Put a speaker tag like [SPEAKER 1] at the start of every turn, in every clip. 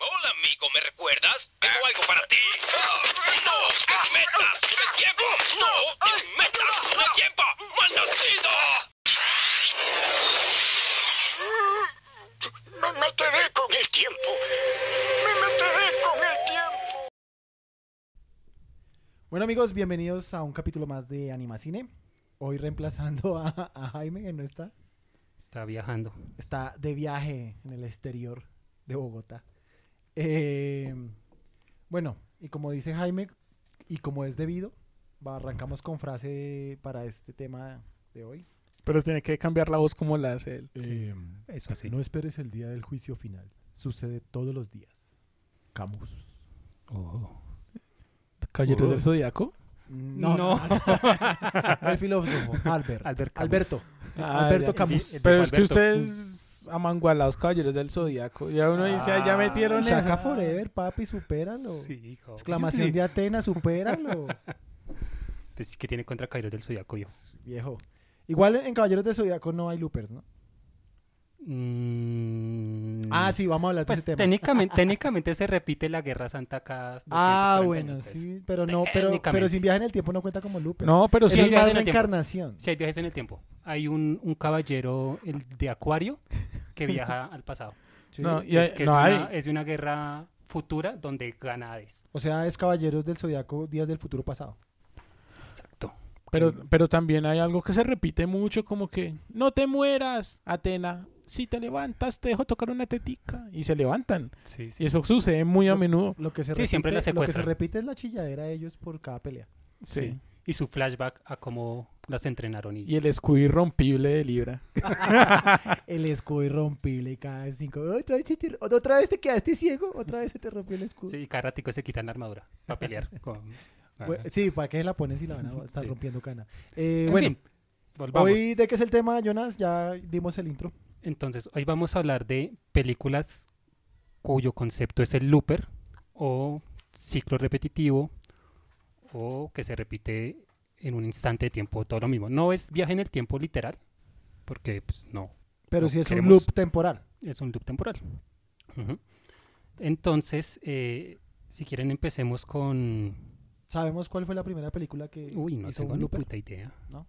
[SPEAKER 1] Hola, amigo, ¿me recuerdas? Tengo algo para ti. ¡No! ¡En metas! ¡No hay tiempo! ¡No! ¡En metas! ¡No hay tiempo! ¡Malnacido!
[SPEAKER 2] Me meteré con el tiempo. Me meteré con el tiempo.
[SPEAKER 3] Bueno amigos, bienvenidos a un capítulo más de Animacine. Hoy reemplazando a, a Jaime, que no está.
[SPEAKER 4] Está viajando.
[SPEAKER 3] Está de viaje en el exterior de Bogotá. Eh, bueno, y como dice Jaime, y como es debido, va- arrancamos con frase para este tema de hoy.
[SPEAKER 5] Pero tiene que cambiar la voz como la hace él.
[SPEAKER 4] Eso sí.
[SPEAKER 3] Em, No esperes el día del juicio final. Sucede todos los días. Camus.
[SPEAKER 4] Oh.
[SPEAKER 5] Caballeros
[SPEAKER 4] Oh.
[SPEAKER 5] del Zodíaco.
[SPEAKER 3] No. el filósofo, Albert.
[SPEAKER 4] Albert Camus.
[SPEAKER 3] Alberto.
[SPEAKER 5] Ah,
[SPEAKER 3] Alberto
[SPEAKER 5] ya.
[SPEAKER 3] Camus.
[SPEAKER 4] El de
[SPEAKER 5] Pero es que
[SPEAKER 4] Alberto.
[SPEAKER 5] ustedes aman gualados Caballeros del Zodíaco. Ya uno dice, "Ah, ya metieron esa".
[SPEAKER 3] Shaka Forever, papi, supéralo.
[SPEAKER 4] Sí, hijo.
[SPEAKER 3] Exclamación
[SPEAKER 4] Sí.
[SPEAKER 3] de Atenas, supéralo.
[SPEAKER 4] Pues sí que tiene contra Caballeros del Zodíaco yo.
[SPEAKER 3] Viejo. Igual en Caballeros de Zodiaco no hay loopers, ¿no?
[SPEAKER 4] Mm,
[SPEAKER 3] Ah, sí, vamos a hablar de
[SPEAKER 4] Pues
[SPEAKER 3] ese tema.
[SPEAKER 4] técnicamente, técnicamente se repite la Guerra Santa cada
[SPEAKER 3] Ah,
[SPEAKER 4] 249
[SPEAKER 3] bueno,
[SPEAKER 4] veces.
[SPEAKER 3] sí, pero no, pero, pero
[SPEAKER 4] Pues técnicamente.
[SPEAKER 3] sin viaje en el tiempo no cuenta como looper.
[SPEAKER 5] No, pero
[SPEAKER 3] Eso
[SPEAKER 5] sí.
[SPEAKER 3] es más
[SPEAKER 4] en el tiempo.
[SPEAKER 3] reencarnación.
[SPEAKER 4] Sí, pues. hay viajes en el tiempo. Hay un, un caballero el de Acuario que viaja al pasado.
[SPEAKER 3] Sí.
[SPEAKER 5] No, y hay-
[SPEAKER 4] Que
[SPEAKER 5] no
[SPEAKER 4] es, de
[SPEAKER 5] hay.
[SPEAKER 4] una, es de una guerra futura donde gana Hades.
[SPEAKER 3] O sea, es Caballeros del Zodiaco Días del Futuro Pasado.
[SPEAKER 4] Exacto.
[SPEAKER 5] Pero, pero también hay algo que se repite mucho, como que no te mueras, Atena. Si te levantas, te dejo tocar una tetica. Y se levantan.
[SPEAKER 4] Sí, sí.
[SPEAKER 5] Y eso sucede muy a menudo.
[SPEAKER 3] Lo que se
[SPEAKER 4] Sí,
[SPEAKER 3] repite,
[SPEAKER 4] siempre la
[SPEAKER 3] lo que se
[SPEAKER 4] secuestran.
[SPEAKER 3] repite es la chilladera de ellos por cada pelea.
[SPEAKER 5] Sí.
[SPEAKER 4] Y su flashback a cómo las entrenaron. Y,
[SPEAKER 5] Y el escudo irrompible de Libra.
[SPEAKER 3] El escudo irrompible y cada cinco. Otra vez, se te- otra vez te quedaste ciego, otra vez se te rompió el escudo.
[SPEAKER 4] sí,
[SPEAKER 3] Bue-
[SPEAKER 4] y cada ratico se quitan la armadura para pelear. con-
[SPEAKER 3] Pues, Sí,
[SPEAKER 4] Ajá.
[SPEAKER 3] ¿para qué la pones si la van a estar
[SPEAKER 4] Sí.
[SPEAKER 3] rompiendo cana? Eh,
[SPEAKER 4] En
[SPEAKER 3] bueno,
[SPEAKER 4] fin, volvamos.
[SPEAKER 3] hoy de qué es el tema, Jonas, ya dimos el intro.
[SPEAKER 4] Entonces, hoy vamos a hablar de películas cuyo concepto es el looper o ciclo repetitivo o que se repite en un instante de tiempo todo lo mismo. No es viaje en el tiempo literal, porque pues, no,
[SPEAKER 3] Pero
[SPEAKER 4] No,
[SPEAKER 3] si es un
[SPEAKER 4] queremos-
[SPEAKER 3] loop temporal.
[SPEAKER 4] es un loop temporal. Ujú. Entonces, eh, si quieren empecemos con...
[SPEAKER 3] ¿Sabemos cuál fue la primera película que
[SPEAKER 4] Uy, no
[SPEAKER 3] hizo
[SPEAKER 4] tengo
[SPEAKER 3] un
[SPEAKER 4] ni
[SPEAKER 3] looper?
[SPEAKER 4] puta idea.
[SPEAKER 3] ¿No?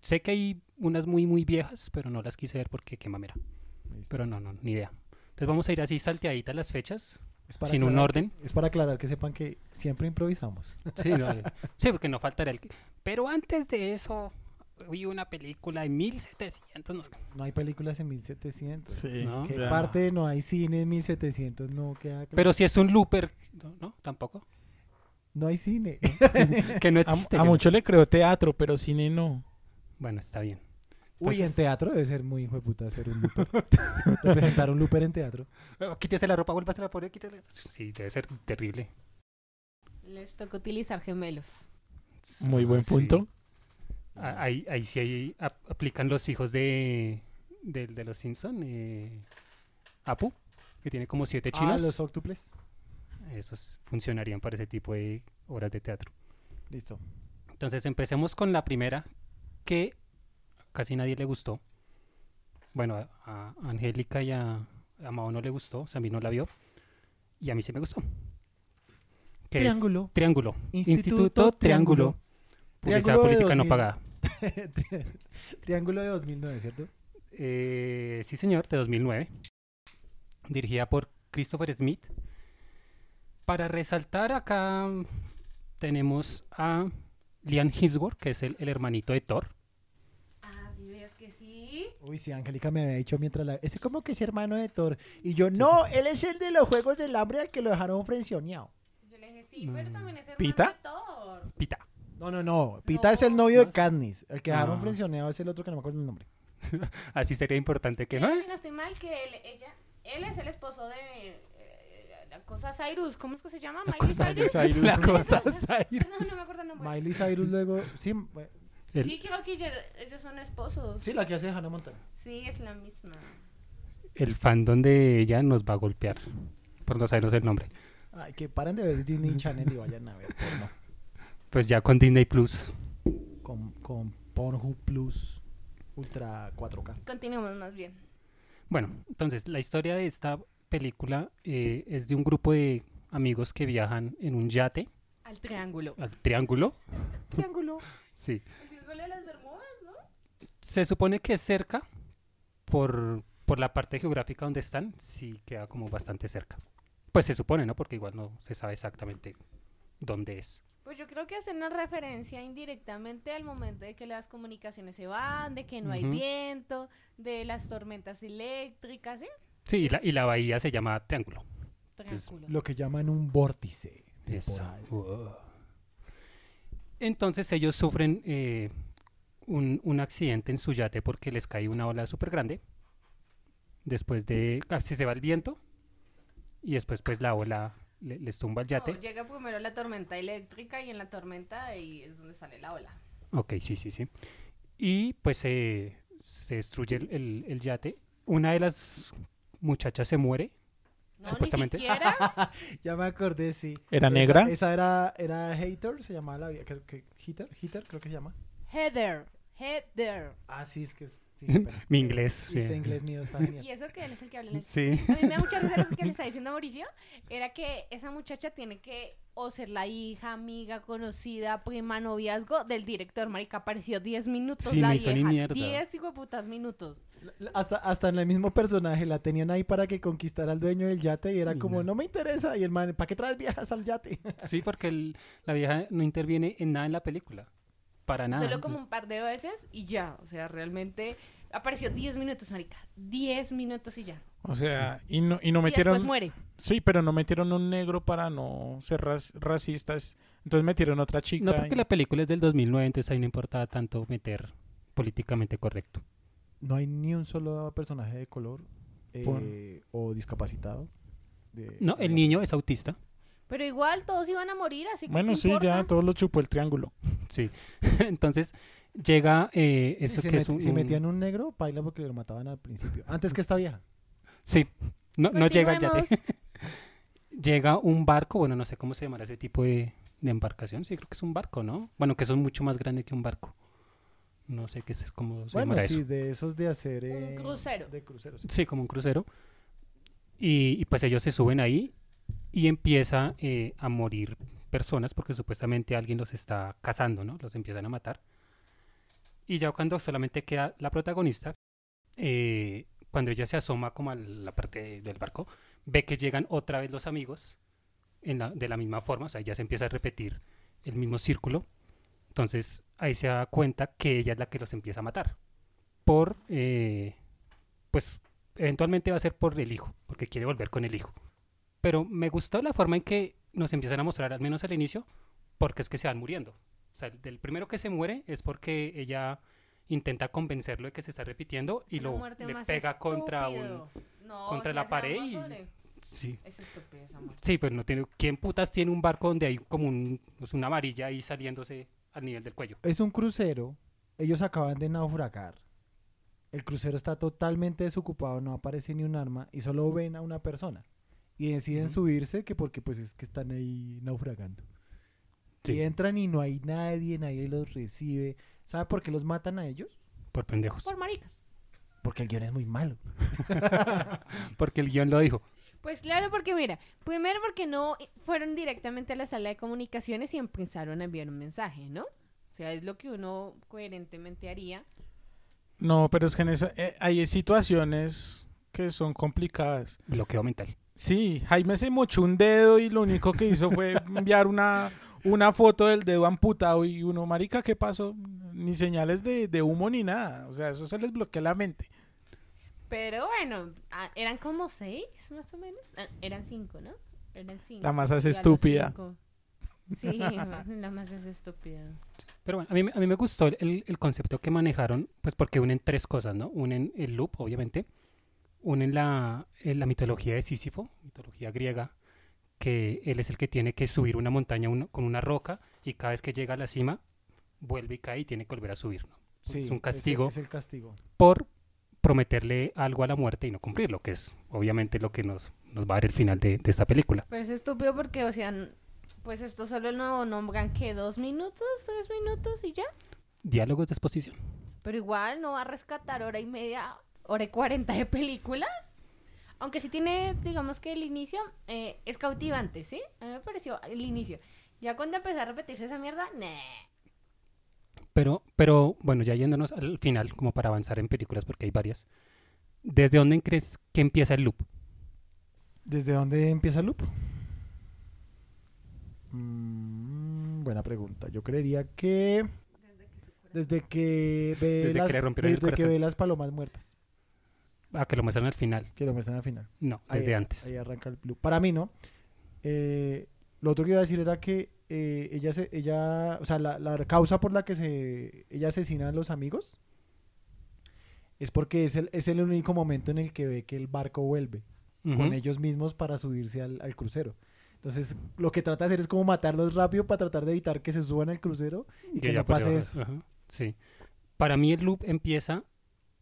[SPEAKER 4] Sé que hay unas muy, muy viejas, pero no las quise ver porque qué mamera. Pero no, no, ni idea. Entonces vamos a ir así salteaditas las fechas,
[SPEAKER 3] Es para
[SPEAKER 4] sin un
[SPEAKER 3] aclarar-
[SPEAKER 4] orden.
[SPEAKER 3] Es para aclarar que sepan que siempre improvisamos.
[SPEAKER 4] Sí, no, eh, sí, porque no faltará el que... Pero antes de eso, vi una película de 1700... no sé-
[SPEAKER 3] No hay películas en 1700.
[SPEAKER 5] Sí.
[SPEAKER 4] No.
[SPEAKER 3] Que
[SPEAKER 4] ya.
[SPEAKER 3] parte no hay cine en 1700 no queda claro.
[SPEAKER 4] Pero si es un looper... No, no, tampoco.
[SPEAKER 3] no hay cine.
[SPEAKER 4] Que no
[SPEAKER 5] A,
[SPEAKER 4] existe.
[SPEAKER 5] a
[SPEAKER 4] yo no-
[SPEAKER 5] mucho le creo teatro, pero cine no.
[SPEAKER 4] Bueno, está bien.
[SPEAKER 3] Uy, en
[SPEAKER 4] Entonces-
[SPEAKER 3] teatro debe ser muy hijo de puta hacer un looper. Representar un looper en teatro.
[SPEAKER 4] Eh, Quítese la ropa, vuélvase a poner, quítese... Sí, debe ser terrible.
[SPEAKER 6] Les toca utilizar gemelos.
[SPEAKER 5] Muy buen
[SPEAKER 4] Ah, sí.
[SPEAKER 5] punto.
[SPEAKER 4] Ah, Ahí, ahí sí ahí ap- aplican los hijos de, de, de los Simpson. eh, Apu, que tiene como siete
[SPEAKER 3] Ah,
[SPEAKER 4] chinos.
[SPEAKER 3] los octuples.
[SPEAKER 4] Esos funcionarían para ese tipo de obras de teatro.
[SPEAKER 3] Listo.
[SPEAKER 4] Entonces empecemos con la primera que casi nadie le gustó. Bueno, a- a Angélica y a, a Mao no le gustó, o sea, a mí no la vio. Y a mí sí me gustó. Que es
[SPEAKER 3] Triángulo.
[SPEAKER 4] Triángulo.
[SPEAKER 3] Instituto
[SPEAKER 4] Instituto,
[SPEAKER 3] Triángulo.
[SPEAKER 4] Triángulo. Publicidad
[SPEAKER 3] Triángulo de
[SPEAKER 4] política no
[SPEAKER 3] 2000.
[SPEAKER 4] pagada.
[SPEAKER 3] Tri- Triángulo de 2009, ¿cierto?
[SPEAKER 4] Eh, sí, señor, de 2009. Dirigida por Christopher Smith. Para resaltar acá mm, tenemos a Liam Hemsworth, que es el, el hermanito de Thor.
[SPEAKER 6] Ah, sí, ves que sí.
[SPEAKER 3] Uy, sí, Angélica me había dicho mientras la... Ese como que es hermano de Thor. Y yo, no, él es el de los Juegos del Hambre al que lo dejaron frencioneado.
[SPEAKER 6] Yo le dije sí, pero también es hermano
[SPEAKER 5] ¿Pita?
[SPEAKER 6] de Thor.
[SPEAKER 4] Pita.
[SPEAKER 3] No, no, no. Pita es el novio
[SPEAKER 4] No,
[SPEAKER 3] de
[SPEAKER 4] es-
[SPEAKER 3] Katniss. El que dejaron
[SPEAKER 4] Ah.
[SPEAKER 3] frencioneado es el otro que no me acuerdo el nombre.
[SPEAKER 4] Así sería importante que...
[SPEAKER 6] Pero
[SPEAKER 4] ¿eh?
[SPEAKER 6] Si no estoy mal, que él, ella, él es el esposo de eh, la cosa Cyrus. ¿Cómo es que se llama? Miley Cyrus.
[SPEAKER 4] La cosa Cyrus.
[SPEAKER 6] Perdón, no me acuerdo el nombre.
[SPEAKER 3] Miley Cyrus luego... Sí, bueno,
[SPEAKER 4] El-
[SPEAKER 6] Sí, creo que ellos, ellos son esposos.
[SPEAKER 3] sí, la que hace Hannah Montana.
[SPEAKER 6] Sí, es la misma.
[SPEAKER 4] El fandom de ella nos va a golpear por no sabernos el nombre.
[SPEAKER 3] Ay, que paren de ver Disney Channel y vayan a ver porno.
[SPEAKER 4] Pues ya con Disney Plus.
[SPEAKER 3] Con, con Pornhub Plus Ultra 4K.
[SPEAKER 6] Continuemos más bien.
[SPEAKER 4] Bueno, entonces la historia de esta película eh, es de un grupo de amigos que viajan en un yate
[SPEAKER 6] Al triángulo.
[SPEAKER 4] al triángulo.
[SPEAKER 3] Triángulo.
[SPEAKER 4] Sí.
[SPEAKER 6] El triángulo de las Bermudas, ¿no?
[SPEAKER 4] Se supone que es cerca por, por la parte geográfica donde están, sí queda como bastante cerca. Pues se supone, ¿no? Porque igual no se sabe exactamente dónde es.
[SPEAKER 6] Pues yo creo que hacen una referencia indirectamente al momento de que las comunicaciones se van, de que no hay
[SPEAKER 4] Ujú.
[SPEAKER 6] viento, de las tormentas eléctricas, ¿sí?
[SPEAKER 4] Sí, y la, y la bahía se llama Triángulo. Entonces,
[SPEAKER 6] Triángulo.
[SPEAKER 3] Lo que llaman un vórtice.
[SPEAKER 4] Eso.
[SPEAKER 3] temporal.
[SPEAKER 4] Wow. Entonces ellos sufren eh, un, un accidente en su yate porque les cae una ola súper grande. Después de casi se va el viento y después pues la ola le- les tumba el
[SPEAKER 6] No,
[SPEAKER 4] yate.
[SPEAKER 6] llega primero la tormenta eléctrica y en la tormenta ahí es donde sale la ola.
[SPEAKER 4] Ok, sí, sí, sí. Y pues eh, se destruye el, el- el yate. Una de las muchachas se muere.
[SPEAKER 6] No,
[SPEAKER 4] Supuestamente.
[SPEAKER 6] ni siquiera.
[SPEAKER 3] Ya me acordé, sí.
[SPEAKER 5] ¿Era
[SPEAKER 3] Esa-
[SPEAKER 5] negra?
[SPEAKER 3] Esa era, era Hater, se llamaba la vieja. creo que- Hater, Hater, creo que se llama.
[SPEAKER 6] Heather. Heather.
[SPEAKER 3] Ah, sí, es que es- sí, espera.
[SPEAKER 4] Mi inglés.
[SPEAKER 3] Y ese
[SPEAKER 4] bien.
[SPEAKER 3] inglés mío está
[SPEAKER 6] Y
[SPEAKER 3] genial.
[SPEAKER 6] eso que él es el que habla en el
[SPEAKER 4] Sí.
[SPEAKER 6] A mí me da mucha risa lo que le está diciendo Mauricio. Era que esa muchacha tiene que o ser la hija, amiga, conocida, prima, noviazgo del director. Marica, apareció 10 minutos
[SPEAKER 4] Sí,
[SPEAKER 6] la
[SPEAKER 4] no hizo
[SPEAKER 6] vieja.
[SPEAKER 4] ni mierda.
[SPEAKER 6] 10 putas minutos.
[SPEAKER 3] La- la- Hasta, hasta en el mismo personaje la tenían ahí para que conquistara al dueño del yate y era como, no,
[SPEAKER 4] No.
[SPEAKER 3] me interesa. Y el man, ¿para qué traes viejas al yate?
[SPEAKER 4] Sí, porque el- la vieja no interviene en nada en la película. Para nada. pues.
[SPEAKER 6] Solo como un par de veces y ya. O sea, realmente apareció 10 minutos, Marica. 10 minutos y ya.
[SPEAKER 5] O sea, y no, y no
[SPEAKER 6] Y
[SPEAKER 5] metieron...
[SPEAKER 6] después muere.
[SPEAKER 5] Sí, pero no metieron un negro para no ser ras- racistas. Entonces metieron otra chica.
[SPEAKER 4] No,
[SPEAKER 5] y-
[SPEAKER 4] porque la película es del 2009, entonces ahí no importaba tanto meter políticamente correcto.
[SPEAKER 3] No hay ni un solo personaje de color eh,
[SPEAKER 5] Por-
[SPEAKER 3] o discapacitado. de-
[SPEAKER 4] No, el
[SPEAKER 3] de-
[SPEAKER 4] niño es autista.
[SPEAKER 6] Pero igual todos iban a morir, así que.
[SPEAKER 5] Bueno,
[SPEAKER 6] ¿qué
[SPEAKER 5] sí, ya
[SPEAKER 6] importa?
[SPEAKER 5] todo lo chupó el triángulo.
[SPEAKER 4] Sí. entonces llega eh,
[SPEAKER 3] Sí,
[SPEAKER 4] eso
[SPEAKER 3] si
[SPEAKER 4] que
[SPEAKER 3] met-
[SPEAKER 4] es un.
[SPEAKER 3] si
[SPEAKER 4] un-
[SPEAKER 3] metían un negro, paila porque lo mataban al principio. Antes que esta vieja.
[SPEAKER 4] Sí. No, no llega el yate.
[SPEAKER 6] Continuemos.
[SPEAKER 4] Llega un barco, bueno, no sé cómo se llamará ese tipo de, de embarcación. Sí, creo que es un barco, ¿no? Bueno, que eso es mucho más grande que un barco. No sé qué es, cómo se
[SPEAKER 3] Bueno,
[SPEAKER 4] llamará
[SPEAKER 3] sí,
[SPEAKER 4] eso.
[SPEAKER 3] de esos de hacer...
[SPEAKER 6] Un
[SPEAKER 3] eh,
[SPEAKER 6] crucero.
[SPEAKER 3] De cruceros.
[SPEAKER 4] Sí, como un crucero. Y, y pues ellos se suben ahí y empieza eh, a morir personas porque supuestamente alguien los está cazando, ¿no? Los empiezan a matar. Y ya cuando solamente queda la protagonista, eh, cuando ella se asoma como a la parte de- del barco, ve que llegan otra vez los amigos en la- de la misma forma, o sea, ya se empieza a repetir el mismo círculo. Entonces ahí se da cuenta que ella es la que los empieza a matar. Por, eh, pues, eventualmente va a ser por el hijo, porque quiere volver con el hijo. Pero me gustó la forma en que nos empiezan a mostrar, al menos al inicio, porque es que se van muriendo. O sea, el del primero que se muere es porque ella intenta convencerlo de que se está repitiendo y
[SPEAKER 6] Es una
[SPEAKER 4] lo
[SPEAKER 6] muerte
[SPEAKER 4] le
[SPEAKER 6] más
[SPEAKER 4] pega contra un...
[SPEAKER 6] estúpido. No,
[SPEAKER 4] contra
[SPEAKER 6] si
[SPEAKER 4] la
[SPEAKER 6] la
[SPEAKER 4] pared y-
[SPEAKER 6] sacamos sobre.
[SPEAKER 4] Sí.
[SPEAKER 6] Es estúpida esa muerte.
[SPEAKER 4] Sí, pues no tiene. ¿Quién putas tiene un barco donde hay como un- pues, una amarilla ahí saliéndose al nivel del cuello?
[SPEAKER 3] Es un crucero. Ellos acaban de naufragar. El crucero está totalmente desocupado, no aparece ni un arma y solo ven a una persona. Y deciden subirse que porque pues es que están ahí naufragando.
[SPEAKER 4] Sí.
[SPEAKER 3] Y entran y no hay nadie, nadie los recibe. ¿Sabe por qué los matan a ellos?
[SPEAKER 4] Por pendejos.
[SPEAKER 6] Por maricas.
[SPEAKER 3] Porque el guión es muy malo.
[SPEAKER 4] Porque el guión lo dijo.
[SPEAKER 6] Pues claro, porque mira, primero porque no fueron directamente a la sala de comunicaciones y empezaron a enviar un mensaje, ¿no? O sea, es lo que uno coherentemente haría.
[SPEAKER 5] No, pero es que en esa- eh, hay situaciones que son complicadas.
[SPEAKER 4] Bloqueo mental.
[SPEAKER 5] Sí, Jaime se mochó un dedo y lo único que hizo fue enviar una, una foto del dedo amputado y uno, marica, ¿qué pasó? Ni señales de, de humo ni nada. O sea, eso se les bloquea la mente.
[SPEAKER 6] Pero bueno, ah, eran como seis, más o menos. Ah, eran cinco, ¿no? Eran cinco.
[SPEAKER 5] La masa es
[SPEAKER 6] Y a los
[SPEAKER 5] estúpida.
[SPEAKER 6] cinco- Sí, la masa es estúpida.
[SPEAKER 4] Pero bueno, a mí, me- a mí me gustó el, el concepto que manejaron, pues porque unen tres cosas, ¿no? Unen el loop, obviamente. Unen la, eh, la mitología de Sísifo, mitología griega, que él es el que tiene que subir una montaña uno- con una roca y cada vez que llega a la cima, vuelve y cae y tiene que volver a subir, ¿no? es un castigo.
[SPEAKER 3] Es, el castigo.
[SPEAKER 4] por prometerle algo a la muerte y no cumplirlo, que es obviamente lo que nos, nos va a dar el final de, de esta película.
[SPEAKER 6] Pero es estúpido porque, o sea, n- pues esto solo no nombran que dos minutos, tres minutos y ya.
[SPEAKER 4] Diálogos de exposición.
[SPEAKER 6] Pero igual no va a rescatar hora y media, hora y cuarenta de película. Aunque sí tiene, digamos que el inicio eh, es cautivante, ¿sí? A mí me pareció el inicio. Ya cuando empezó a repetirse esa mierda, nah.
[SPEAKER 4] Pero, pero bueno, ya yéndonos al final, como para avanzar en películas, porque hay varias. ¿Desde dónde crees que empieza el loop?
[SPEAKER 3] ¿Desde dónde empieza el loop? Mm, buena pregunta. Yo creería que desde que ve
[SPEAKER 4] Desde que
[SPEAKER 3] las,
[SPEAKER 4] le rompieron el
[SPEAKER 3] desde que
[SPEAKER 4] corazón.
[SPEAKER 3] ve las palomas muertas,
[SPEAKER 4] Ah, que lo muestran al final.
[SPEAKER 3] que lo muestran al final.
[SPEAKER 4] No, desde
[SPEAKER 3] ahí,
[SPEAKER 4] antes.
[SPEAKER 3] Ahí arranca el loop. Para mí, ¿no? Eh, lo otro que iba a decir era que eh, ella se, ella, o sea, la, la causa por la que se ella asesina a los amigos es porque es el, es el único momento en el que ve que el barco vuelve
[SPEAKER 4] Ujú.
[SPEAKER 3] con ellos mismos para subirse al, al crucero. Entonces, lo que trata de hacer es como matarlos rápido para tratar de evitar que se suban al crucero y que
[SPEAKER 4] ella
[SPEAKER 3] no
[SPEAKER 4] por
[SPEAKER 3] pase
[SPEAKER 4] llevar-
[SPEAKER 3] eso.
[SPEAKER 4] ajá, Sí. Para mí el loop empieza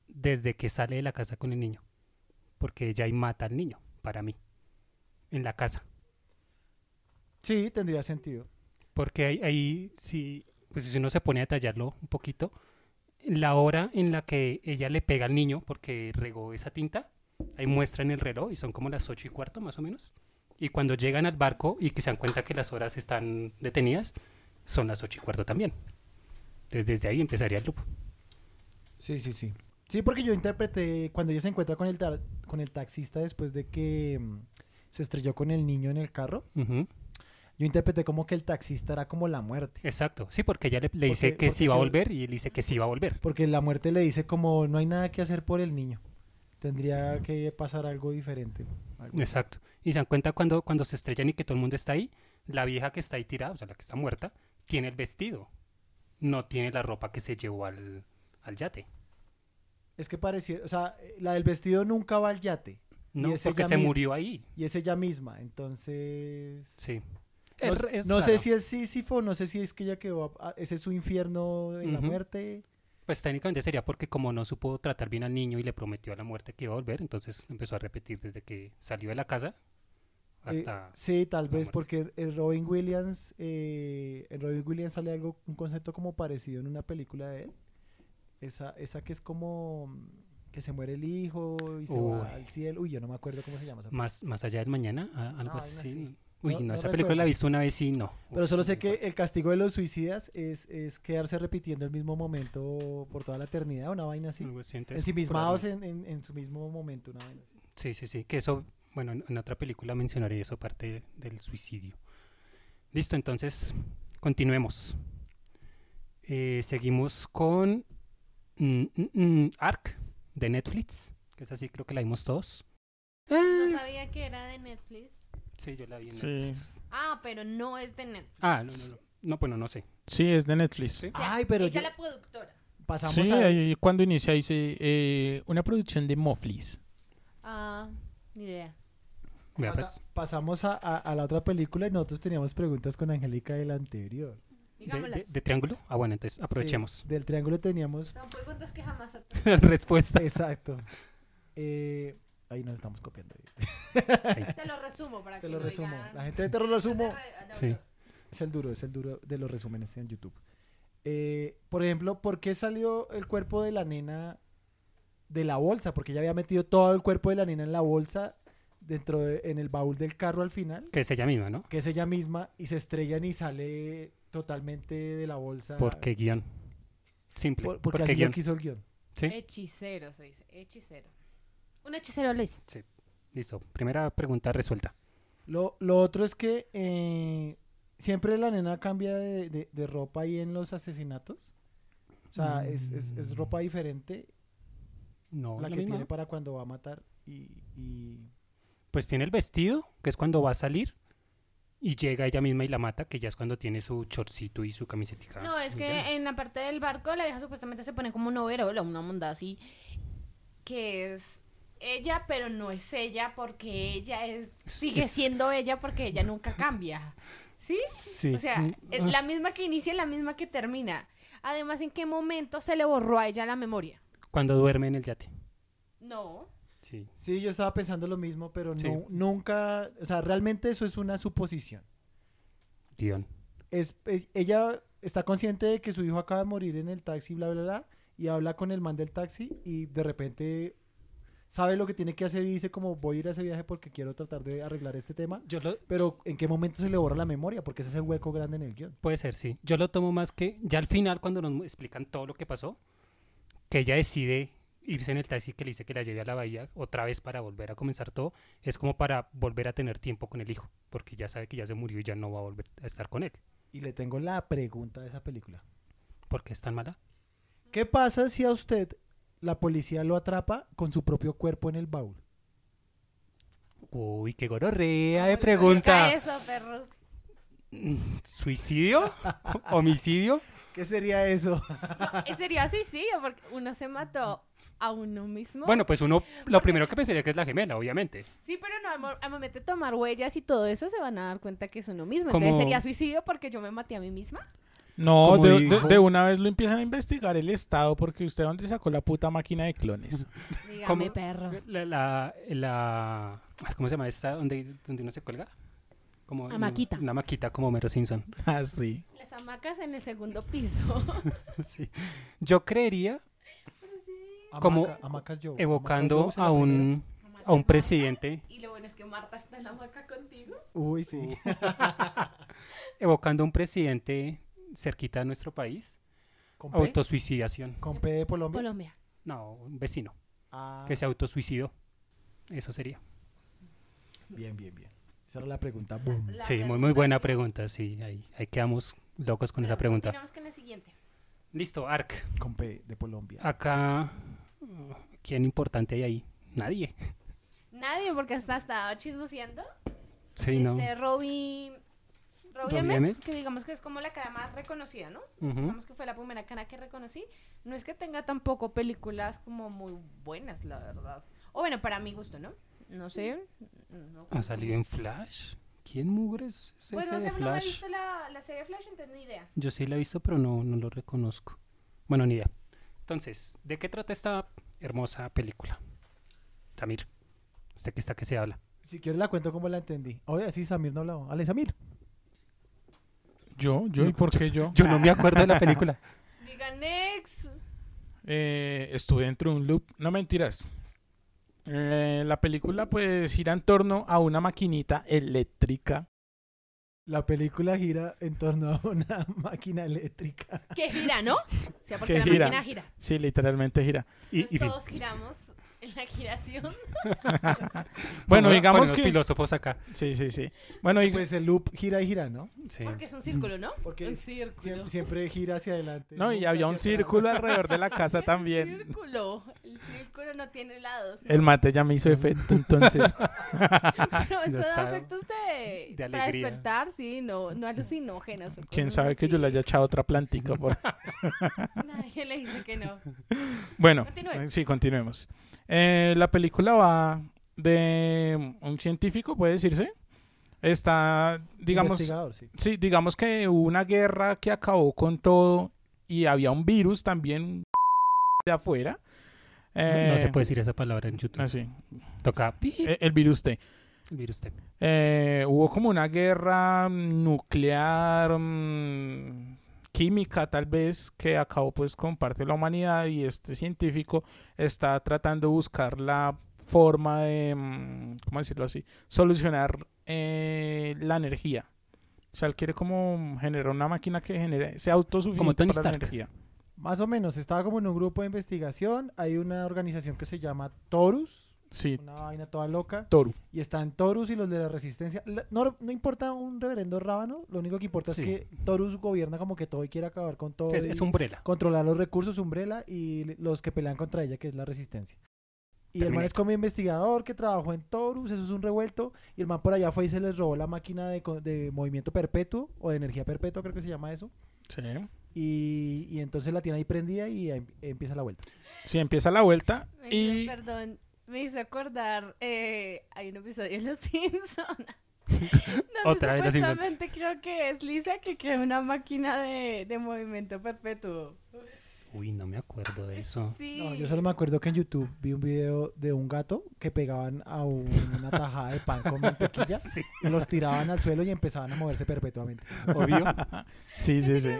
[SPEAKER 4] desde que sale de la casa con el niño. Porque ella ahí mata al niño, para mí. En la casa.
[SPEAKER 3] Sí, tendría sentido.
[SPEAKER 4] Porque ahí, ahí si, pues si uno se pone a detallarlo un poquito, la hora en la que ella le pega al niño porque regó esa tinta, ahí muestran el reloj y son como las ocho y cuarto más o menos. Y cuando llegan al barco y que se dan cuenta que las horas están detenidas, son las ocho y cuarto también. Entonces desde ahí empezaría el loop.
[SPEAKER 3] Sí, sí, sí. Sí, porque yo interpreté cuando ella se encuentra con el, tar- con el taxista después de que mm, se estrelló con el niño en el carro,
[SPEAKER 4] Ujú,
[SPEAKER 3] yo interpreté como que el taxista era como la muerte.
[SPEAKER 4] Exacto, sí, porque ella le, le dice
[SPEAKER 3] Porque-
[SPEAKER 4] que
[SPEAKER 3] porque
[SPEAKER 4] sí va a
[SPEAKER 3] si-
[SPEAKER 4] volver y él dice que sí va a volver.
[SPEAKER 3] Porque la muerte le dice como no hay nada que hacer por el niño. Tendría que pasar algo diferente. algo así.
[SPEAKER 4] Exacto. Y se dan cuenta cuando, cuando se estrellan y que todo el mundo está ahí, la vieja que está ahí tirada, o sea, la que está muerta, tiene el vestido. No tiene la ropa que se llevó al, al yate.
[SPEAKER 3] Es que parecía, o sea, eh, la del vestido nunca va al yate.
[SPEAKER 4] No,
[SPEAKER 3] es
[SPEAKER 4] porque
[SPEAKER 3] ella
[SPEAKER 4] se
[SPEAKER 3] misma.
[SPEAKER 4] murió ahí.
[SPEAKER 3] Y es ella misma, entonces...
[SPEAKER 4] Sí.
[SPEAKER 3] No,
[SPEAKER 4] Es- es
[SPEAKER 3] no sé
[SPEAKER 4] raro.
[SPEAKER 3] si es Sísifo, no sé si es que ella quedó... a- a- ese es su infierno en la
[SPEAKER 4] Ujú.
[SPEAKER 3] muerte. eh,
[SPEAKER 4] Pues técnicamente sería porque como no supo tratar bien al niño y le prometió a la muerte que iba a volver, entonces empezó a repetir desde que salió de la casa
[SPEAKER 3] Eh,
[SPEAKER 4] hasta...
[SPEAKER 3] sí, tal
[SPEAKER 4] la
[SPEAKER 3] vez
[SPEAKER 4] muerte.
[SPEAKER 3] porque en Robin Williams, eh, en Robin Williams sale algo, un concepto como parecido en una película de él. Esa, esa que es como mm, que se muere el hijo y se
[SPEAKER 4] Uy.
[SPEAKER 3] va al cielo. Uy, yo no me acuerdo cómo se llama esa
[SPEAKER 4] Más, más allá del mañana, a-
[SPEAKER 3] vaina
[SPEAKER 4] algo así.
[SPEAKER 3] Ah, así.
[SPEAKER 4] Uy,
[SPEAKER 3] No-
[SPEAKER 4] no,
[SPEAKER 3] no
[SPEAKER 4] esa película la
[SPEAKER 3] recuerdo.
[SPEAKER 4] he visto una vez y no.
[SPEAKER 3] Pero
[SPEAKER 4] Uf,
[SPEAKER 3] solo
[SPEAKER 4] no
[SPEAKER 3] sé
[SPEAKER 4] me
[SPEAKER 3] que
[SPEAKER 4] acuerdo.
[SPEAKER 3] el castigo de los suicidas es, es quedarse repitiendo el mismo momento por toda la eternidad, una vaina así.
[SPEAKER 4] Algo así, entonces,
[SPEAKER 3] Ensimismados
[SPEAKER 4] probable-
[SPEAKER 3] en, en, en su mismo momento, una vaina así.
[SPEAKER 4] Sí, sí, sí, que eso, bueno, en, en otra película mencionaré eso, parte del suicidio. Listo, entonces, continuemos. Eh, seguimos con mm, mm, mm, Ark de Netflix, que es así, creo que la vimos todos.
[SPEAKER 6] No sabía que era de Netflix.
[SPEAKER 4] Sí, yo la vi en
[SPEAKER 5] Sí.
[SPEAKER 4] Netflix.
[SPEAKER 6] Ah, pero no es de Netflix.
[SPEAKER 4] Ah, no, no, no, no, bueno, no sé.
[SPEAKER 5] Sí, es de Netflix. Sí,
[SPEAKER 6] O sea,
[SPEAKER 3] Ay, pero
[SPEAKER 6] Ella
[SPEAKER 3] yo-
[SPEAKER 6] la productora.
[SPEAKER 3] Pasamos a...
[SPEAKER 5] ahí cuando inicia dice eh, una producción de Moflis.
[SPEAKER 6] Ah, ni idea.
[SPEAKER 4] Vea,
[SPEAKER 3] pasa-
[SPEAKER 4] pues,
[SPEAKER 3] pasamos a, a- a la otra película y nosotros teníamos preguntas con Angélica del anterior.
[SPEAKER 4] de,
[SPEAKER 6] Digámoslas.
[SPEAKER 4] de- de triángulo? Ah, bueno, entonces aprovechemos.
[SPEAKER 3] Sí, del triángulo teníamos...
[SPEAKER 6] Son preguntas que jamás
[SPEAKER 4] Respuesta.
[SPEAKER 3] Exacto. Eh, ahí nos estamos copiando.
[SPEAKER 6] Te lo resumo para que
[SPEAKER 3] Te lo
[SPEAKER 6] no
[SPEAKER 3] resumo.
[SPEAKER 6] digan-
[SPEAKER 3] La gente te lo resumo.
[SPEAKER 4] Sí.
[SPEAKER 3] Es el duro, es el duro de los resúmenes en YouTube. Eh, por ejemplo, ¿por qué salió el cuerpo de la nena de la bolsa? Porque ella había metido todo el cuerpo de la nena en la bolsa, dentro de- en el baúl del carro al final,
[SPEAKER 4] Que es ella misma, ¿no?
[SPEAKER 3] que es ella misma, y se estrellan y sale totalmente de la bolsa.
[SPEAKER 4] Porque guión. Simple.
[SPEAKER 3] Ah. Por-
[SPEAKER 4] porque
[SPEAKER 3] porque así
[SPEAKER 4] guión.
[SPEAKER 3] lo quiso el guión.
[SPEAKER 4] Sí,
[SPEAKER 6] Hechicero se dice. Hechicero. Un hechicero lo hizo.
[SPEAKER 4] listo. Primera pregunta resuelta.
[SPEAKER 3] Lo, lo otro es que eh, siempre la nena cambia de, de- de ropa ahí en los asesinatos. O sea, es, es- es ropa diferente
[SPEAKER 4] No,
[SPEAKER 3] la
[SPEAKER 4] es
[SPEAKER 3] que
[SPEAKER 4] misma.
[SPEAKER 3] tiene para cuando va a matar. Y, y-
[SPEAKER 4] Pues tiene el vestido, que es cuando va a salir, y llega ella misma y la mata, que ya es cuando tiene su chorcito y su camisetica.
[SPEAKER 6] No, es
[SPEAKER 4] y
[SPEAKER 6] que
[SPEAKER 4] ya.
[SPEAKER 6] en la parte del barco la vieja supuestamente se pone como un overol o una monda así. Que es ella, pero no es ella porque ella es,
[SPEAKER 4] Es-
[SPEAKER 6] sigue
[SPEAKER 4] es-
[SPEAKER 6] siendo ella porque ella nunca cambia. ¿Sí?
[SPEAKER 4] Sí.
[SPEAKER 6] O sea,
[SPEAKER 4] Mm,
[SPEAKER 6] es
[SPEAKER 4] ah.
[SPEAKER 6] la misma que inicia, es la misma que termina. Además, ¿en qué momento se le borró a ella la memoria?
[SPEAKER 4] Cuando duerme en el yate.
[SPEAKER 6] No.
[SPEAKER 4] Sí.
[SPEAKER 3] Sí, yo estaba pensando lo mismo, pero
[SPEAKER 4] Sí.
[SPEAKER 3] nu- nunca... O sea, realmente eso es una suposición.
[SPEAKER 4] Guión.
[SPEAKER 3] Es, es- ella está consciente de que su hijo acaba de morir en el taxi, bla, bla, bla, y habla con el man del taxi y de repente sabe lo que tiene que hacer y dice como voy a ir a ese viaje porque quiero tratar de arreglar este tema,
[SPEAKER 4] Yo lo,
[SPEAKER 3] pero ¿en qué momento se le borra la memoria? Porque ese es el hueco grande en el guión.
[SPEAKER 4] Puede ser, sí. Yo lo tomo más que ya al final, cuando nos mu- explican todo lo que pasó, que ella decide irse en el taxi que le dice que la lleve a la bahía otra vez para volver a comenzar todo, es como para volver a tener tiempo con el hijo, porque ya sabe que ya se murió y ya no va a volver a estar con él,
[SPEAKER 3] Y le tengo la pregunta de esa película.
[SPEAKER 4] porque es tan mala.
[SPEAKER 3] ¿Qué pasa si a usted la policía lo atrapa con su propio cuerpo en el baúl?
[SPEAKER 4] Uy, qué gororrea de
[SPEAKER 6] Ay,
[SPEAKER 4] pregunta.
[SPEAKER 6] marica, Eso, perros.
[SPEAKER 4] ¿Suicidio? ¿Homicidio?
[SPEAKER 3] ¿Qué sería eso?
[SPEAKER 6] No, eh, sería suicidio porque uno se mató a uno mismo.
[SPEAKER 4] Bueno, pues uno, lo primero que pensaría que es la gemela, obviamente.
[SPEAKER 6] Sí, pero no, al, mo- al momento de tomar huellas y todo eso se van a dar cuenta que es uno mismo.
[SPEAKER 4] Como-
[SPEAKER 6] Entonces sería suicidio porque yo me maté a mí misma.
[SPEAKER 5] No,
[SPEAKER 4] Como
[SPEAKER 5] de,
[SPEAKER 4] dijo-
[SPEAKER 5] de- de una vez lo empiezan a investigar el Estado porque usted dónde sacó la puta máquina de clones.
[SPEAKER 6] Dígame,
[SPEAKER 4] ¿Cómo?
[SPEAKER 6] perro.
[SPEAKER 4] La, la, la- ay, ¿Cómo se llama esta? ¿Donde, donde uno se cuelga? Como
[SPEAKER 6] La
[SPEAKER 4] una-
[SPEAKER 6] maquita.
[SPEAKER 4] Una maquita como Mero Simpson.
[SPEAKER 5] Ah, sí.
[SPEAKER 6] Las hamacas en el segundo piso.
[SPEAKER 4] Sí. Yo creería, Como
[SPEAKER 3] Hamaca- hamacas yo.
[SPEAKER 4] evocando
[SPEAKER 3] hamacas yo,
[SPEAKER 4] a un, a un presidente,
[SPEAKER 6] y lo bueno es que Marta está en la hamaca contigo.
[SPEAKER 3] Uy, sí.
[SPEAKER 4] Uh, evocando a un presidente cerquita de nuestro país,
[SPEAKER 3] ¿Con P?
[SPEAKER 4] autosuicidación.
[SPEAKER 3] ¿Con P de Colombia?
[SPEAKER 6] Colombia.
[SPEAKER 4] No, un vecino
[SPEAKER 3] Ah,
[SPEAKER 4] que se autosuicidó. Eso sería.
[SPEAKER 3] bien, bien, bien. Esa era la pregunta. boom.
[SPEAKER 6] La
[SPEAKER 4] sí, muy, muy buena pregunta. Sí, ahí, ahí quedamos locos con esa pregunta.
[SPEAKER 6] Tenemos que en la siguiente.
[SPEAKER 4] Listo, ARC.
[SPEAKER 3] Con P de Colombia.
[SPEAKER 4] Acá, uh, ¿quién importante hay ahí? Nadie.
[SPEAKER 6] Nadie, porque hasta estaba chismoseando.
[SPEAKER 4] Sí, no.
[SPEAKER 6] Este, Robbie. Robbie
[SPEAKER 4] Robbie
[SPEAKER 6] Emmett,
[SPEAKER 4] Emmett.
[SPEAKER 6] que digamos que es como la cara más reconocida, ¿no?
[SPEAKER 4] Ujú.
[SPEAKER 6] Digamos que fue la primera cara que reconocí. No es que tenga tampoco películas como muy buenas, la verdad. O bueno, para mi gusto, ¿no? No sé. No,
[SPEAKER 4] Ha salido en Flash. ¿Quién mugres es ese
[SPEAKER 6] Bueno, no
[SPEAKER 4] de
[SPEAKER 6] sé, no me he
[SPEAKER 4] Flash?
[SPEAKER 6] visto la, la serie Flash, entonces ni idea.
[SPEAKER 4] Yo sí la he visto, pero no, no lo reconozco. Bueno, ni idea. Entonces, ¿de qué trata esta hermosa película? Samir, usted que está que se habla.
[SPEAKER 3] Si quieres la cuento como la entendí. Oye, sí, Samir no hablaba. Ale, Samir.
[SPEAKER 5] Yo, yo, ¿y por qué yo?
[SPEAKER 4] Yo no me acuerdo de la película.
[SPEAKER 6] Diga next.
[SPEAKER 5] Eh, estuve dentro de un loop. No mentiras. Eh, la película pues gira en torno a una maquinita eléctrica.
[SPEAKER 3] La película gira en torno a una máquina eléctrica.
[SPEAKER 6] Que gira, ¿no? O sea, porque
[SPEAKER 5] Que
[SPEAKER 6] la
[SPEAKER 5] gira.
[SPEAKER 6] máquina gira.
[SPEAKER 5] Sí, literalmente gira.
[SPEAKER 4] Y,
[SPEAKER 6] Entonces todos giramos en la giración.
[SPEAKER 5] Bueno, digamos
[SPEAKER 4] los
[SPEAKER 5] que...
[SPEAKER 4] filósofos acá.
[SPEAKER 5] Sí, sí, sí. Bueno, y-
[SPEAKER 3] Pues el loop gira y gira, ¿no?
[SPEAKER 4] Sí.
[SPEAKER 6] Porque es un círculo, ¿no?
[SPEAKER 3] Porque
[SPEAKER 6] un
[SPEAKER 3] es-
[SPEAKER 6] círculo.
[SPEAKER 3] Siem- siempre gira hacia adelante.
[SPEAKER 5] no, y
[SPEAKER 3] nunca
[SPEAKER 5] había un
[SPEAKER 3] hacia atrás.
[SPEAKER 5] círculo alrededor de la casa
[SPEAKER 6] El
[SPEAKER 5] también.
[SPEAKER 6] círculo. El círculo no tiene lados. ¿no?
[SPEAKER 5] El mate ya me hizo efecto, entonces...
[SPEAKER 6] Pero
[SPEAKER 4] Ya
[SPEAKER 6] eso
[SPEAKER 4] está.
[SPEAKER 6] da efectos de,
[SPEAKER 4] De
[SPEAKER 6] para
[SPEAKER 4] alegría.
[SPEAKER 6] despertar, sí, no, no alucinógenas. o
[SPEAKER 5] Quién
[SPEAKER 6] cosas
[SPEAKER 5] sabe que yo le
[SPEAKER 6] así.
[SPEAKER 5] haya echado otra plantica por
[SPEAKER 6] Nadie le dice que no.
[SPEAKER 5] Bueno,
[SPEAKER 6] Continúe.
[SPEAKER 5] eh, sí, continuemos. Eh, la película va de un científico, puede decirse. Está, digamos,
[SPEAKER 3] Investigador, sí.
[SPEAKER 5] sí, digamos que hubo una guerra que acabó con todo y había un virus también de afuera.
[SPEAKER 4] No- no se
[SPEAKER 5] Eh,
[SPEAKER 4] puede decir esa palabra en YouTube.
[SPEAKER 5] así,
[SPEAKER 4] Toca
[SPEAKER 5] eh, el virus T.
[SPEAKER 4] el virus usted.
[SPEAKER 5] Eh, hubo como una guerra mm, nuclear, mm, química tal vez, que acabó pues con parte de la humanidad y este científico está tratando de buscar la forma de, mm, ¿cómo decirlo así? Solucionar eh, la energía. O sea, él quiere como mm, generar una máquina que genere, sea autosuficiente
[SPEAKER 4] Como Tony
[SPEAKER 5] para la
[SPEAKER 4] Stark.
[SPEAKER 5] energía.
[SPEAKER 3] Más o menos, estaba como en un grupo de investigación. Hay una organización que se llama Torus,
[SPEAKER 5] Sí,
[SPEAKER 3] una vaina toda loca.
[SPEAKER 5] Toru.
[SPEAKER 3] Y están Torus y los de la resistencia. La- No, no importa un reverendo rábano, lo único que importa
[SPEAKER 4] Sí.
[SPEAKER 3] es que Torus gobierna como que todo y quiere acabar con todo.
[SPEAKER 4] Es,
[SPEAKER 3] y
[SPEAKER 4] es Umbrella.
[SPEAKER 3] Controlar los recursos, Umbrella, y l- los que pelean contra ella, que es la resistencia. Y el man es como investigador que trabajó en Torus, eso es un revuelto. Y el man por allá fue y se les robó la máquina de, co- de movimiento perpetuo, o de energía perpetua, creo que se llama eso.
[SPEAKER 5] Sí.
[SPEAKER 3] Y, y entonces la tiene ahí prendida y ahí empieza la vuelta.
[SPEAKER 5] Sí, empieza la vuelta
[SPEAKER 6] Ay, no,
[SPEAKER 5] y...
[SPEAKER 6] Perdón, me hizo acordar, eh, hay un episodio de Los Simpsons.
[SPEAKER 4] Otra vez Los Simpson.
[SPEAKER 6] supuestamente creo que es Lisa que creó una máquina de, de movimiento perpetuo.
[SPEAKER 4] Uy, no me acuerdo de eso.
[SPEAKER 6] Sí.
[SPEAKER 3] No, yo solo me acuerdo que en YouTube vi un video de un gato que pegaban a un- una tajada de pan con mantequilla
[SPEAKER 4] Sí.
[SPEAKER 3] y los tiraban al suelo y empezaban a moverse perpetuamente.
[SPEAKER 4] Obvio.
[SPEAKER 5] Sí, sí, sí.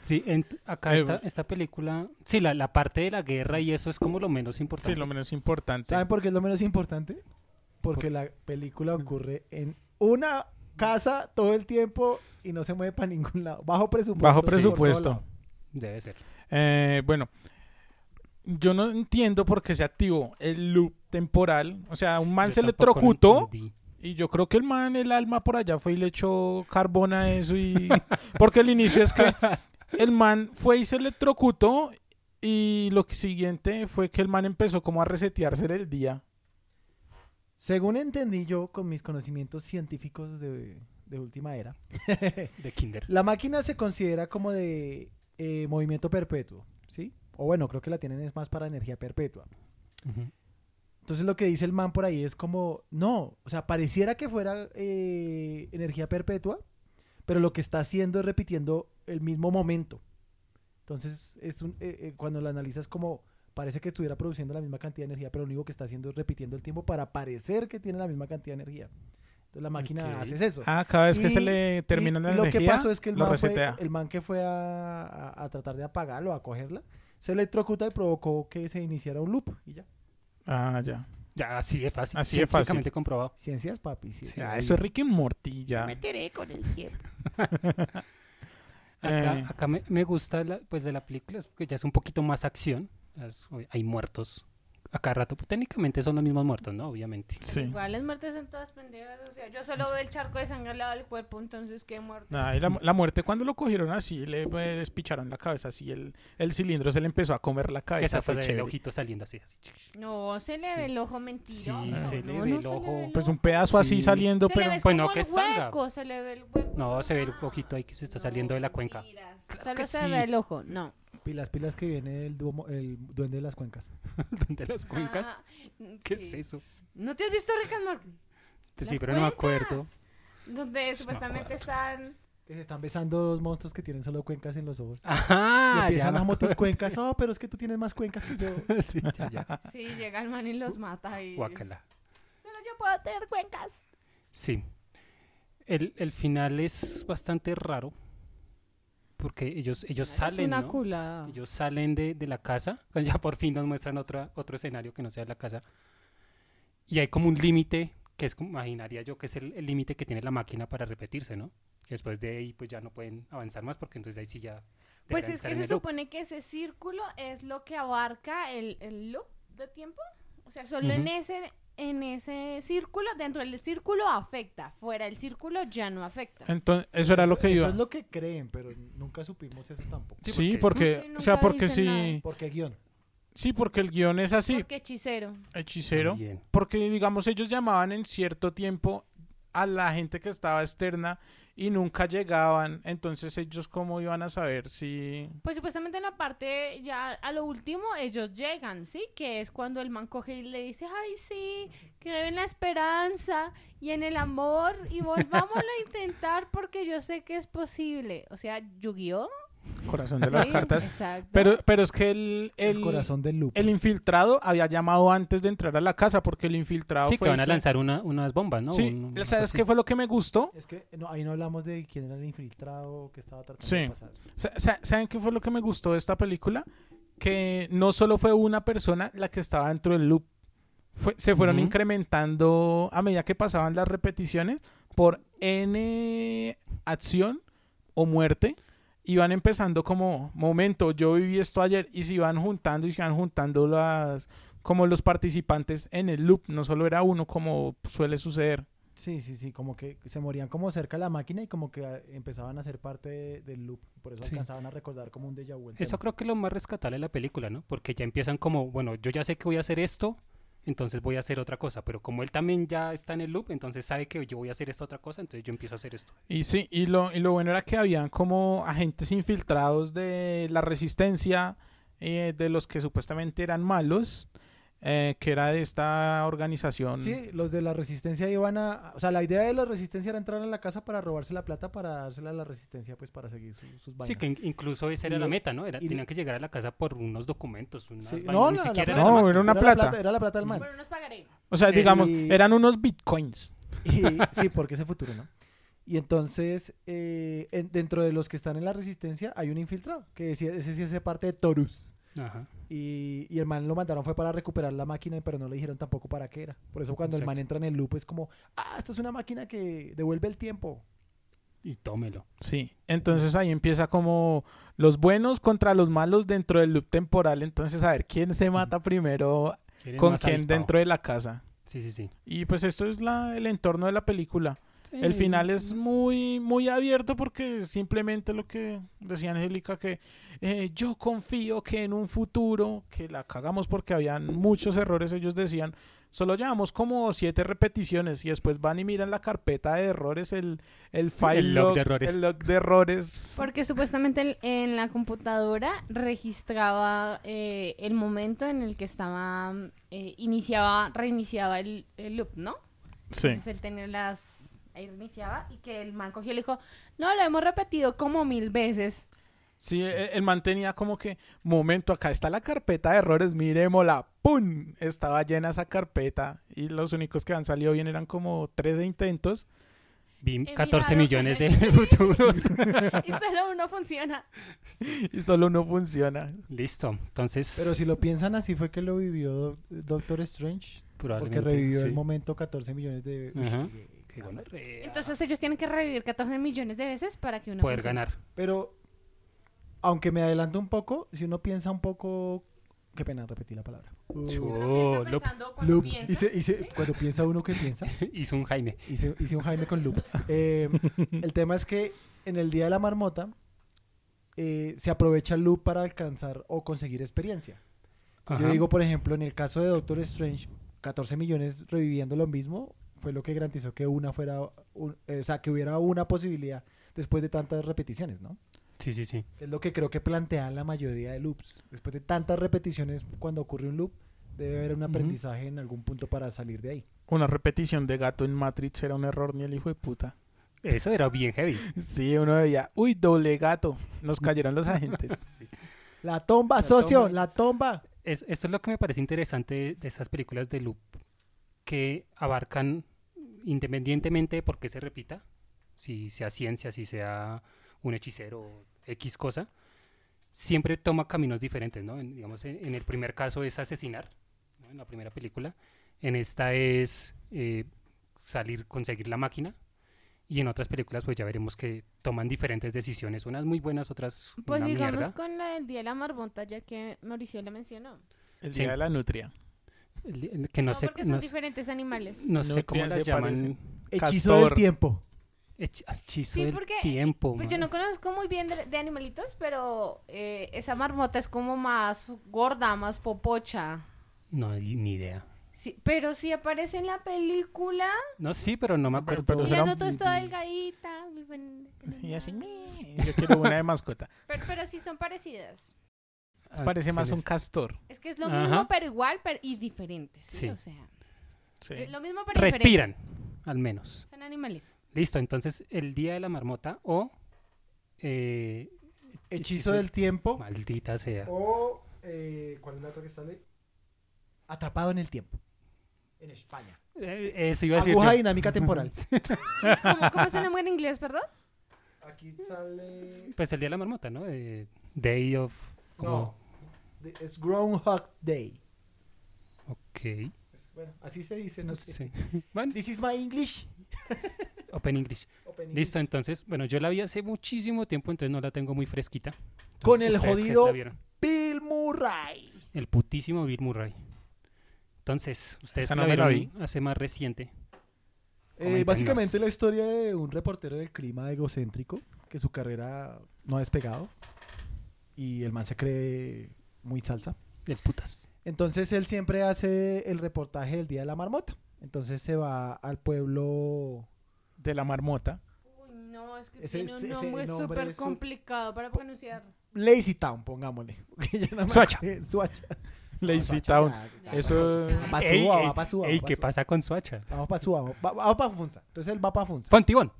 [SPEAKER 4] Sí, en- acá
[SPEAKER 5] Eh,
[SPEAKER 4] esta,
[SPEAKER 5] bueno.
[SPEAKER 4] esta película, sí, la, la parte de la guerra y eso es como lo menos importante.
[SPEAKER 5] Sí, lo menos importante.
[SPEAKER 3] ¿Saben por qué es lo menos importante? Porque la película ocurre en una casa todo el tiempo y no se mueve para ningún lado. Bajo presupuesto.
[SPEAKER 5] Bajo
[SPEAKER 3] sí, por
[SPEAKER 5] presupuesto.
[SPEAKER 3] todo lado.
[SPEAKER 4] Debe ser.
[SPEAKER 5] Eh, bueno, yo no entiendo por qué se activó el loop temporal. O sea, un man
[SPEAKER 4] Yo tampoco
[SPEAKER 5] se
[SPEAKER 4] lo
[SPEAKER 5] electrocutó
[SPEAKER 4] entendí.
[SPEAKER 5] y yo creo que el man, el alma por allá fue y le echó carbón a eso y... Porque el inicio es que el man fue y se electrocutó y lo que siguiente fue que el man empezó como a resetearse el día.
[SPEAKER 3] Según entendí yo con mis conocimientos científicos de, de última era,
[SPEAKER 4] De Kinder.
[SPEAKER 3] la máquina se considera como de eh, movimiento perpetuo, ¿sí? O bueno, creo que la tienen es más para energía perpetua.
[SPEAKER 4] Ujú.
[SPEAKER 3] Entonces lo que dice el man por ahí es como, no, o sea, pareciera que fuera eh, energía perpetua, pero lo que está haciendo es repitiendo el mismo momento. Entonces, es un, eh, eh, cuando lo analizas como, parece que estuviera produciendo la misma cantidad de energía, pero lo único que está haciendo es repitiendo el tiempo para parecer que tiene la misma cantidad de energía. Entonces la máquina
[SPEAKER 4] Ok.
[SPEAKER 3] hace eso.
[SPEAKER 5] Ah, cada vez que se
[SPEAKER 3] Y-
[SPEAKER 5] le termina
[SPEAKER 3] Y-
[SPEAKER 5] la
[SPEAKER 3] y lo
[SPEAKER 5] energía,
[SPEAKER 3] que pasó es que el
[SPEAKER 5] lo
[SPEAKER 3] man, fue-
[SPEAKER 5] resetea.
[SPEAKER 3] el man que fue a, a- a tratar de apagarlo, a cogerla, se electrocuta y provocó que se iniciara un loop y ya.
[SPEAKER 5] Ah, ya.
[SPEAKER 4] Ya, así de fácil.
[SPEAKER 5] Así de fácil.
[SPEAKER 4] científicamente comprobado.
[SPEAKER 3] Ciencias, papi. ciencias.
[SPEAKER 5] Ah, eso es Rick y Morty, ya.
[SPEAKER 4] Acá,
[SPEAKER 5] Eh.
[SPEAKER 4] acá me, me gusta la- pues de la película, es que ya es un poquito más acción. Es- oye, hay muertos. A cada rato, pues, técnicamente son los mismos muertos, ¿no? Obviamente.
[SPEAKER 5] Sí.
[SPEAKER 6] Igual las muertes son todas pendejas. O sea, yo solo veo el charco de sangre al lado del cuerpo, entonces qué muerto.
[SPEAKER 5] Nah, y la, mu- la muerte cuando lo cogieron así, le eh, les picharon la cabeza así, el, el cilindro se le empezó a comer la
[SPEAKER 4] Que
[SPEAKER 5] cabeza.
[SPEAKER 4] esa fue
[SPEAKER 5] Fue
[SPEAKER 4] el
[SPEAKER 5] chévere.
[SPEAKER 4] ojito saliendo así. así.
[SPEAKER 6] No, se le ve el ojo mentiroso.
[SPEAKER 4] Sí,
[SPEAKER 6] no,
[SPEAKER 4] se le
[SPEAKER 6] no,
[SPEAKER 4] ve
[SPEAKER 6] no
[SPEAKER 4] el
[SPEAKER 6] se
[SPEAKER 4] ojo.
[SPEAKER 6] ve el
[SPEAKER 5] Pues
[SPEAKER 6] ojo.
[SPEAKER 5] un pedazo así
[SPEAKER 4] Sí.
[SPEAKER 5] saliendo,
[SPEAKER 6] Se le
[SPEAKER 5] pero...
[SPEAKER 6] ve
[SPEAKER 4] Bueno,
[SPEAKER 6] como
[SPEAKER 4] que
[SPEAKER 6] el
[SPEAKER 4] salga.
[SPEAKER 6] hueco, se le ve el hueco.
[SPEAKER 4] No, se ve el ojito ahí que se está saliendo de la cuenca.
[SPEAKER 6] mentiras,
[SPEAKER 4] Claro
[SPEAKER 6] Solo
[SPEAKER 4] que
[SPEAKER 6] se
[SPEAKER 4] sí.
[SPEAKER 6] ve el ojo, no.
[SPEAKER 3] Pilas, pilas que viene el, duomo- el duende de las cuencas.
[SPEAKER 4] ¿De las cuencas?
[SPEAKER 6] Ah,
[SPEAKER 4] ¿Qué
[SPEAKER 6] sí.
[SPEAKER 4] es eso?
[SPEAKER 6] ¿No te has visto Rick and Morty?
[SPEAKER 4] Pues
[SPEAKER 6] Las
[SPEAKER 4] sí, pero no me acuerdo. Pues
[SPEAKER 6] cuencas, Donde supuestamente están...
[SPEAKER 3] Que se están besando dos monstruos que tienen solo cuencas en los ojos.
[SPEAKER 4] Ah,
[SPEAKER 3] y
[SPEAKER 4] Ajá,
[SPEAKER 3] empiezan
[SPEAKER 4] me
[SPEAKER 3] a motos
[SPEAKER 4] acuerdo.
[SPEAKER 3] cuencas. Oh, pero es que tú tienes más cuencas que yo.
[SPEAKER 4] Sí, ya, ya.
[SPEAKER 6] Sí, llega el man y los mata y...
[SPEAKER 4] Ah. Guácala.
[SPEAKER 6] Solo yo puedo tener cuencas.
[SPEAKER 4] Sí. El, el final es bastante raro. Porque ellos, ellos
[SPEAKER 6] es
[SPEAKER 4] salen,
[SPEAKER 6] una
[SPEAKER 4] ¿no?
[SPEAKER 6] culada.
[SPEAKER 4] Ellos salen de, de la casa. Ya por fin nos muestran otra, otro escenario que no sea la casa. Y hay como un límite, que es como, imaginaría yo, que es el el límite que tiene la máquina para repetirse, ¿no? Que después de ahí pues ya no pueden avanzar más porque entonces ahí sí ya...
[SPEAKER 6] Pues
[SPEAKER 4] deberán
[SPEAKER 6] es
[SPEAKER 4] estar
[SPEAKER 6] que
[SPEAKER 4] en
[SPEAKER 6] se
[SPEAKER 4] el loop.
[SPEAKER 6] supone que ese círculo es lo que abarca el, el loop de tiempo. O sea, solo en
[SPEAKER 4] Ujú.
[SPEAKER 6] ese en ese círculo, dentro del círculo afecta, fuera del círculo ya no afecta.
[SPEAKER 5] Entonces, eso era lo que
[SPEAKER 3] Eso
[SPEAKER 5] iba.
[SPEAKER 3] es lo que creen, pero nunca supimos eso tampoco.
[SPEAKER 5] Sí,
[SPEAKER 6] porque-
[SPEAKER 5] porque,
[SPEAKER 6] Sí,
[SPEAKER 5] o sea,
[SPEAKER 6] nunca
[SPEAKER 5] porque
[SPEAKER 6] dicen
[SPEAKER 5] sí,
[SPEAKER 3] Porque guión.
[SPEAKER 5] sí, porque el guión es así,
[SPEAKER 6] Porque hechicero.
[SPEAKER 5] hechicero,
[SPEAKER 4] Bien.
[SPEAKER 5] porque digamos ellos llamaban en cierto tiempo a la gente que estaba externa y nunca llegaban, entonces ellos cómo iban a saber si...
[SPEAKER 6] Pues supuestamente en la parte, ya a lo último, ellos llegan, ¿sí? Que es cuando el man coge y le dice, ay, sí, creo en la esperanza y en el amor y volvámoslo a intentar porque yo sé que es posible. O sea, Yu-Gi-Oh!
[SPEAKER 5] Corazón de las
[SPEAKER 6] Sí,
[SPEAKER 5] cartas.
[SPEAKER 6] exacto.
[SPEAKER 5] Pero, pero es que el,
[SPEAKER 3] El,
[SPEAKER 5] el-
[SPEAKER 3] corazón del loop.
[SPEAKER 5] El infiltrado había llamado antes de entrar a la casa porque el infiltrado
[SPEAKER 4] Sí,
[SPEAKER 5] fue
[SPEAKER 4] que van a
[SPEAKER 5] ese-
[SPEAKER 4] lanzar una, unas bombas, ¿no?
[SPEAKER 5] Sí,
[SPEAKER 4] Un- pues una cosa
[SPEAKER 5] ¿sabes
[SPEAKER 4] así.
[SPEAKER 5] qué fue lo que me gustó?
[SPEAKER 3] Es que no, ahí no hablamos de quién era el infiltrado que estaba tratando
[SPEAKER 5] Sí.
[SPEAKER 3] de pasar.
[SPEAKER 5] Sa- sa- ¿Saben qué fue lo que me gustó de esta película? Que no solo fue una persona la que estaba dentro del loop. Fue- se fueron
[SPEAKER 4] Ujú.
[SPEAKER 5] incrementando a medida que pasaban las repeticiones por N acción o muerte. Iban empezando como, momento, yo viví esto ayer. Y se iban juntando y se iban juntando las como los participantes en el loop. No solo era uno como suele suceder.
[SPEAKER 3] Sí, sí, sí, como que se morían como cerca de la máquina y como que ah, empezaban a ser parte de- del loop. Por eso
[SPEAKER 4] Sí.
[SPEAKER 3] alcanzaban a recordar como un déjà vu. el
[SPEAKER 4] Eso
[SPEAKER 3] tema.
[SPEAKER 4] creo que es lo más rescatable de la película, ¿no? Porque ya empiezan como, bueno, yo ya sé que voy a hacer esto, entonces voy a hacer otra cosa. Pero como él también ya está en el loop, entonces sabe que yo voy a hacer esta otra cosa, entonces yo empiezo a hacer esto.
[SPEAKER 5] Y sí, y lo, y lo bueno era que habían como agentes infiltrados de la resistencia, eh, de los que supuestamente eran malos, eh, que era de esta organización.
[SPEAKER 3] Sí, los de la resistencia iban a... O sea, la idea de la resistencia era entrar a la casa para robarse la plata, para dársela a la resistencia, pues para seguir su- sus vainas.
[SPEAKER 4] Sí, que in- incluso esa
[SPEAKER 3] Y-
[SPEAKER 4] era la meta, ¿no? Era,
[SPEAKER 3] y-
[SPEAKER 4] tenían que llegar a la casa por unos documentos. unas
[SPEAKER 3] Sí,
[SPEAKER 4] vainas,
[SPEAKER 3] no,
[SPEAKER 4] ni
[SPEAKER 3] la- la
[SPEAKER 4] siquiera
[SPEAKER 3] plata.
[SPEAKER 4] era la
[SPEAKER 5] No,
[SPEAKER 4] máquina.
[SPEAKER 5] era una plata.
[SPEAKER 3] Era la plata del man.
[SPEAKER 6] Pero nos pagaré.
[SPEAKER 5] O sea,
[SPEAKER 4] Eh,
[SPEAKER 5] digamos,
[SPEAKER 3] y-
[SPEAKER 5] eran unos bitcoins.
[SPEAKER 3] Y, sí, porque ese futuro, ¿no? Y entonces, eh, en- dentro de los que están en la resistencia, hay un infiltrado, que decía, ese sí hace parte de Torus.
[SPEAKER 4] Ajá.
[SPEAKER 3] Y, y el man lo mandaron fue para recuperar la máquina, pero no le dijeron tampoco para qué era. Por eso cuando el man entra en el loop es como, ah, esto es una máquina que devuelve el tiempo.
[SPEAKER 4] Y tómelo.
[SPEAKER 5] Sí. Entonces ahí empieza como los buenos contra los malos dentro del loop temporal. Entonces a ver quién se mata primero
[SPEAKER 4] ¿Quién es
[SPEAKER 5] con
[SPEAKER 4] más
[SPEAKER 5] quién
[SPEAKER 4] avispado?
[SPEAKER 5] dentro de la casa.
[SPEAKER 4] Sí, sí, sí.
[SPEAKER 5] Y pues esto es la, el entorno de la película. El
[SPEAKER 4] Sí.
[SPEAKER 5] final es muy, muy abierto porque simplemente lo que decía Angélica, que eh, yo confío que en un futuro, que la cagamos porque habían muchos errores, ellos decían, solo llevamos como siete repeticiones y después van y miran la carpeta de errores, el, el file
[SPEAKER 4] El log de errores.
[SPEAKER 5] el log de errores.
[SPEAKER 6] Porque supuestamente en- en la computadora registraba eh, el momento en el que estaba, eh, iniciaba, reiniciaba el, el loop, ¿no? Entonces él tenía las, ahí reiniciaba y que el man cogió y le dijo, no, lo hemos repetido como mil veces.
[SPEAKER 5] Sí, e- el man tenía como que, momento, acá está la carpeta de errores, miremosla, ¡pum! Estaba llena esa carpeta y los únicos que han salido bien eran como 13 intentos.
[SPEAKER 4] Vi
[SPEAKER 6] Eh,
[SPEAKER 4] 14
[SPEAKER 6] mira,
[SPEAKER 4] millones de
[SPEAKER 6] lo-
[SPEAKER 4] futuros.
[SPEAKER 6] Y solo uno funciona.
[SPEAKER 5] y solo uno funciona.
[SPEAKER 4] Listo. Entonces,
[SPEAKER 3] Pero si lo piensan así fue que lo vivió Do- Doctor Strange, porque
[SPEAKER 4] probablemente,
[SPEAKER 3] revivió el
[SPEAKER 4] sí.
[SPEAKER 3] momento 14 millones de... Uy,
[SPEAKER 4] Ajá.
[SPEAKER 3] qué- qué
[SPEAKER 4] Qué
[SPEAKER 3] ganas.
[SPEAKER 4] gonorrea.
[SPEAKER 6] Entonces ellos tienen que revivir 14 millones de veces para que uno
[SPEAKER 4] poder
[SPEAKER 6] funcione.
[SPEAKER 4] ganar.
[SPEAKER 3] Pero, aunque me adelanto un poco, si uno piensa un poco... Qué pena repetir la palabra.
[SPEAKER 4] Chu-
[SPEAKER 6] Uno
[SPEAKER 4] Oh,
[SPEAKER 6] piensa
[SPEAKER 4] lo-
[SPEAKER 6] pensando cuando
[SPEAKER 3] Loop.
[SPEAKER 6] piensa.
[SPEAKER 3] Hice- hice- cuando piensa uno que piensa.
[SPEAKER 4] Hizo un Jaime.
[SPEAKER 3] Hice, hice un Jaime con loop. Eh, el tema es que en el Día de la Marmota eh, se aprovecha el loop para alcanzar o conseguir experiencia.
[SPEAKER 4] Ajá.
[SPEAKER 3] Yo digo, por ejemplo, en el caso de Doctor Strange, 14 millones reviviendo lo mismo fue lo que garantizó que una fuera, un- eh, o sea, que hubiera una posibilidad después de tantas repeticiones, ¿no?
[SPEAKER 4] Sí, sí, sí.
[SPEAKER 3] Es lo que creo que plantean la mayoría de loops. Después de tantas repeticiones, cuando ocurre un loop, debe haber un
[SPEAKER 5] Ujú.
[SPEAKER 3] aprendizaje en algún punto para salir de ahí.
[SPEAKER 5] Una repetición de gato en Matrix era un error ni el hijo de puta.
[SPEAKER 4] Eso era bien heavy.
[SPEAKER 5] Sí, uno veía, uy, doble gato. Nos cayeron los agentes.
[SPEAKER 3] La tomba, socio,
[SPEAKER 5] tomba.
[SPEAKER 3] la tomba.
[SPEAKER 4] Es, esto es lo que me parece interesante de, de estas películas de loop, que abarcan independientemente de por qué se repita, si sea ciencia, si sea un hechicero, X cosa, siempre toma caminos diferentes, ¿no? En, digamos, en, en el primer caso es asesinar, ¿no? en la primera película, en esta es eh, salir, conseguir la máquina, y en otras películas pues ya veremos que toman diferentes decisiones, unas muy buenas, otras
[SPEAKER 6] Pues
[SPEAKER 4] una
[SPEAKER 6] sigamos
[SPEAKER 4] mierda.
[SPEAKER 6] con la del día de la marmota, ya que Mauricio la mencionó.
[SPEAKER 5] El
[SPEAKER 4] Sí.
[SPEAKER 5] día de la nutria.
[SPEAKER 4] El- el que no,
[SPEAKER 6] No,
[SPEAKER 4] sé,
[SPEAKER 6] porque son
[SPEAKER 4] no, sé-
[SPEAKER 6] diferentes animales.
[SPEAKER 4] no sé
[SPEAKER 5] No
[SPEAKER 4] cómo
[SPEAKER 5] tiene-
[SPEAKER 4] las
[SPEAKER 5] se
[SPEAKER 4] llaman...
[SPEAKER 5] parecen.
[SPEAKER 3] Hechizo del
[SPEAKER 5] Castor.
[SPEAKER 3] tiempo.
[SPEAKER 4] Hech- Hechizo
[SPEAKER 6] Sí,
[SPEAKER 4] del
[SPEAKER 6] porque,
[SPEAKER 4] tiempo.
[SPEAKER 6] Pues yo no
[SPEAKER 4] man.
[SPEAKER 6] conozco muy bien de, de animalitos, pero eh, esa marmota es como más gorda, más popocha.
[SPEAKER 4] No, ni ni idea.
[SPEAKER 6] Sí, pero si aparece en la película,
[SPEAKER 4] No, sí, pero no me acuerdo.
[SPEAKER 5] pero
[SPEAKER 6] y
[SPEAKER 5] será
[SPEAKER 6] la
[SPEAKER 5] un-
[SPEAKER 6] nota es toda delgadita. muy fen-
[SPEAKER 5] Y así, "Meh". yo quiero una de mascota.
[SPEAKER 6] Pero, pero sí son parecidas.
[SPEAKER 4] Ah,
[SPEAKER 5] Parece
[SPEAKER 4] se
[SPEAKER 5] más
[SPEAKER 4] les-
[SPEAKER 5] un castor.
[SPEAKER 6] Es que es lo
[SPEAKER 4] Ajá.
[SPEAKER 6] mismo, pero igual, pero y diferentes. ¿sí?
[SPEAKER 4] Sí.
[SPEAKER 6] O sea,
[SPEAKER 5] Sí.
[SPEAKER 6] es Eh, lo mismo, pero diferente.
[SPEAKER 4] Respiran, al menos.
[SPEAKER 6] Son animales.
[SPEAKER 4] Listo, entonces el día de la marmota o... eh,
[SPEAKER 3] Hechizo del
[SPEAKER 5] Oh.
[SPEAKER 3] tiempo.
[SPEAKER 4] Maldita sea.
[SPEAKER 3] O, eh, ¿cuál es la otra que sale? Atrapado en el tiempo. En España.
[SPEAKER 4] Eh, eso iba a decir.
[SPEAKER 3] Aguja
[SPEAKER 4] yo.
[SPEAKER 3] dinámica temporal.
[SPEAKER 6] ¿Cómo, cómo se llama en inglés, perdón?
[SPEAKER 3] Aquí sale...
[SPEAKER 4] Pues el día de la marmota, ¿no? Eh, day of... Como...
[SPEAKER 3] No. de- Es Groundhog Day.
[SPEAKER 4] Ok.
[SPEAKER 3] Es- bueno, así se dice, no sé.
[SPEAKER 4] sí. Bueno,
[SPEAKER 3] This is my English.
[SPEAKER 4] Open English.
[SPEAKER 3] Open English.
[SPEAKER 4] Listo, entonces, bueno, yo la vi hace muchísimo tiempo, entonces no la tengo muy fresquita. Entonces,
[SPEAKER 3] Con el
[SPEAKER 4] ustedes que
[SPEAKER 3] jodido-
[SPEAKER 4] la vieron.
[SPEAKER 3] Bill Murray.
[SPEAKER 4] El putísimo Bill Murray. Entonces, ustedes
[SPEAKER 5] Esa
[SPEAKER 4] que
[SPEAKER 5] no
[SPEAKER 4] la
[SPEAKER 5] me la
[SPEAKER 4] vieron hace más reciente.
[SPEAKER 3] Eh,
[SPEAKER 4] Coméntenos.
[SPEAKER 3] básicamente la historia de un reportero del clima egocéntrico que su carrera no ha despegado y el man se cree muy salsa.
[SPEAKER 4] El putas.
[SPEAKER 3] Entonces él siempre hace el reportaje del Día de la Marmota. Entonces se va al pueblo...
[SPEAKER 5] De la marmota.
[SPEAKER 6] Uy, no, es que
[SPEAKER 3] Ese-
[SPEAKER 6] tiene
[SPEAKER 3] ese
[SPEAKER 6] un nombre
[SPEAKER 3] nombre
[SPEAKER 6] súper
[SPEAKER 3] es su-
[SPEAKER 6] complicado para pronunciar.
[SPEAKER 3] Lazy Town, pongámosle. Porque ya no me
[SPEAKER 5] Suacha.
[SPEAKER 3] acuerdo. Suacha.
[SPEAKER 5] Lazy Town. Eso-
[SPEAKER 3] Papá
[SPEAKER 4] Ey,
[SPEAKER 3] suba,
[SPEAKER 4] ey,
[SPEAKER 3] papá suba,
[SPEAKER 4] ey,
[SPEAKER 3] papá
[SPEAKER 4] ¿qué
[SPEAKER 3] suba.
[SPEAKER 4] pasa con Suacha?
[SPEAKER 3] Vamos para Suba, va- va- vamos para Funza. Entonces él va para Funza.
[SPEAKER 4] Fontibón.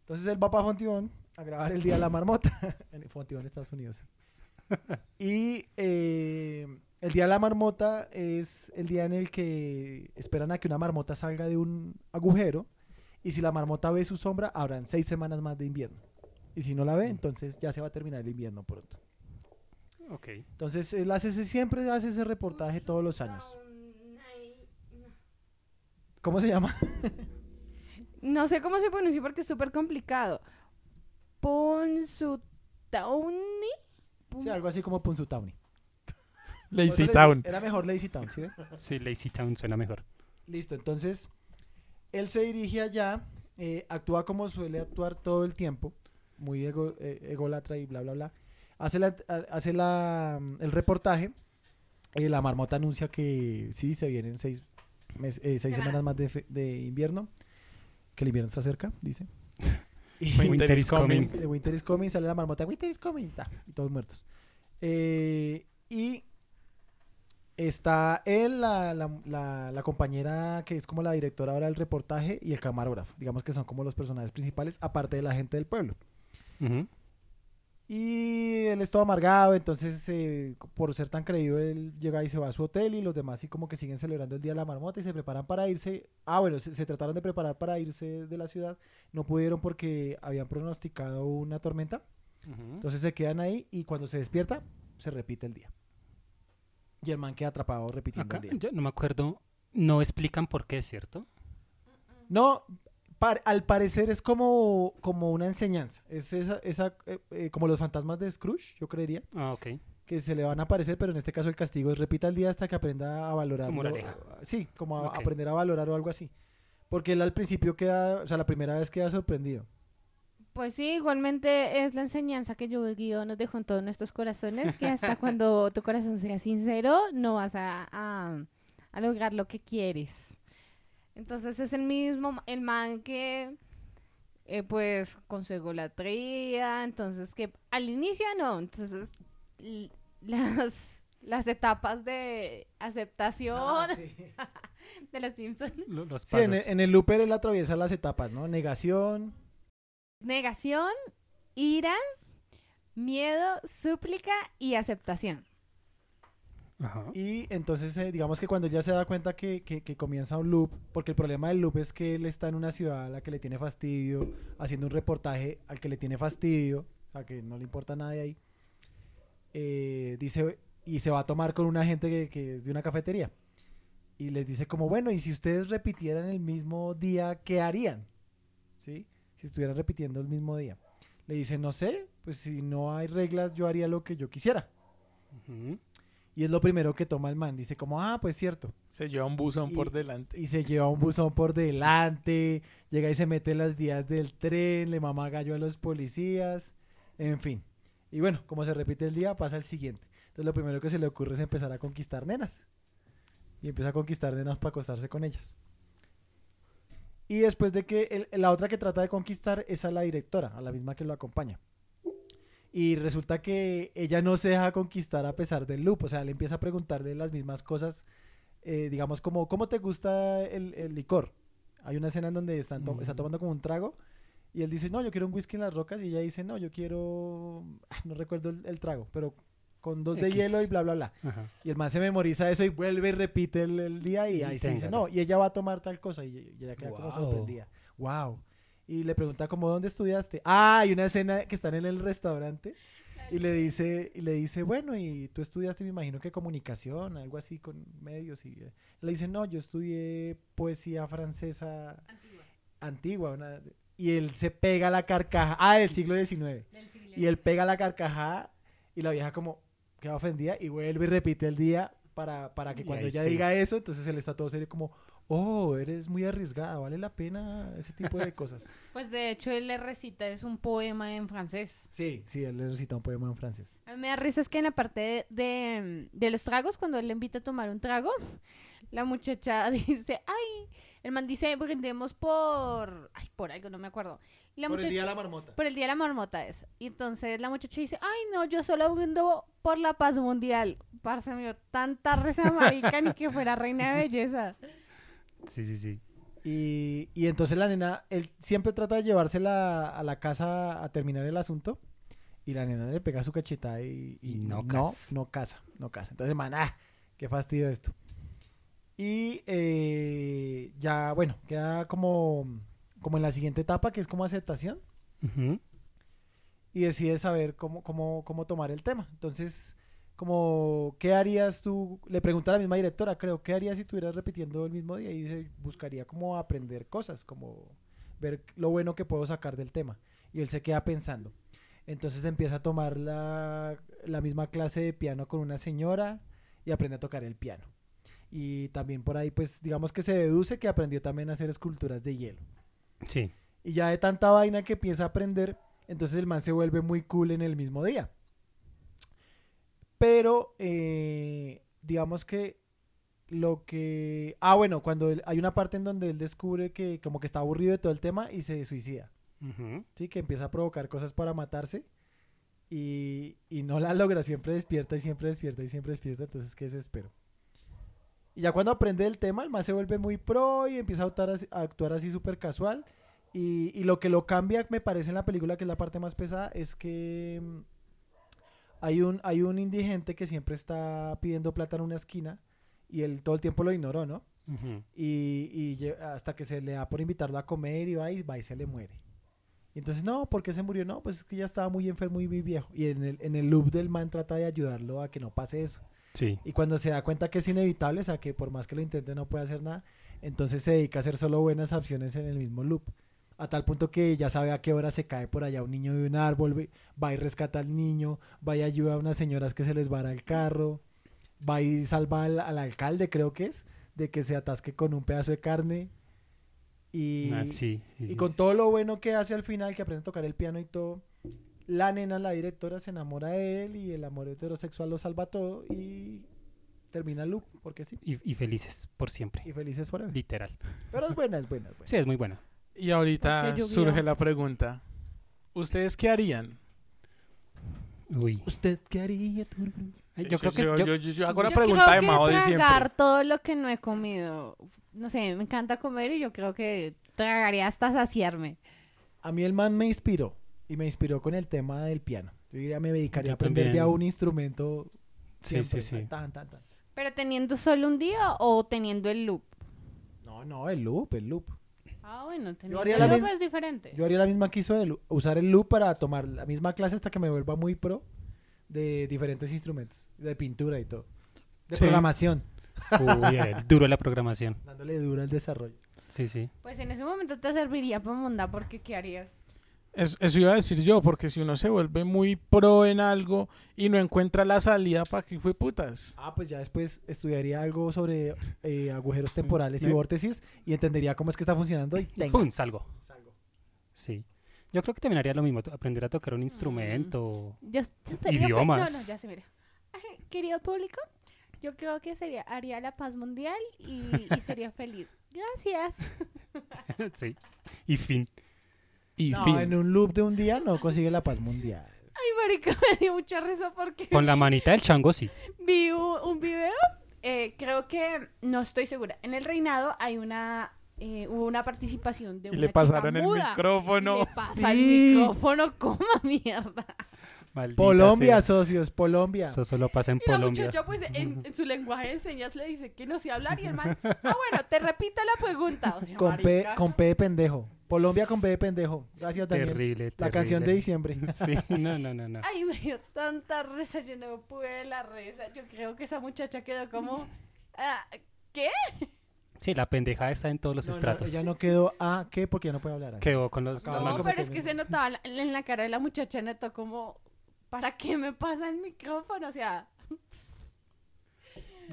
[SPEAKER 3] Entonces él va para Fontibón a grabar el Día de la Marmota. en Fontibón, Estados Unidos. Y eh, el Día de la Marmota es el día en el que esperan a que una marmota salga de un agujero. Y si la marmota ve su sombra, habrán seis semanas más de invierno. Y si no la
[SPEAKER 5] Mm.
[SPEAKER 3] ve, entonces ya se va a terminar el invierno pronto.
[SPEAKER 4] Ok.
[SPEAKER 3] Entonces él hace ese- siempre hace ese reportaje todos los años. ¿Cómo se llama?
[SPEAKER 6] No sé cómo se pronuncia porque es súper complicado. Ponsutauni. Pon-
[SPEAKER 3] Sí, algo así como Punsutowni.
[SPEAKER 5] Lazy
[SPEAKER 3] Por eso le-
[SPEAKER 5] Town.
[SPEAKER 3] Era mejor Lazy Town, ¿sí ve?
[SPEAKER 4] Sí, Lazy Town suena mejor.
[SPEAKER 3] Listo, entonces él se dirige allá, eh, actúa como suele actuar todo el tiempo, muy ego- eh, ególatra y bla, bla, bla. Hace, la, a- hace la, mm, el reportaje, eh, la marmota anuncia que sí, se vienen seis, mes- eh, seis semanas más de, fe- de invierno, que el invierno está cerca, dice.
[SPEAKER 5] Winter is coming.
[SPEAKER 3] De Winter is Coming sale la marmota. Winter is Coming. ta, y todos muertos. Eh, y está él, la, la- la- la compañera que es como la directora ahora del reportaje y el camarógrafo. Digamos que son como los personajes principales, aparte de la gente del pueblo.
[SPEAKER 4] Ujú.
[SPEAKER 3] Y él es todo amargado, entonces eh, por ser tan creído, él llega y se va a su hotel y los demás sí como que siguen celebrando el Día de la Marmota y se preparan para irse. Ah, bueno, se, se trataron de preparar para irse de la ciudad. No pudieron porque habían pronosticado una tormenta.
[SPEAKER 4] Ujú.
[SPEAKER 3] Entonces se quedan ahí y cuando se despierta, se repite el día. Y el man queda atrapado repitiendo
[SPEAKER 4] Acá,
[SPEAKER 3] el día.
[SPEAKER 4] yo no me acuerdo. No explican por qué, ¿cierto?
[SPEAKER 3] No, par- al parecer es como, como una enseñanza. Es esa, esa, eh, eh, como los fantasmas de Scrooge, yo creería.
[SPEAKER 4] Ah, ok.
[SPEAKER 3] que se le van a aparecer, pero en este caso el castigo es repita el día hasta que aprenda a valorar.
[SPEAKER 4] Su moraleja.
[SPEAKER 3] Sí, como a-
[SPEAKER 4] Ok.
[SPEAKER 3] aprender a valorar o algo así. Porque él al principio queda, o sea, la primera vez queda sorprendido.
[SPEAKER 6] Pues sí, igualmente es la enseñanza que Yu-Gi-Oh nos dejó en todos nuestros corazones, que hasta cuando tu corazón sea sincero, no vas a, a- a lograr lo que quieres. Entonces es el mismo, ma- el man que, eh, pues, con su egolatría, entonces que al inicio no, entonces l- las, las etapas de aceptación de los Simpsons.
[SPEAKER 4] Lo- Los
[SPEAKER 3] Sí, en,
[SPEAKER 4] pasos.
[SPEAKER 3] el- en el looper él atraviesa las etapas, ¿no? Negación.
[SPEAKER 6] Negación, ira, miedo, súplica y aceptación.
[SPEAKER 4] Ajá.
[SPEAKER 3] Y entonces, eh, digamos que cuando ya se da cuenta que, que- que comienza un loop, porque el problema del loop es que él está en una ciudad a la que le tiene fastidio, haciendo un reportaje al que le tiene fastidio, o sea, que no le importa a nadie ahí, eh, dice, y se va a tomar con una gente que, que es de una cafetería. Y les dice como, bueno, y si ustedes repitieran el mismo día, ¿qué harían? ¿Sí? Si estuvieran repitiendo el mismo día. Le dice, no sé, pues si no hay reglas, yo haría lo que yo quisiera.
[SPEAKER 4] Ujú.
[SPEAKER 3] Y es lo primero que toma el man. Dice como, ah, pues cierto.
[SPEAKER 5] eh, Se lleva un buzón
[SPEAKER 3] Y-
[SPEAKER 5] por delante.
[SPEAKER 3] Y se lleva un buzón por delante, llega y se mete en las vías del tren, le mama gallo a los policías, en fin. Y bueno, como se repite el día, pasa el siguiente. Entonces lo primero que se le ocurre es empezar a conquistar nenas. Y empieza a conquistar nenas para acostarse con ellas. Y después de que el- la otra que trata de conquistar es a la directora, a la misma que lo acompaña. Y resulta que ella no se deja conquistar a pesar del loop. O sea, le empieza a preguntarle las mismas cosas eh, digamos, como, ¿cómo te gusta el, el licor? Hay una escena en donde están, to- está tomando como un trago y él dice, no, yo quiero un whisky en las rocas y ella dice, no, yo quiero, ah, no recuerdo el, el trago, pero con dos de
[SPEAKER 4] X.
[SPEAKER 3] hielo y bla, bla, bla.
[SPEAKER 4] Ajá.
[SPEAKER 3] Y el man se memoriza eso y vuelve y repite el, el día y
[SPEAKER 4] Y
[SPEAKER 3] ahí se dice,
[SPEAKER 4] téngalo.
[SPEAKER 3] no, y ella va a tomar tal cosa y, y ella queda como
[SPEAKER 4] Guau.
[SPEAKER 3] sorprendida. Wow. Y le pregunta como, ¿dónde estudiaste? Ah, hay una escena que están en el restaurante y le dice, y le dice, bueno, y tú estudiaste, me imagino que comunicación, algo así con medios. Y eh, le dice, no, yo estudié poesía francesa antigua. una- y él se pega la carcajada, ah, del siglo XIX. Y él pega la carcajada y la vieja como queda ofendida y vuelve y repite el día para, para que
[SPEAKER 4] Y
[SPEAKER 3] cuando
[SPEAKER 4] ahí
[SPEAKER 3] ella
[SPEAKER 4] sí.
[SPEAKER 3] diga eso, entonces él está todo serio como, oh, eres muy arriesgada, vale la pena ese tipo de cosas.
[SPEAKER 6] Pues de hecho él le recita, es un poema en francés.
[SPEAKER 3] sí, sí, él le recita un poema en francés.
[SPEAKER 6] A mí me da risa es que en la parte de, de, mm, de los tragos, cuando él le invita a tomar un trago, la muchacha dice, ay, el El man dice, brindemos por... Ay, por algo, no me acuerdo. Y la
[SPEAKER 3] Por el día
[SPEAKER 6] muchacha-
[SPEAKER 3] de la marmota.
[SPEAKER 6] por el Día de la Marmota es. Y entonces la muchacha dice, ay no, yo solo brindo por la paz mundial. Parce, me dio tanta reza marica ni que fuera reina de belleza.
[SPEAKER 4] Sí, sí, sí.
[SPEAKER 3] Y, y entonces la nena, él siempre trata de llevársela a la casa a terminar el asunto. Y la nena le pega su cachetada y, y
[SPEAKER 4] Y no
[SPEAKER 3] no, no,
[SPEAKER 4] casa.
[SPEAKER 3] casa, no casa. Entonces, man, ah, qué fastidio esto. Y eh, ya, bueno, queda como, como en la siguiente etapa, que es como aceptación.
[SPEAKER 4] Ujú.
[SPEAKER 3] Y decide saber cómo, cómo, cómo tomar el tema. Entonces, como, ¿qué harías tú? Le pregunta a la misma directora, creo, ¿qué harías si estuvieras repitiendo el mismo día? Y dice, buscaría como aprender cosas, como ver lo bueno que puedo sacar del tema. Y él se queda pensando. Entonces empieza a tomar la, la misma clase de piano con una señora y aprende a tocar el piano. Y también por ahí, pues, digamos que se deduce que aprendió también a hacer esculturas de hielo.
[SPEAKER 4] Sí.
[SPEAKER 3] Y ya de tanta vaina que empieza a aprender, entonces el man se vuelve muy cool en el mismo día. Pero, eh, digamos que lo que... Ah, bueno, cuando él- hay una parte en donde él descubre que como que está aburrido de todo el tema y se suicida.
[SPEAKER 4] Ujú.
[SPEAKER 3] Sí, que empieza a provocar cosas para matarse y, y no la logra, siempre despierta y siempre despierta y siempre despierta, entonces qué desespero. Y ya cuando aprende el tema, el más se vuelve muy pro y empieza a actuar así, a actuar así súper casual. Y, y lo que lo cambia, me parece, en la película, que es la parte más pesada, es que mm, hay un, hay un indigente que siempre está pidiendo plata en una esquina y él todo el tiempo lo ignoró, ¿no?
[SPEAKER 4] Ujú.
[SPEAKER 3] y, y lle- hasta que se le da por invitarlo a comer y va y va y se le muere. Y entonces, no, ¿por qué se murió? No, pues es que ya estaba muy enfermo y muy viejo. Y en el, en el loop del man trata de ayudarlo a que no pase eso.
[SPEAKER 4] Sí.
[SPEAKER 3] Y cuando se da cuenta que es inevitable, o sea, que por más que lo intente no puede hacer nada, entonces se dedica a hacer solo buenas acciones en el mismo loop. A tal punto que ya sabe a qué hora se cae por allá un niño de un árbol, ve- va y rescata al niño, va y ayuda a unas señoras que se les vara el carro, va y salva al, al alcalde, creo que es, de que se atasque con un pedazo de carne. Y,
[SPEAKER 4] Ah, sí, sí,
[SPEAKER 3] y
[SPEAKER 4] sí,
[SPEAKER 3] con
[SPEAKER 4] sí.
[SPEAKER 3] todo lo bueno que hace al final, que aprende a tocar el piano y todo, la nena, la directora, se enamora de él y el amor heterosexual lo salva todo y termina el loop, porque sí.
[SPEAKER 4] Y, y felices por siempre.
[SPEAKER 3] Y felices forever.
[SPEAKER 4] Literal.
[SPEAKER 3] Pero es buena, es buena, es buena.
[SPEAKER 4] Sí, es muy buena.
[SPEAKER 5] Y ahorita
[SPEAKER 6] Porque llovió.
[SPEAKER 5] surge la pregunta. ¿Ustedes qué harían?
[SPEAKER 4] Uy.
[SPEAKER 3] ¿Usted qué haría? tururú?
[SPEAKER 4] Ay, yo creo que
[SPEAKER 5] yo,
[SPEAKER 4] yo-
[SPEAKER 5] yo- yo hago la
[SPEAKER 6] Yo
[SPEAKER 5] pregunta de
[SPEAKER 6] creo que
[SPEAKER 5] Mao de
[SPEAKER 6] tragar
[SPEAKER 5] siempre.
[SPEAKER 6] todo lo que no he comido. No sé, me encanta comer y yo creo que tragaría hasta saciarme.
[SPEAKER 3] A mí el man me inspiró y me inspiró con el tema del piano. Yo diría, me dedicaría
[SPEAKER 4] Yo
[SPEAKER 3] a aprender de
[SPEAKER 4] también.
[SPEAKER 3] a un instrumento.
[SPEAKER 4] Sí,
[SPEAKER 3] Siempre,
[SPEAKER 4] sí, sí.
[SPEAKER 3] Tan, tan, tan.
[SPEAKER 6] Pero teniendo solo un día o teniendo el loop.
[SPEAKER 3] No, no, el loop, el loop.
[SPEAKER 6] Ah, bueno, teniendo
[SPEAKER 3] haría
[SPEAKER 6] el
[SPEAKER 3] la
[SPEAKER 6] loop
[SPEAKER 3] misma-
[SPEAKER 6] es diferente.
[SPEAKER 3] Yo haría la misma que hizo él, usar el loop para tomar la misma clase hasta que me vuelva muy pro de diferentes instrumentos, de pintura y todo. De
[SPEAKER 5] Sí.
[SPEAKER 3] programación,
[SPEAKER 4] Uy, era duro la programación.
[SPEAKER 3] dándole duro al desarrollo.
[SPEAKER 4] Sí, sí.
[SPEAKER 6] Pues en ese momento te serviría para mondar porque ¿qué harías?
[SPEAKER 5] Es- eso iba a decir yo, porque si uno se vuelve muy pro en algo y no encuentra la salida, ¿para qué fue putas?
[SPEAKER 3] Ah, pues ya después estudiaría algo sobre eh, agujeros temporales y
[SPEAKER 5] Me-
[SPEAKER 3] vórtices y entendería cómo es que está funcionando y tengo.
[SPEAKER 4] ¡Pum! Salgo. Sí. Yo creo que también haría lo mismo. to- Aprender a tocar un instrumento.
[SPEAKER 6] Yo, yo estaría fe-
[SPEAKER 4] Idiomas.
[SPEAKER 6] No, no, ya se mira. Ay, Querido público, yo creo que sería haría la paz mundial y, y sería feliz. Gracias.
[SPEAKER 4] sí. Y fin.
[SPEAKER 5] Y
[SPEAKER 3] Mm. No,
[SPEAKER 5] fin.
[SPEAKER 3] en un loop de un día no consigue la paz mundial.
[SPEAKER 6] Ay, marica, me dio mucha risa porque
[SPEAKER 4] Con la manita del chango, sí.
[SPEAKER 6] vi un, un video. eh, creo que no estoy segura. En el reinado hay una eh, hubo una participación de
[SPEAKER 5] Y
[SPEAKER 6] una
[SPEAKER 5] le
[SPEAKER 6] chica
[SPEAKER 5] pasaron el
[SPEAKER 6] muda.
[SPEAKER 5] micrófono.
[SPEAKER 6] Le pasa el
[SPEAKER 3] Sí.
[SPEAKER 6] micrófono como mierda.
[SPEAKER 4] Maldita
[SPEAKER 3] Colombia,
[SPEAKER 4] sea.
[SPEAKER 3] socios, Colombia.
[SPEAKER 4] Eso solo pasa en
[SPEAKER 6] Y la
[SPEAKER 4] Colombia.
[SPEAKER 6] muchacha, pues, en, en su lenguaje de señas le dice que no sé hablar y el man, ah, bueno, te repito la pregunta. O sea,
[SPEAKER 3] Con P,
[SPEAKER 6] marica.
[SPEAKER 3] con P de pendejo. Colombia con P de pendejo. Gracias, Daniel.
[SPEAKER 4] Terrible,
[SPEAKER 3] La canción de
[SPEAKER 4] terrible.
[SPEAKER 3] diciembre.
[SPEAKER 4] Sí, no, no, no, no.
[SPEAKER 6] Ay, me dio tanta reza, yo no pude la reza. Yo creo que esa muchacha quedó como, ah, ¿qué?
[SPEAKER 4] Sí, la pendejada está en todos los
[SPEAKER 3] No, no,
[SPEAKER 4] estratos.
[SPEAKER 3] ella no quedó a qué porque ya no puede hablar. así.
[SPEAKER 4] Quedó con los...
[SPEAKER 3] Acabó la
[SPEAKER 4] la
[SPEAKER 6] No,
[SPEAKER 4] mano-
[SPEAKER 6] pero
[SPEAKER 3] conversación.
[SPEAKER 6] es que se notaba la- en la cara de la muchacha, notó como, ¿para qué me pasa el micrófono? O sea,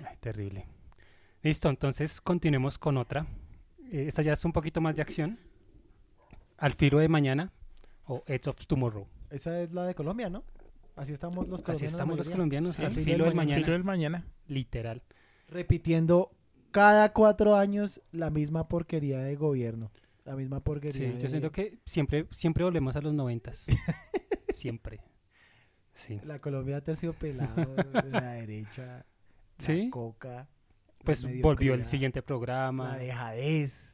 [SPEAKER 4] Ay, terrible. Listo, entonces continuemos con otra. Eh, Esta ya es un poquito más de acción. Al filo de mañana o Edge of Tomorrow.
[SPEAKER 3] Esa es la de Colombia, ¿no? Así estamos los colombianos.
[SPEAKER 4] Así
[SPEAKER 3] la
[SPEAKER 4] estamos los
[SPEAKER 3] mayoría.
[SPEAKER 4] colombianos,
[SPEAKER 5] Sí,
[SPEAKER 4] al filo del
[SPEAKER 5] Filo
[SPEAKER 4] mañana,
[SPEAKER 5] del mañana.
[SPEAKER 4] literal.
[SPEAKER 3] Repitiendo cada cuatro años la misma porquería de gobierno. La misma porquería.
[SPEAKER 4] Sí, yo
[SPEAKER 3] de-
[SPEAKER 4] siento que siempre, siempre volvemos a los noventas. siempre. Sí.
[SPEAKER 3] La Colombia terciopelado, la derecha,
[SPEAKER 4] Sí.
[SPEAKER 3] la coca,
[SPEAKER 4] Pues
[SPEAKER 3] mediocridad,
[SPEAKER 4] volvió el siguiente programa.
[SPEAKER 3] la dejadez.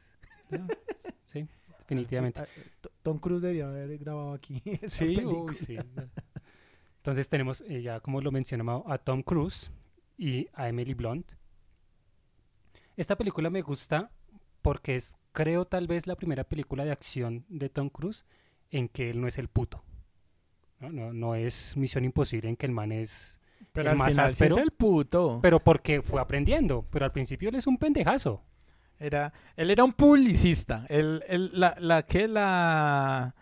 [SPEAKER 4] Sí, definitivamente.
[SPEAKER 3] Ah, T- Tom Cruise debería haber grabado aquí. esa
[SPEAKER 4] Sí,
[SPEAKER 3] película.
[SPEAKER 4] uy, sí. Entonces tenemos, eh, ya como lo mencionamos, a Tom Cruise y a Emily Blunt. Esta película me gusta porque es, creo, tal vez la primera película de acción de Tom Cruise en que él no es el puto. No, no, no es Misión Imposible en que el man es...
[SPEAKER 5] Pero
[SPEAKER 4] el
[SPEAKER 5] al
[SPEAKER 4] más
[SPEAKER 5] final sí es
[SPEAKER 4] áspero.
[SPEAKER 5] el puto.
[SPEAKER 4] Pero porque fue aprendiendo. Pero al principio él es un pendejazo.
[SPEAKER 5] Era, él era un publicista. Él, él- la, la que la.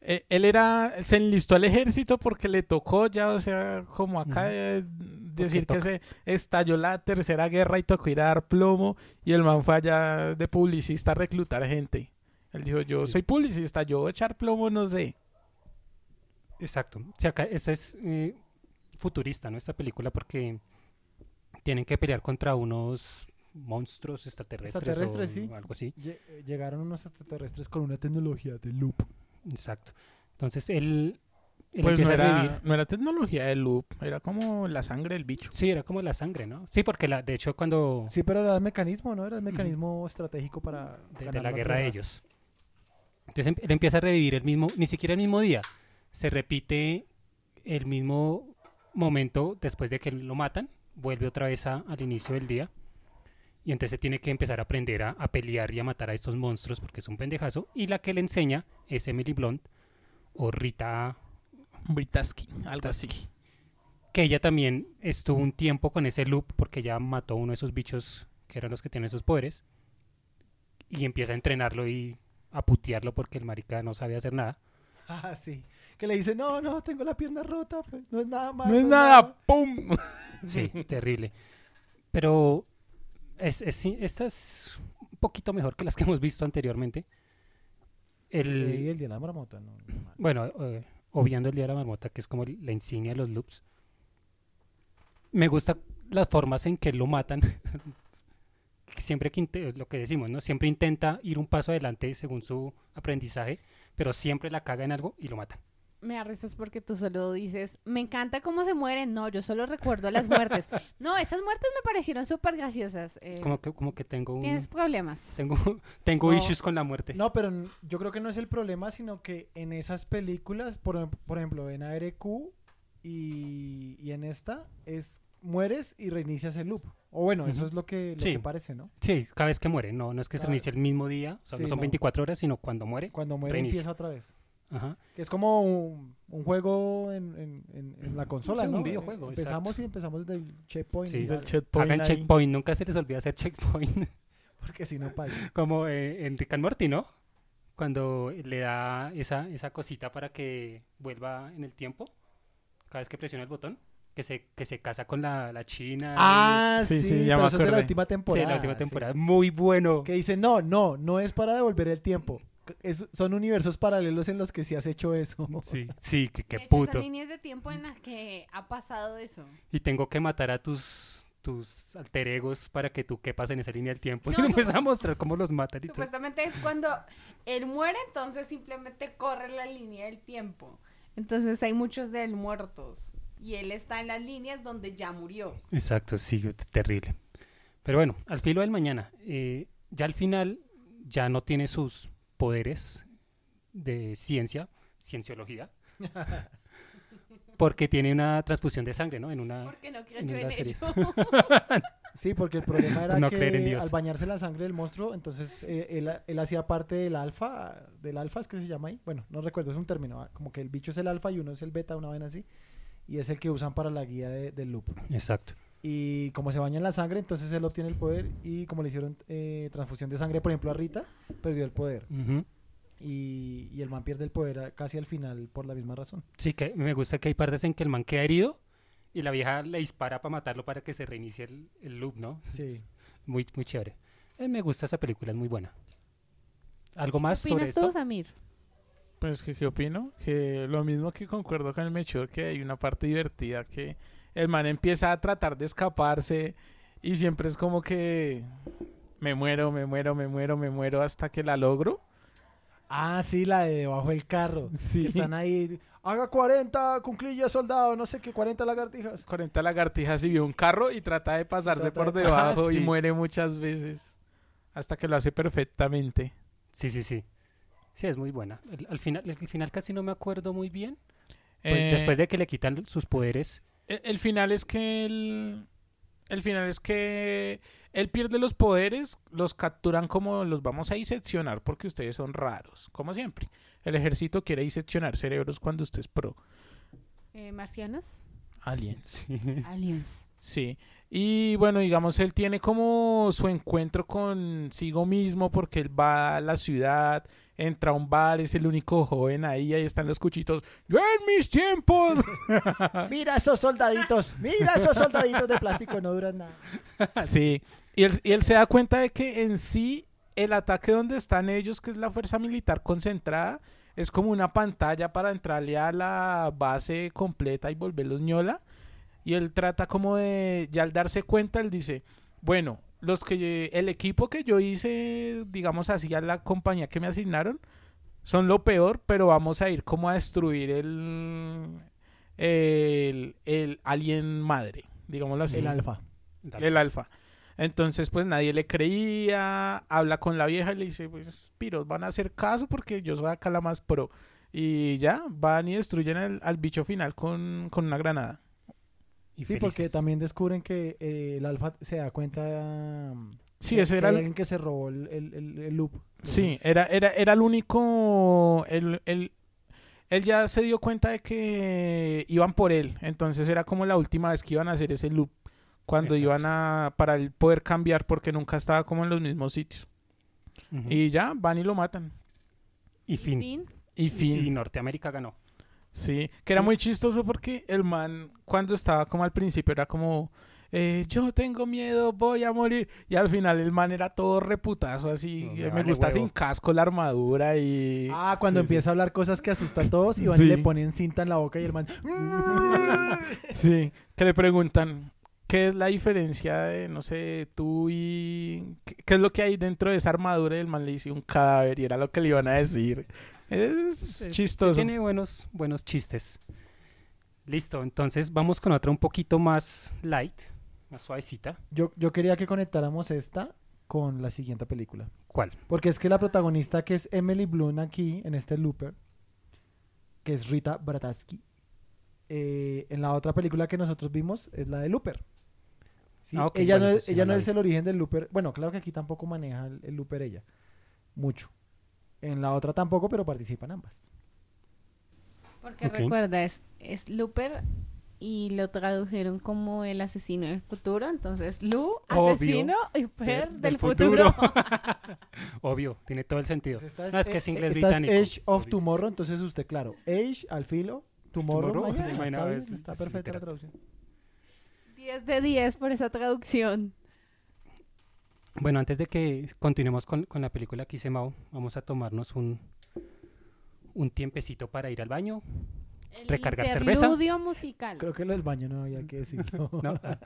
[SPEAKER 5] eh, Él era, se enlistó al ejército porque le tocó ya, o sea, como acá
[SPEAKER 4] Ujú.
[SPEAKER 5] eh, decir
[SPEAKER 4] toca.
[SPEAKER 5] que se estalló la tercera guerra y tocó ir a dar plomo y el man fue allá de publicista a reclutar gente. Él dijo, yo
[SPEAKER 4] Sí.
[SPEAKER 5] soy publicista, yo echar plomo no sé.
[SPEAKER 4] Exacto. O sea, acá- esa es eh, futurista, ¿no? Esta película porque tienen que pelear contra unos monstruos extraterrestres,
[SPEAKER 3] Extraterrestres,
[SPEAKER 4] o
[SPEAKER 3] sí.
[SPEAKER 4] algo así.
[SPEAKER 3] Lle- eh, Llegaron unos extraterrestres con una tecnología de loop.
[SPEAKER 4] Exacto. Entonces él, él
[SPEAKER 5] Pues no
[SPEAKER 4] empieza a
[SPEAKER 5] era,
[SPEAKER 4] revivir.
[SPEAKER 5] no era tecnología de loop, era como la sangre del bicho.
[SPEAKER 4] Sí, era como la sangre, ¿no? Sí, porque la, de hecho cuando
[SPEAKER 3] Sí, pero era el mecanismo, ¿no? Era el mecanismo estratégico para
[SPEAKER 4] de, de
[SPEAKER 3] ganar
[SPEAKER 4] la
[SPEAKER 3] las
[SPEAKER 4] guerra de
[SPEAKER 3] guerras.
[SPEAKER 4] ellos. Entonces em- él empieza a revivir el mismo, ni siquiera el mismo día. Se repite el mismo momento después de que lo matan, vuelve otra vez a- al inicio del día. Y entonces tiene que empezar a aprender a, a pelear y a matar a estos monstruos porque es un pendejazo. Y la que le enseña es Emily Blunt o Rita,
[SPEAKER 5] Britaski, algo así.
[SPEAKER 4] que ella también estuvo un tiempo con ese loop porque ella mató uno de esos bichos que eran los que tienen esos poderes y empieza a entrenarlo y a putearlo porque el marica no sabe hacer nada.
[SPEAKER 3] Ah, sí. Que le dice, no, no, tengo la pierna rota, pues, no es nada malo.
[SPEAKER 5] No es nada, ¡pum!
[SPEAKER 4] Sí, terrible. Pero es, es- sí, esta es un poquito mejor que las que hemos visto anteriormente. El,
[SPEAKER 3] Y el día de la marmota, no. no mal.
[SPEAKER 4] Bueno, eh, obviando el Día de la Marmota, que es como la insignia de los loops. Me gustan las formas en que lo matan. Que Siempre que inte- lo que decimos, ¿no? Siempre intenta ir un paso adelante según su aprendizaje, pero siempre la caga en algo y lo matan.
[SPEAKER 6] Me arrestas porque tú solo dices, me encanta cómo se mueren. No, yo solo recuerdo las muertes. No, esas muertes me parecieron súper graciosas. eh,
[SPEAKER 4] Como que, como que tengo un-
[SPEAKER 6] Tienes problemas.
[SPEAKER 4] tengo, tengo
[SPEAKER 3] No.
[SPEAKER 4] issues con la muerte.
[SPEAKER 3] No, pero n- yo creo que no es el problema, sino que en esas películas, por, em- por ejemplo, en ARQ y, y en esta, es mueres y reinicias el loop. O bueno, eso
[SPEAKER 4] Ujú.
[SPEAKER 3] es lo que, lo
[SPEAKER 4] Sí.
[SPEAKER 3] que parece, ¿no?
[SPEAKER 4] Sí, cada vez que muere, no, no es que se
[SPEAKER 3] Cada-
[SPEAKER 4] reinicie el mismo día, o sea, no
[SPEAKER 3] Sí,
[SPEAKER 4] son
[SPEAKER 3] no.
[SPEAKER 4] 24 horas, sino cuando muere.
[SPEAKER 3] Cuando muere
[SPEAKER 4] Reinicia.
[SPEAKER 3] empieza otra vez.
[SPEAKER 4] Ajá.
[SPEAKER 3] Que es como un, un juego en, en- en- en la consola,
[SPEAKER 4] Sí, un
[SPEAKER 3] ¿no?
[SPEAKER 4] videojuego,
[SPEAKER 3] Empezamos
[SPEAKER 4] exacto.
[SPEAKER 3] y empezamos desde el checkpoint.
[SPEAKER 4] Sí.
[SPEAKER 3] y
[SPEAKER 5] Del
[SPEAKER 3] tal,
[SPEAKER 5] checkpoint
[SPEAKER 4] Hagan
[SPEAKER 5] ahí.
[SPEAKER 4] checkpoint, nunca se les olvida hacer checkpoint.
[SPEAKER 3] Porque si no, paga.
[SPEAKER 4] Como eh, en Rick and Morty, ¿no? Cuando le da esa, esa cosita para que vuelva en el tiempo, cada vez que presiona el botón, que se, que se casa con la, la china. y-
[SPEAKER 3] Ah, sí, sí,
[SPEAKER 5] Sí, sí, ya
[SPEAKER 3] pero eso
[SPEAKER 5] me
[SPEAKER 3] es de la
[SPEAKER 5] acordé.
[SPEAKER 3] última
[SPEAKER 4] Sí,
[SPEAKER 3] temporada.
[SPEAKER 4] la última
[SPEAKER 3] sí.
[SPEAKER 4] temporada. Muy bueno.
[SPEAKER 3] Que dice, no, no, no es para devolver el tiempo. Es- son universos paralelos en los que sí has hecho eso.
[SPEAKER 4] Sí, sí, que, que
[SPEAKER 6] De hecho,
[SPEAKER 4] puto.
[SPEAKER 6] Son líneas de tiempo en las que ha pasado eso.
[SPEAKER 4] Y tengo que matar a tus tus alter egos para que tú quepas en esa línea del tiempo.
[SPEAKER 6] No,
[SPEAKER 4] y le empieza
[SPEAKER 6] supuesto-
[SPEAKER 4] a mostrar cómo los matan y todo.
[SPEAKER 6] Supuestamente es cuando él muere, entonces simplemente corre la línea del tiempo. Entonces hay muchos de él muertos. Y él está en las líneas donde ya murió.
[SPEAKER 4] Exacto, sí, t- terrible. Pero bueno, al filo del mañana, eh, ya al final ya no tiene sus poderes de ciencia, cienciología, porque tiene una transfusión de sangre, ¿no? En una...
[SPEAKER 6] Porque no creo
[SPEAKER 4] Ah, En
[SPEAKER 6] yo en
[SPEAKER 4] una serie.
[SPEAKER 6] ello.
[SPEAKER 3] Sí, porque el problema era
[SPEAKER 4] No creer en
[SPEAKER 3] que
[SPEAKER 4] Dios.
[SPEAKER 3] al bañarse la sangre del monstruo, entonces eh, él, él hacía parte del alfa, del alfa es que se llama ahí. Bueno, no recuerdo, es un término, ah, como que el bicho es el alfa y uno es el beta, una vaina así. Y es el que usan para la guía de- del loop.
[SPEAKER 4] Exacto.
[SPEAKER 3] Y como se baña en la sangre, entonces él obtiene el poder. Y como le hicieron eh, transfusión de sangre, por ejemplo, a Rita, perdió el poder.
[SPEAKER 4] Ujú.
[SPEAKER 3] Y, y el man pierde el poder a- casi al final por la misma razón.
[SPEAKER 4] Sí, que me gusta que hay partes en que el man queda herido y la vieja le dispara para matarlo para que se reinicie el, el loop, ¿no?
[SPEAKER 3] Sí.
[SPEAKER 4] Muy, muy chévere. Eh, me gusta esa película, es muy buena. ¿Algo más
[SPEAKER 6] ¿Qué
[SPEAKER 4] sobre
[SPEAKER 6] opinas
[SPEAKER 4] esto?
[SPEAKER 6] tú, Samir?
[SPEAKER 5] Pues que qué opino, que lo mismo que concuerdo con el Mechudo, que hay una parte divertida que el man empieza a tratar de escaparse Y siempre es como que me muero, me muero, me muero, me muero hasta que la logro.
[SPEAKER 3] Ah, sí, la de debajo del carro.
[SPEAKER 5] Sí.
[SPEAKER 3] Están ahí. Haga 40 cunclillas, soldado, no sé qué, 40 lagartijas.
[SPEAKER 5] 40 lagartijas y vio un carro y trata de pasarse
[SPEAKER 3] Trata
[SPEAKER 5] por
[SPEAKER 3] de-
[SPEAKER 5] debajo
[SPEAKER 4] Ah, sí.
[SPEAKER 5] y muere muchas veces. Hasta que lo hace perfectamente.
[SPEAKER 4] Sí, sí, sí. Sí, es muy buena. El- al, final, el final casi no me acuerdo muy bien. Pues
[SPEAKER 5] Eh,
[SPEAKER 4] después de que le quitan sus poderes,
[SPEAKER 5] El, E, el final es que él. El final es que él pierde los poderes, los capturan como los vamos a diseccionar porque ustedes son raros, como siempre. El ejército quiere diseccionar cerebros cuando usted es pro.
[SPEAKER 6] Eh, ¿Marcianos?
[SPEAKER 5] Aliens.
[SPEAKER 6] Aliens.
[SPEAKER 5] Sí. Y bueno, digamos, él tiene como su encuentro consigo mismo porque él va a la ciudad, entra a un bar, es el único joven ahí, ahí están los cuchitos. Yo en mis tiempos. Ah.
[SPEAKER 3] Mira esos soldaditos, mira esos soldaditos de plástico, no duran nada.
[SPEAKER 5] Sí. Y él, y él se da cuenta de que en sí el ataque donde están ellos, que es la fuerza militar concentrada, es como una pantalla para entrarle a la base completa y volverlos ñola. Y él trata como de, ya al darse cuenta, él dice, bueno, los que el equipo que yo hice, digamos así, a la compañía que me asignaron, son lo peor, pero vamos a ir como a destruir el, el, el alien madre, digámoslo así.
[SPEAKER 3] El alfa.
[SPEAKER 4] dale.
[SPEAKER 5] El alfa. Entonces, pues nadie le creía, habla con la vieja y le dice, pues, piros, van a hacer caso porque yo soy acá la más pro. Y ya, van y destruyen al, al bicho final con, con una granada.
[SPEAKER 4] Y
[SPEAKER 3] sí, porque
[SPEAKER 4] felices.
[SPEAKER 3] también descubren que eh, el alfa se da cuenta. um,
[SPEAKER 5] Sí,
[SPEAKER 3] que-
[SPEAKER 5] ese
[SPEAKER 3] que
[SPEAKER 5] era
[SPEAKER 3] hay
[SPEAKER 5] el,
[SPEAKER 3] alguien que se robó el, el- el- el loop.
[SPEAKER 5] sí, eh,
[SPEAKER 3] Entonces,
[SPEAKER 5] era, era, era el único, el, el- él ya se dio cuenta de que iban por él, entonces era como la última vez que iban a hacer ese loop, cuando
[SPEAKER 4] Exacto.
[SPEAKER 5] iban a, para él poder cambiar, porque nunca estaba como en los mismos sitios.
[SPEAKER 4] Ujú.
[SPEAKER 5] Y ya, van y lo matan.
[SPEAKER 4] Y fin.
[SPEAKER 5] Y fin.
[SPEAKER 4] Y Norteamérica ganó.
[SPEAKER 5] Sí, que era muy chistoso porque el man, cuando estaba como al principio, era como, eh, yo tengo miedo, voy a morir. Y al final el man era todo reputazo, así,
[SPEAKER 4] No,
[SPEAKER 5] eh,
[SPEAKER 4] me
[SPEAKER 5] me,
[SPEAKER 4] vale
[SPEAKER 5] gusta
[SPEAKER 4] huevo.
[SPEAKER 5] sin casco la armadura y...
[SPEAKER 3] Ah, cuando
[SPEAKER 5] Sí, sí.
[SPEAKER 3] empieza a hablar cosas que asustan a todos y van
[SPEAKER 5] Sí.
[SPEAKER 3] y le ponen cinta en la boca y el man. "Mm,
[SPEAKER 5] Sí, que le preguntan, ¿qué es la diferencia de, no sé, tú y... ¿Qué, qué es lo que hay dentro de esa armadura? Y el man le dice un cadáver y era lo que le iban a decir. Es,
[SPEAKER 4] Es-
[SPEAKER 5] chistoso.
[SPEAKER 4] Tiene buenos, buenos chistes. Listo, entonces vamos con otra un poquito más light, más suavecita.
[SPEAKER 3] Yo, yo quería que conectáramos esta con la siguiente película.
[SPEAKER 4] ¿Cuál?
[SPEAKER 3] Porque es que la protagonista que es Emily Bloom aquí, en este looper, que es Rita Bratatsky, eh, en la otra película que nosotros vimos es la de Looper. ¿sí?
[SPEAKER 4] Ah, ok,
[SPEAKER 3] ella
[SPEAKER 4] bueno,
[SPEAKER 3] no,
[SPEAKER 4] esa
[SPEAKER 3] es,
[SPEAKER 4] sí
[SPEAKER 3] ella
[SPEAKER 4] no
[SPEAKER 3] no
[SPEAKER 4] la
[SPEAKER 3] es
[SPEAKER 4] vi.
[SPEAKER 3] el origen del looper. Bueno, claro que aquí tampoco maneja el, el looper ella. Mucho. En la otra tampoco, pero participan ambas.
[SPEAKER 6] Porque
[SPEAKER 4] Ok.
[SPEAKER 6] recuerda, es, es Looper y lo tradujeron como el asesino del futuro. Entonces, Lu,
[SPEAKER 4] Obvio.
[SPEAKER 6] asesino y Per
[SPEAKER 4] De-
[SPEAKER 6] del,
[SPEAKER 4] del
[SPEAKER 6] futuro.
[SPEAKER 4] Obvio, tiene todo el sentido.
[SPEAKER 3] Pues esta
[SPEAKER 4] no, es que es
[SPEAKER 3] eh,
[SPEAKER 4] inglés
[SPEAKER 3] esta es
[SPEAKER 4] británico.
[SPEAKER 3] Age of
[SPEAKER 4] obvio.
[SPEAKER 3] Tomorrow, entonces usted, claro. Age al filo, Tomorrow,
[SPEAKER 4] Tomorrow,
[SPEAKER 3] mañana.
[SPEAKER 4] mañana
[SPEAKER 3] está, bien,
[SPEAKER 4] es-
[SPEAKER 3] está
[SPEAKER 4] es
[SPEAKER 3] perfecta la
[SPEAKER 4] literal.
[SPEAKER 3] traducción.
[SPEAKER 6] 10 de 10 por esa traducción.
[SPEAKER 4] Bueno, antes de que continuemos con, con la película que hice Mao, vamos a tomarnos un, un tiempecito para ir al baño.
[SPEAKER 6] El
[SPEAKER 4] Recargar cerveza.
[SPEAKER 6] interludio musical.
[SPEAKER 3] Creo que lo del baño no había que decirlo.
[SPEAKER 4] ¿no? A,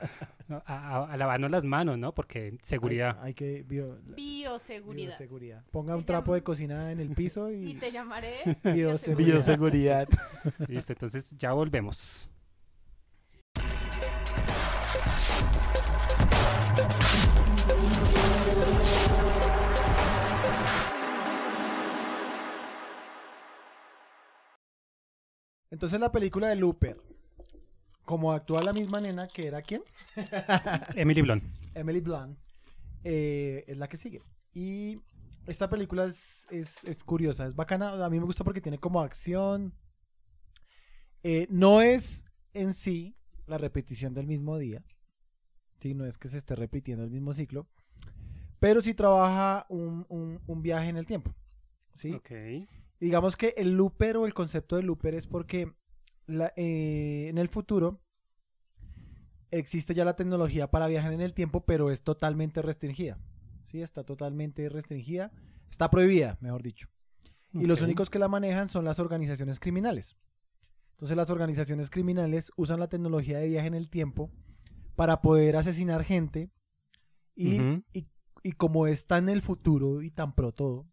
[SPEAKER 4] no, a- a- a lavarnos las manos, ¿no? Porque seguridad.
[SPEAKER 3] Hay, hay que... bio-
[SPEAKER 6] Bioseguridad.
[SPEAKER 3] Bioseguridad. Ponga
[SPEAKER 6] Te
[SPEAKER 3] un trapo de
[SPEAKER 6] llamo.
[SPEAKER 3] cocina en el piso
[SPEAKER 6] Y
[SPEAKER 3] y
[SPEAKER 6] te llamaré.
[SPEAKER 3] bioseguridad.
[SPEAKER 5] Bioseguridad.
[SPEAKER 4] Listo, entonces ya volvemos.
[SPEAKER 3] Entonces la película de Looper, como actúa la misma nena que era quién,
[SPEAKER 4] Emily Blunt.
[SPEAKER 3] Emily Blunt, eh, es la que sigue. Y esta película es, es- es curiosa, es bacana. A mí me gusta porque tiene como acción. Eh, no es en sí la repetición del mismo día. ¿sí? No es que se esté repitiendo el mismo ciclo. Pero sí trabaja un, un- un viaje en el tiempo. ¿sí?
[SPEAKER 4] Ok.
[SPEAKER 3] digamos que el looper o el concepto de looper es porque la- eh, en el futuro existe ya la tecnología para viajar en el tiempo, pero es totalmente restringida. Sí, está totalmente restringida. Está prohibida, mejor dicho. Y los
[SPEAKER 4] Ok.
[SPEAKER 3] únicos que la manejan son las organizaciones criminales. Entonces las organizaciones criminales usan la tecnología de viaje en el tiempo para poder asesinar gente Y,
[SPEAKER 4] Ujú.
[SPEAKER 3] y- y como es tan el futuro y tan pro todo,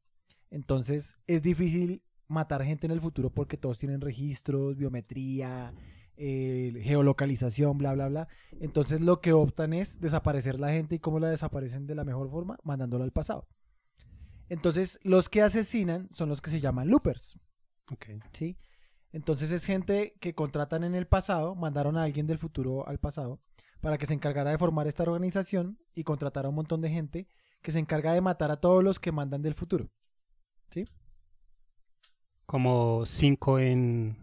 [SPEAKER 3] entonces es difícil matar gente en el futuro porque todos tienen registros, biometría, eh, geolocalización, bla, bla, bla. Entonces lo que optan es desaparecer la gente y cómo la desaparecen de la mejor forma, mandándola al pasado. Entonces los que asesinan son los que se llaman loopers.
[SPEAKER 4] Ok.
[SPEAKER 3] ¿sí? Entonces es gente que contratan en el pasado, mandaron a alguien del futuro al pasado para que se encargara de formar esta organización y contratar a un montón de gente que se encarga de matar a todos los que mandan del futuro.
[SPEAKER 4] Como cinco en.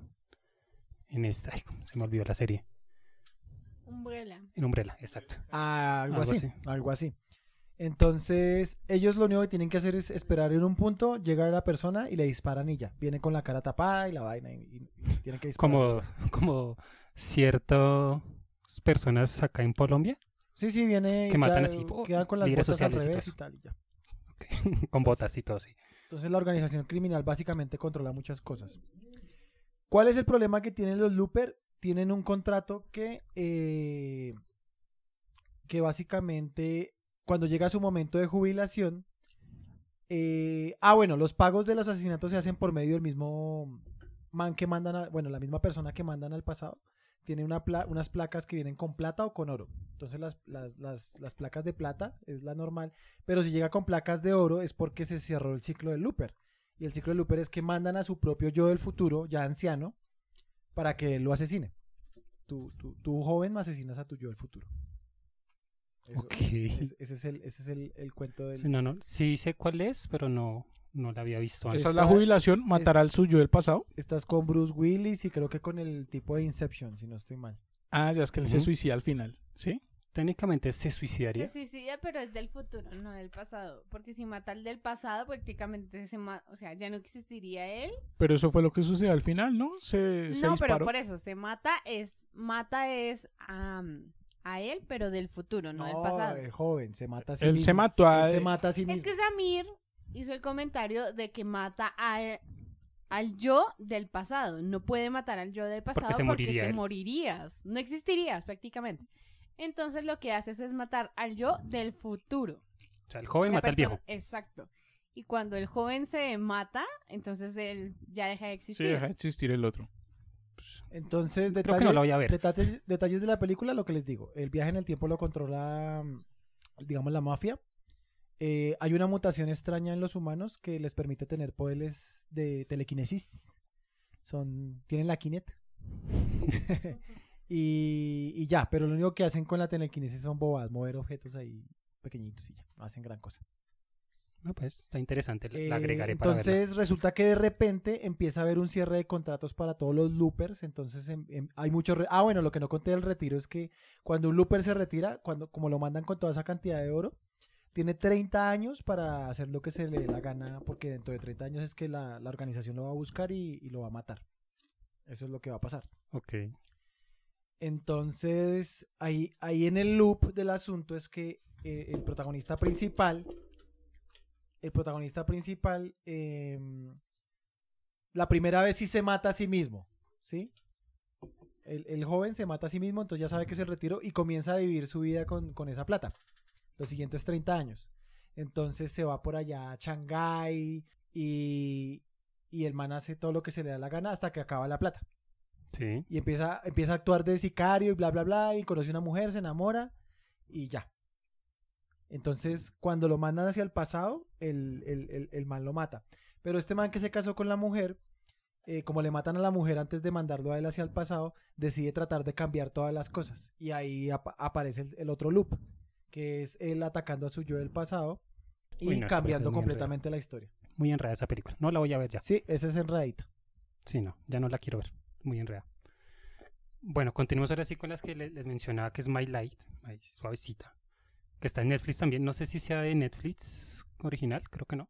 [SPEAKER 4] En esta. Ay, cómo se me olvidó la serie.
[SPEAKER 6] Umbrella.
[SPEAKER 4] En Umbrella, exacto.
[SPEAKER 3] Algo,
[SPEAKER 4] Ah, Algo
[SPEAKER 3] así,
[SPEAKER 4] así.
[SPEAKER 3] algo así. Entonces, ellos lo único que tienen que hacer es esperar en un punto, llegar a la persona y le disparan y ya. Viene con la cara tapada y la vaina y, y- y tienen que disparar.
[SPEAKER 4] Como, como ciertas personas acá en Colombia,
[SPEAKER 3] Sí, sí, viene y
[SPEAKER 4] que matan
[SPEAKER 3] queda-
[SPEAKER 4] así, po-
[SPEAKER 3] quedan con las
[SPEAKER 4] líderes
[SPEAKER 3] botas al
[SPEAKER 4] sociales y todo
[SPEAKER 3] revés y
[SPEAKER 4] eso.
[SPEAKER 3] tal y ya. Pues
[SPEAKER 4] con botas y todo así.
[SPEAKER 3] Entonces la organización criminal básicamente controla muchas cosas. ¿Cuál es el problema que tienen los Looper? Tienen un contrato que, eh, que básicamente cuando llega su momento de jubilación, eh, ah bueno, los pagos de los asesinatos se hacen por medio del mismo man que mandan, a- bueno, la misma persona que mandan al pasado. Tiene una pla- unas placas que vienen con plata o con oro. Entonces las, las- las- las placas de plata es la normal. Pero si llega con placas de oro es porque se cerró el ciclo del Looper. Y el ciclo del Looper es que mandan a su propio yo del futuro, ya anciano, para que él lo asesine. Tú, tú, tú joven, me asesinas a tu yo del futuro. Eso-
[SPEAKER 4] Ok.
[SPEAKER 3] es- ese es el, ese es el, el cuento del...
[SPEAKER 4] Sí, no, no. Sí sé cuál es, pero no, no la había visto antes.
[SPEAKER 5] Esa es la jubilación, matar al suyo del pasado.
[SPEAKER 3] Estás con Bruce Willis y creo que con el tipo de Inception, si no estoy mal.
[SPEAKER 5] Ah, ya es que él se
[SPEAKER 4] Ujú.
[SPEAKER 5] suicida al final, ¿sí?
[SPEAKER 4] Técnicamente se
[SPEAKER 6] Se
[SPEAKER 4] suicidaría.
[SPEAKER 6] suicida, pero es del futuro, no del pasado. Porque si mata al del pasado, prácticamente se ma- o sea, ya no existiría él.
[SPEAKER 5] Pero eso fue lo que sucedió al final, ¿no? Se, se
[SPEAKER 6] no, pero
[SPEAKER 5] disparó.
[SPEAKER 6] por eso, se mata es, mata es am, a él, pero del futuro, no, del pasado.
[SPEAKER 3] el joven se mata a sí
[SPEAKER 5] Él
[SPEAKER 3] mismo.
[SPEAKER 5] se mató a- eh,
[SPEAKER 4] eh.
[SPEAKER 3] Él se mata a sí
[SPEAKER 6] Es
[SPEAKER 3] mismo.
[SPEAKER 6] que Samir hizo el comentario de que mata a- eh, al yo del pasado. No puede matar al yo del pasado
[SPEAKER 4] Porque se moriría
[SPEAKER 6] te
[SPEAKER 4] él.
[SPEAKER 6] morirías. No existirías prácticamente. Entonces lo que haces es matar al yo del futuro.
[SPEAKER 4] O sea, el joven
[SPEAKER 6] La
[SPEAKER 4] mata al
[SPEAKER 6] persona-
[SPEAKER 4] viejo.
[SPEAKER 6] Exacto. Y cuando el joven se mata, entonces él ya deja de
[SPEAKER 5] Sí,
[SPEAKER 6] existir.
[SPEAKER 5] deja de existir el otro.
[SPEAKER 3] Entonces,
[SPEAKER 4] Creo que no la voy a ver.
[SPEAKER 3] Detalles, detalles de la película, lo que les digo. El viaje en el tiempo lo controla, mm, digamos, la mafia. Eh, hay una mutación extraña en los humanos que les permite tener poderes de telequinesis. Son, tienen la kinet. y, y ya, pero lo único que hacen con la telequinesis son bobadas, mover objetos ahí pequeñitos y ya, no hacen gran cosa.
[SPEAKER 4] No, pues está interesante. La la
[SPEAKER 3] Eh,
[SPEAKER 4] agregaré para verla.
[SPEAKER 3] entonces resulta que de repente empieza a haber un cierre de contratos para todos los loopers. Entonces em- em- hay muchos... re- Ah, bueno, lo que no conté del retiro es que cuando un looper se retira, cuando como lo mandan con toda esa cantidad de oro, tiene 30 años para hacer lo que se le dé la gana, porque dentro de 30 años es que la, la organización lo va a buscar y- y lo va a matar. Eso es lo que va a pasar.
[SPEAKER 4] Ok.
[SPEAKER 3] Entonces, ahí, ahí en el loop del asunto es que eh, el protagonista principal, el protagonista principal, eh, la primera vez sí se mata a sí mismo, ¿sí? El, el joven se mata a sí mismo, entonces ya sabe que es el retiro y comienza a vivir su vida con, con esa plata, los siguientes 30 años. Entonces se va por allá a Shanghái y, y el man hace todo lo que se le da la gana hasta que acaba la plata
[SPEAKER 4] Sí.
[SPEAKER 3] y empieza, empieza a actuar de sicario y bla, bla, bla, y conoce una mujer, se enamora y ya. Entonces, cuando lo mandan hacia el pasado, el, el- el- el man lo mata. Pero este man que se casó con la mujer, eh, como le matan a la mujer antes de mandarlo a él hacia el pasado, decide tratar de cambiar todas las cosas. Y ahí apa- aparece el, el otro loop, que es él atacando a su yo del pasado y
[SPEAKER 4] Uy, no, eso parece
[SPEAKER 3] cambiando
[SPEAKER 4] muy
[SPEAKER 3] completamente la historia.
[SPEAKER 4] Muy enredada esa película. No la voy a ver ya.
[SPEAKER 3] Sí, ese es enradito.
[SPEAKER 4] Sí, no, ya no la quiero ver. Muy enredada. Bueno, continuamos ahora sí con las que le- les mencionaba, que es My Light, ahí, suavecita, que está en Netflix también. No sé si sea de Netflix original, creo que no.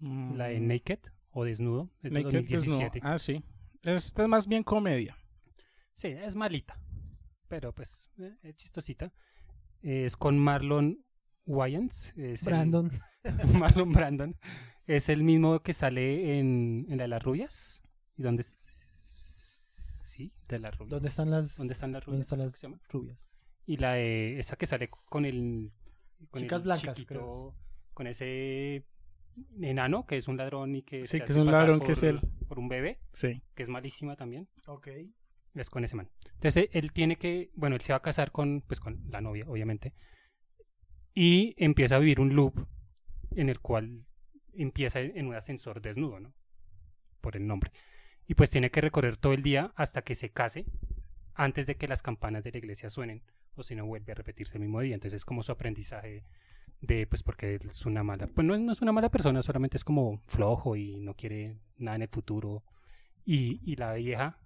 [SPEAKER 4] La de Naked o Desnudo, es de
[SPEAKER 5] Mm, Naked
[SPEAKER 4] 2017.
[SPEAKER 5] desnudo. Ah, sí. Esta es más bien comedia.
[SPEAKER 4] Sí, es malita, pero pues eh, es chistosita. Eh, es con Marlon Wayans. es el-
[SPEAKER 3] Brandon.
[SPEAKER 4] Marlon Brandon. Es el mismo que sale en, en la de las rubias. ¿Y dónde? es- Sí, de las rubias.
[SPEAKER 3] ¿Dónde están las
[SPEAKER 4] ¿Dónde están las
[SPEAKER 3] dónde están las
[SPEAKER 4] rubias? Creo eh, que se llama.
[SPEAKER 3] rubias?
[SPEAKER 4] Y la de esa que sale con el con
[SPEAKER 3] Chicas
[SPEAKER 4] el
[SPEAKER 3] blancas,
[SPEAKER 4] chiquito,
[SPEAKER 3] creo.
[SPEAKER 4] Con ese enano que es un ladrón y que. se
[SPEAKER 5] Sí, que es
[SPEAKER 4] hace
[SPEAKER 5] un
[SPEAKER 4] pasar
[SPEAKER 5] ladrón que es
[SPEAKER 4] por-
[SPEAKER 5] él.
[SPEAKER 4] Por un bebé,
[SPEAKER 5] Sí.
[SPEAKER 4] que es malísima también.
[SPEAKER 3] Ok.
[SPEAKER 4] Es con ese man. Entonces eh, él tiene que, bueno, él se va a casar con, pues con la novia, obviamente. Y empieza a vivir un loop en el cual empieza en en un ascensor desnudo, ¿no? Por el nombre. Y pues tiene que recorrer todo el día hasta que se case, antes de que las campanas de la iglesia suenen, o si no vuelve a repetirse el mismo día. Entonces es como su aprendizaje de, pues porque él es una mala, pues no, es- no es una mala persona, solamente es como flojo y no quiere nada en el futuro. Y, y la vieja,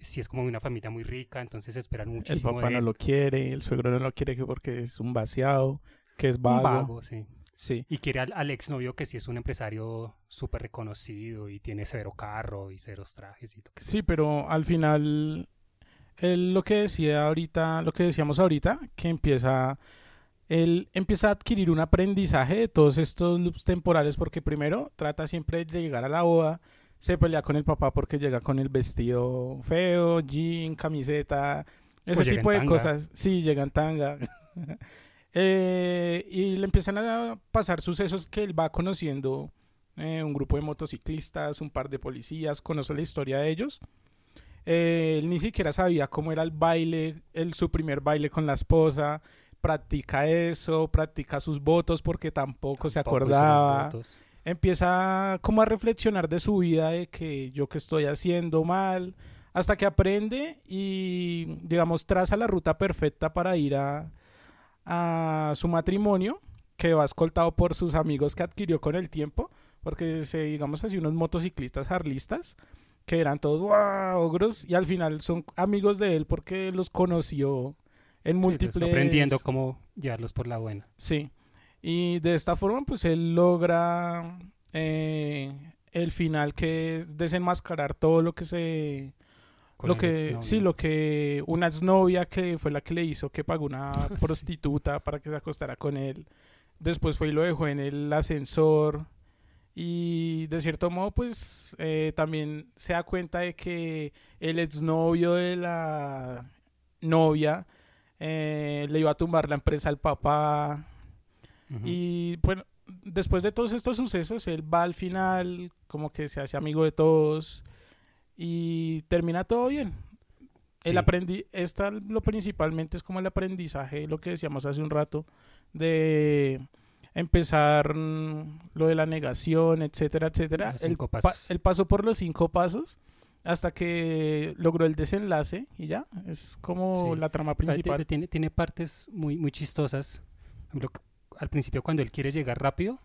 [SPEAKER 4] si es como de una familia muy rica, entonces esperan
[SPEAKER 5] El
[SPEAKER 4] muchísimo
[SPEAKER 5] papá
[SPEAKER 4] de
[SPEAKER 5] no
[SPEAKER 4] él.
[SPEAKER 5] lo quiere, el suegro no lo quiere que porque es un vaciado, que es
[SPEAKER 4] Un
[SPEAKER 5] vago.
[SPEAKER 4] vago, sí.
[SPEAKER 5] Sí.
[SPEAKER 4] Y quiere al, al exnovio que sí es un empresario súper reconocido y tiene severo carro y severos trajes y lo que sea.
[SPEAKER 5] Sí, pero al final él lo que decía ahorita, lo que decíamos ahorita, que empieza él empieza a adquirir un aprendizaje de todos estos loops temporales porque primero trata siempre de llegar a la boda, se pelea con el papá porque llega con el vestido feo, jean, camiseta, ese
[SPEAKER 4] llega en
[SPEAKER 5] tipo de
[SPEAKER 4] tanga.
[SPEAKER 5] cosas. Sí, llegan tanga. Eh, y le empiezan a pasar sucesos que él va conociendo, eh, un grupo de motociclistas, un par de policías, conoce la historia de ellos. Eh, él ni siquiera sabía cómo era el baile, el, su primer baile con la esposa. Practica eso, practica sus votos porque tampoco se
[SPEAKER 4] Tampoco hizo los
[SPEAKER 5] acordaba.
[SPEAKER 4] votos.
[SPEAKER 5] Empieza como a reflexionar de su vida, de que yo que estoy haciendo mal, hasta que aprende y, digamos, traza la ruta perfecta para ir a, a su matrimonio, que va escoltado por sus amigos que adquirió con el tiempo, porque se, digamos así, unos motociclistas harlistas, que eran todos "Guau", ogros, y al final son amigos de él porque los conoció en
[SPEAKER 4] Sí, pues,
[SPEAKER 5] múltiples...
[SPEAKER 4] aprendiendo cómo llevarlos por la buena.
[SPEAKER 5] Sí. Y de esta forma, pues él logra eh, el final que es desenmascarar todo lo que se.
[SPEAKER 4] con
[SPEAKER 5] lo
[SPEAKER 4] el
[SPEAKER 5] que,
[SPEAKER 4] exnovio.
[SPEAKER 5] sí, lo que una exnovia que fue la que le hizo que pagó una
[SPEAKER 4] Sí.
[SPEAKER 5] prostituta para que se acostara con él. Después fue y lo dejó en el ascensor. Y de cierto modo, pues eh, también se da cuenta de que el exnovio de la novia eh, le iba a tumbar la empresa al papá.
[SPEAKER 4] Ujú.
[SPEAKER 5] Y bueno, después de todos estos sucesos, él va al final, como que se hace amigo de todos y termina todo bien.
[SPEAKER 4] Sí.
[SPEAKER 5] El aprendi esta lo principalmente es como el aprendizaje, lo que decíamos hace un rato, de empezar mm, lo de la negación, etcétera, etcétera.
[SPEAKER 4] Los
[SPEAKER 5] el,
[SPEAKER 4] cinco
[SPEAKER 5] pa-
[SPEAKER 4] pasos.
[SPEAKER 5] el paso por los cinco pasos hasta que logró el desenlace y ya, es como
[SPEAKER 4] Sí.
[SPEAKER 5] la trama
[SPEAKER 4] Pero
[SPEAKER 5] principal.
[SPEAKER 4] tiene- Tiene, tiene partes muy, muy chistosas. Por ejemplo, Al principio, cuando él quiere llegar rápido,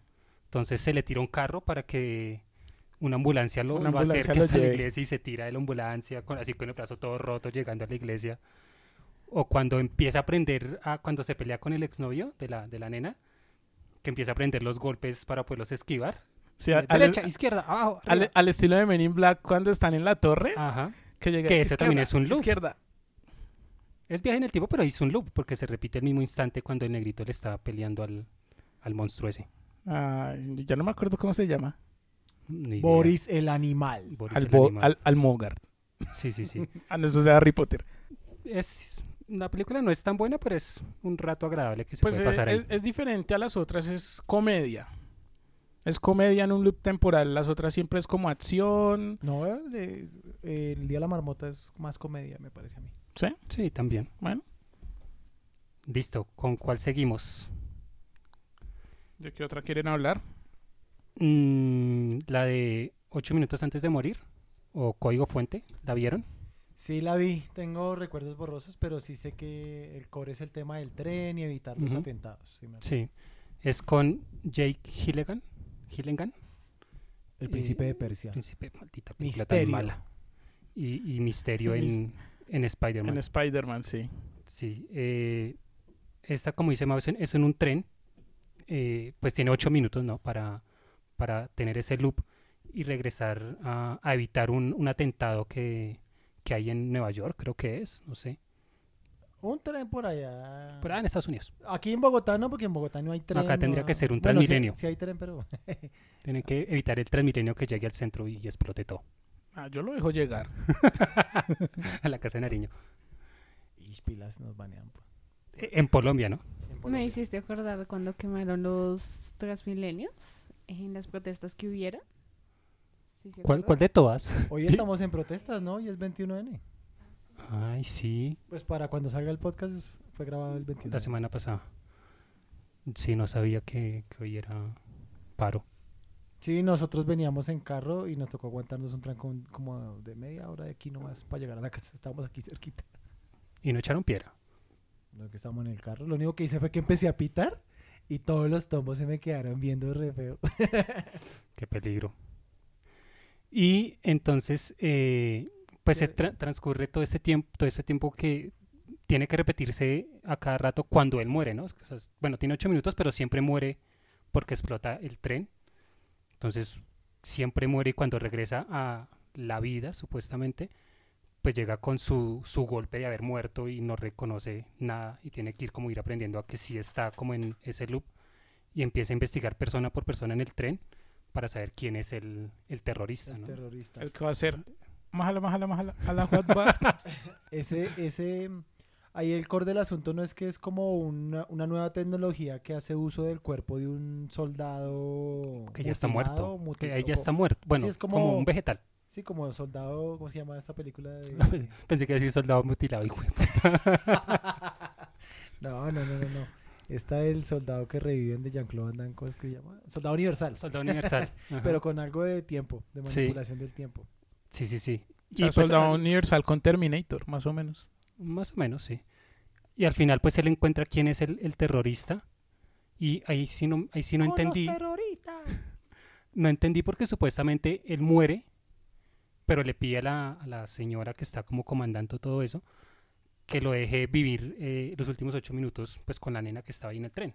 [SPEAKER 4] entonces se le tira un carro para que una ambulancia lo,
[SPEAKER 5] Una
[SPEAKER 4] lo
[SPEAKER 5] ambulancia
[SPEAKER 4] acerque
[SPEAKER 5] lo
[SPEAKER 4] hasta la
[SPEAKER 5] lleve.
[SPEAKER 4] iglesia y se tira de la ambulancia, con, así con el brazo todo roto, llegando a la iglesia. O cuando empieza a aprender, a, cuando se pelea con el exnovio de la, de la nena, que empieza a aprender los golpes para poderlos esquivar.
[SPEAKER 5] Sí, a- al-
[SPEAKER 4] Derecha, izquierda, abajo,
[SPEAKER 5] al,
[SPEAKER 4] arriba.
[SPEAKER 5] al estilo de Men in Black cuando están en la torre.
[SPEAKER 4] Ajá.
[SPEAKER 5] Que, llega,
[SPEAKER 4] Que ese también es un loop.
[SPEAKER 5] Izquierda.
[SPEAKER 4] Es viaje en el tiempo, pero hizo un loop, porque se repite el mismo instante cuando el negrito le estaba peleando al, al monstruo ese.
[SPEAKER 5] Ay, ya no me acuerdo cómo se llama.
[SPEAKER 4] Ni idea.
[SPEAKER 3] Boris el animal.
[SPEAKER 4] Boris
[SPEAKER 5] Al,
[SPEAKER 4] el
[SPEAKER 5] Bo-
[SPEAKER 4] animal.
[SPEAKER 5] al, al Mogart.
[SPEAKER 4] Sí, sí, sí.
[SPEAKER 5] Ah, no, eso es de Harry Potter.
[SPEAKER 4] Es, la película no es tan buena, pero es un rato agradable que se
[SPEAKER 5] Pues
[SPEAKER 4] puede
[SPEAKER 5] eh,
[SPEAKER 4] pasar ahí.
[SPEAKER 5] es, es diferente a las otras, es comedia. Es comedia en un loop temporal. Las otras siempre es como acción.
[SPEAKER 3] No, el, de- eh, el día de la marmota es más comedia, me parece a mí.
[SPEAKER 4] Sí, también.
[SPEAKER 5] Bueno,
[SPEAKER 4] Listo, ¿con cuál seguimos?
[SPEAKER 5] ¿de qué otra quieren hablar?
[SPEAKER 4] Mm, la de 8 minutos antes de morir, o Código Fuente, ¿la vieron?
[SPEAKER 3] Sí, la vi. Tengo recuerdos borrosos, pero sí sé que el core es el tema del tren y evitar los
[SPEAKER 4] Ujú.
[SPEAKER 3] atentados. sí me acuerdo.
[SPEAKER 4] Sí. Es con Jake Gilligan. Gilligan,
[SPEAKER 3] El
[SPEAKER 4] Eh,
[SPEAKER 3] príncipe de Persia.
[SPEAKER 4] príncipe, maldita película tan
[SPEAKER 3] Misterio.
[SPEAKER 4] mala. Y, y Misterio en, en Spider-Man.
[SPEAKER 5] En Spider-Man, sí.
[SPEAKER 4] Sí, eh, esta, como dice Mau, es en, es en un tren, eh, pues tiene ocho minutos, ¿no? Para, para tener ese loop y regresar a, a evitar un, un atentado que, que hay en Nueva York, creo que es, no sé.
[SPEAKER 3] Un tren por allá.
[SPEAKER 4] Pero ah, en Estados Unidos.
[SPEAKER 3] Aquí en Bogotá no, porque en Bogotá no hay tren.
[SPEAKER 4] Acá
[SPEAKER 3] no
[SPEAKER 4] tendría
[SPEAKER 3] hay-
[SPEAKER 4] que ser un
[SPEAKER 3] Bueno, sí-
[SPEAKER 4] Transmilenio.
[SPEAKER 3] Sí, hay tren, pero
[SPEAKER 4] Tienen que evitar el Transmilenio que llegue al centro y explote todo,
[SPEAKER 5] Ah, yo lo dejo llegar.
[SPEAKER 4] a la casa de Nariño.
[SPEAKER 3] y pilas nos banean. pues.
[SPEAKER 4] E, En Colombia, ¿no?
[SPEAKER 6] Me hiciste acordar cuando quemaron los Transmilenios en las protestas que hubiera. Sí, se
[SPEAKER 4] ¿Cuál,
[SPEAKER 6] acuerda.
[SPEAKER 4] cuál de todas?
[SPEAKER 3] Hoy estamos en protestas, ¿no? Y es 21N.
[SPEAKER 4] Ay, sí.
[SPEAKER 3] Pues para cuando salga el podcast fue grabado el 21.
[SPEAKER 4] La semana pasada. Sí, no sabía que, que hoy era paro.
[SPEAKER 3] Sí, nosotros veníamos en carro y nos tocó aguantarnos un trancón como de media hora de aquí nomás para llegar a la casa. Estábamos aquí cerquita.
[SPEAKER 4] Y no echaron piedra.
[SPEAKER 3] Lo que estábamos en el carro. Lo único que hice fue que empecé a pitar y todos los tombos se me quedaron viendo re feo.
[SPEAKER 4] Qué peligro. Y entonces, eh, pues se tra- transcurre todo ese tiempo, todo ese tiempo que tiene que repetirse a cada rato cuando él muere, ¿no? O sea, es- bueno, tiene ocho minutos, pero siempre muere porque explota el tren. Entonces, siempre muere y cuando regresa a la vida, supuestamente, pues llega con su, su golpe de haber muerto y no reconoce nada y tiene que ir como ir aprendiendo a que sí está como en ese loop y empieza a investigar persona por persona en el tren para saber quién es el, el terrorista,
[SPEAKER 3] El
[SPEAKER 4] ¿no?
[SPEAKER 3] terrorista.
[SPEAKER 5] El que va a ser. Májala, májala, májala. A la Juan
[SPEAKER 3] Ese, ese, ahí el core del asunto no es que es como una, una nueva tecnología que hace uso del cuerpo de un soldado
[SPEAKER 4] Que ya está
[SPEAKER 3] mutilado,
[SPEAKER 4] muerto.
[SPEAKER 3] muti-
[SPEAKER 4] Que ahí ya
[SPEAKER 3] o-
[SPEAKER 4] está muerto. Bueno,
[SPEAKER 3] es
[SPEAKER 4] como...
[SPEAKER 3] como-
[SPEAKER 4] un vegetal.
[SPEAKER 3] Sí, como soldado, ¿cómo se llama esta película? De...
[SPEAKER 4] Pensé que iba a decir soldado mutilado. hijo de-
[SPEAKER 3] No, no, no, no, no. Está el soldado que reviven de Jean-Claude Van Damme, ¿cómo es que se llama? Soldado Universal,
[SPEAKER 4] Soldado universal. Ajá.
[SPEAKER 3] pero con algo de tiempo, de
[SPEAKER 4] Sí.
[SPEAKER 3] manipulación del tiempo.
[SPEAKER 4] Sí, sí, sí.
[SPEAKER 5] Y
[SPEAKER 4] pues,
[SPEAKER 5] Soldado
[SPEAKER 4] al-
[SPEAKER 5] Universal con Terminator, más o menos.
[SPEAKER 4] Más o menos, sí. Y al final, pues él encuentra quién es el, el terrorista. Y ahí sí no, ahí sí no entendí. No entendí porque supuestamente él muere, pero le pide a la, a la señora que está como comandando todo eso que lo deje vivir eh, los últimos ocho minutos pues con la nena que estaba ahí en el tren.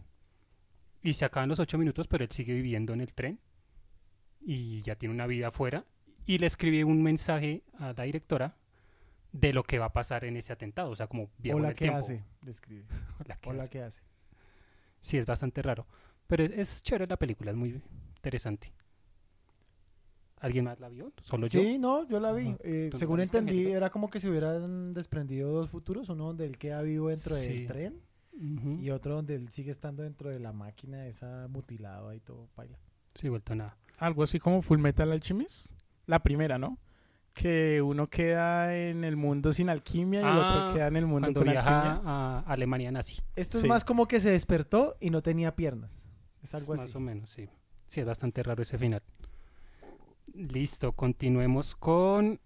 [SPEAKER 4] Y se acaban los ocho minutos, pero él sigue viviendo en el tren y ya tiene una vida afuera. Y le escribí un mensaje a la directora de lo que va a pasar en ese atentado, o sea, como viajo
[SPEAKER 3] O
[SPEAKER 4] en
[SPEAKER 3] la
[SPEAKER 4] el
[SPEAKER 3] que
[SPEAKER 4] tiempo.
[SPEAKER 3] hace, describe.
[SPEAKER 4] Hola, ¿qué
[SPEAKER 3] O la
[SPEAKER 4] hace?
[SPEAKER 3] que hace.
[SPEAKER 4] Sí, es bastante raro. Pero es, es chévere la película, es muy interesante. ¿Alguien más la vio? ¿Solo yo?
[SPEAKER 3] Sí, no, yo la vi.
[SPEAKER 4] Ajá.
[SPEAKER 3] Eh,
[SPEAKER 4] ¿Tú
[SPEAKER 3] según
[SPEAKER 4] la viste,
[SPEAKER 3] entendí,
[SPEAKER 4] Angélica?
[SPEAKER 3] era como que se hubieran desprendido dos futuros, uno donde él queda vivo dentro del
[SPEAKER 4] Sí.
[SPEAKER 3] tren
[SPEAKER 4] Ujú.
[SPEAKER 3] y otro donde él sigue estando dentro de la máquina esa mutilado ahí todo paila.
[SPEAKER 4] Sí, vuelto nada.
[SPEAKER 5] Algo así como Full Metal Alchemist. La primera, ¿no? Que uno queda en el mundo sin alquimia y el
[SPEAKER 4] Ah,
[SPEAKER 5] otro queda en el mundo
[SPEAKER 4] Cuando
[SPEAKER 5] con
[SPEAKER 4] viaja
[SPEAKER 5] alquimia.
[SPEAKER 4] a Alemania nazi.
[SPEAKER 3] Esto
[SPEAKER 5] Sí.
[SPEAKER 3] es más como que se despertó y no tenía piernas. Es algo
[SPEAKER 4] Más
[SPEAKER 3] así.
[SPEAKER 4] o menos, sí. Sí, es bastante raro ese final. Listo, continuemos con...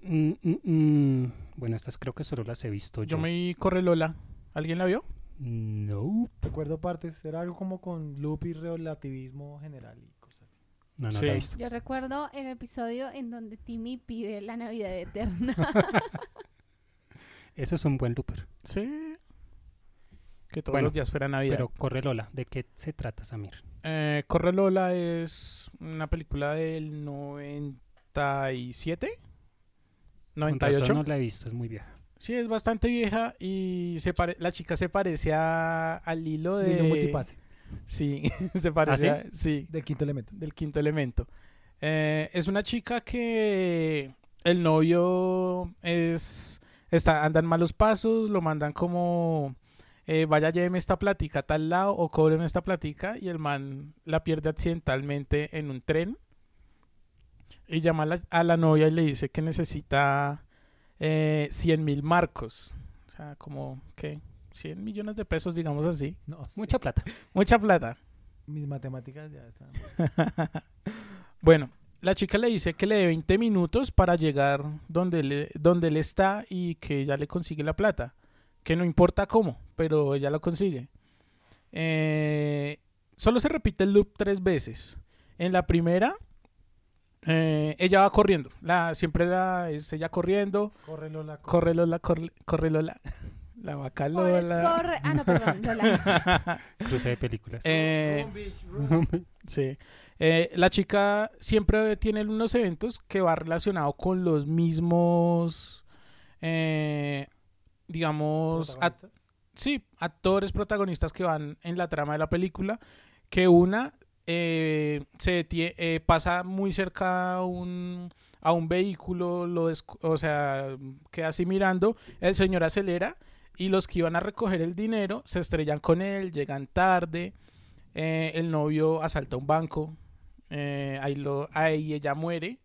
[SPEAKER 4] mm, mm, mm. Bueno, estas creo que solo las he visto pues yo.
[SPEAKER 5] Yo me vi Correlola. ¿Alguien la vio?
[SPEAKER 4] No.
[SPEAKER 3] Recuerdo partes, era algo como con loop y relativismo general y cosas así.
[SPEAKER 4] No, no
[SPEAKER 5] Sí.
[SPEAKER 4] la he visto.
[SPEAKER 6] Yo recuerdo el episodio en donde Timmy pide la Navidad eterna.
[SPEAKER 4] Eso es un buen looper.
[SPEAKER 5] Sí. Que todos
[SPEAKER 4] Bueno,
[SPEAKER 5] los días fuera Navidad.
[SPEAKER 4] Pero corre Lola, ¿de qué se trata, Samir?
[SPEAKER 5] Eh, Corre Lola es una película del 97,
[SPEAKER 4] Con
[SPEAKER 5] 98.
[SPEAKER 4] razón no la he visto, es muy vieja.
[SPEAKER 5] Sí, es bastante vieja y se pare- la chica se parece a- al hilo de...
[SPEAKER 3] Lilo multipase,
[SPEAKER 5] Sí, se parece
[SPEAKER 4] ¿Ah,
[SPEAKER 5] a- sí,
[SPEAKER 3] del quinto elemento.
[SPEAKER 5] del quinto elemento. Eh, es una chica que el novio es está andan malos pasos, lo mandan como eh, vaya lléveme esta plática a tal lado o cóbreme esta plática y el man la pierde accidentalmente en un tren y llama a la, a la novia y le dice que necesita eh, 100 mil marcos, o sea, como que 100 millones de pesos, digamos así,
[SPEAKER 3] No, sé,
[SPEAKER 4] Mucha plata.
[SPEAKER 5] mucha plata.
[SPEAKER 3] mis matemáticas ya están.
[SPEAKER 5] Bueno, la chica le dice que le dé 20 minutos para llegar donde, le- donde él está y que ella le consigue la plata. Que no importa cómo, pero ella la consigue. Eh, solo se repite el loop tres veces. En la primera, eh, ella va corriendo. La, siempre la, es ella corriendo.
[SPEAKER 3] Corre Lola, corre.
[SPEAKER 5] Corre Lola, corre, corre Lola. La vaca
[SPEAKER 6] Pobres
[SPEAKER 5] Lola.
[SPEAKER 6] corre- Ah, no, perdón, Lola.
[SPEAKER 4] Cruce de películas.
[SPEAKER 5] Eh,
[SPEAKER 3] Run, bitch, run.
[SPEAKER 5] Sí. Eh, la chica siempre tiene unos eventos que va relacionado con los mismos, eh, digamos, act-
[SPEAKER 3] ¿Protagonistas?
[SPEAKER 5] sí, actores protagonistas que van en la trama de la película, que una eh, se detie- eh, pasa muy cerca a un, a un vehículo, lo descu- o sea, queda así mirando, el señor acelera y los que iban a recoger el dinero se estrellan con él, llegan tarde, eh, el novio asalta un banco, eh, ahí, lo, ahí ella muere,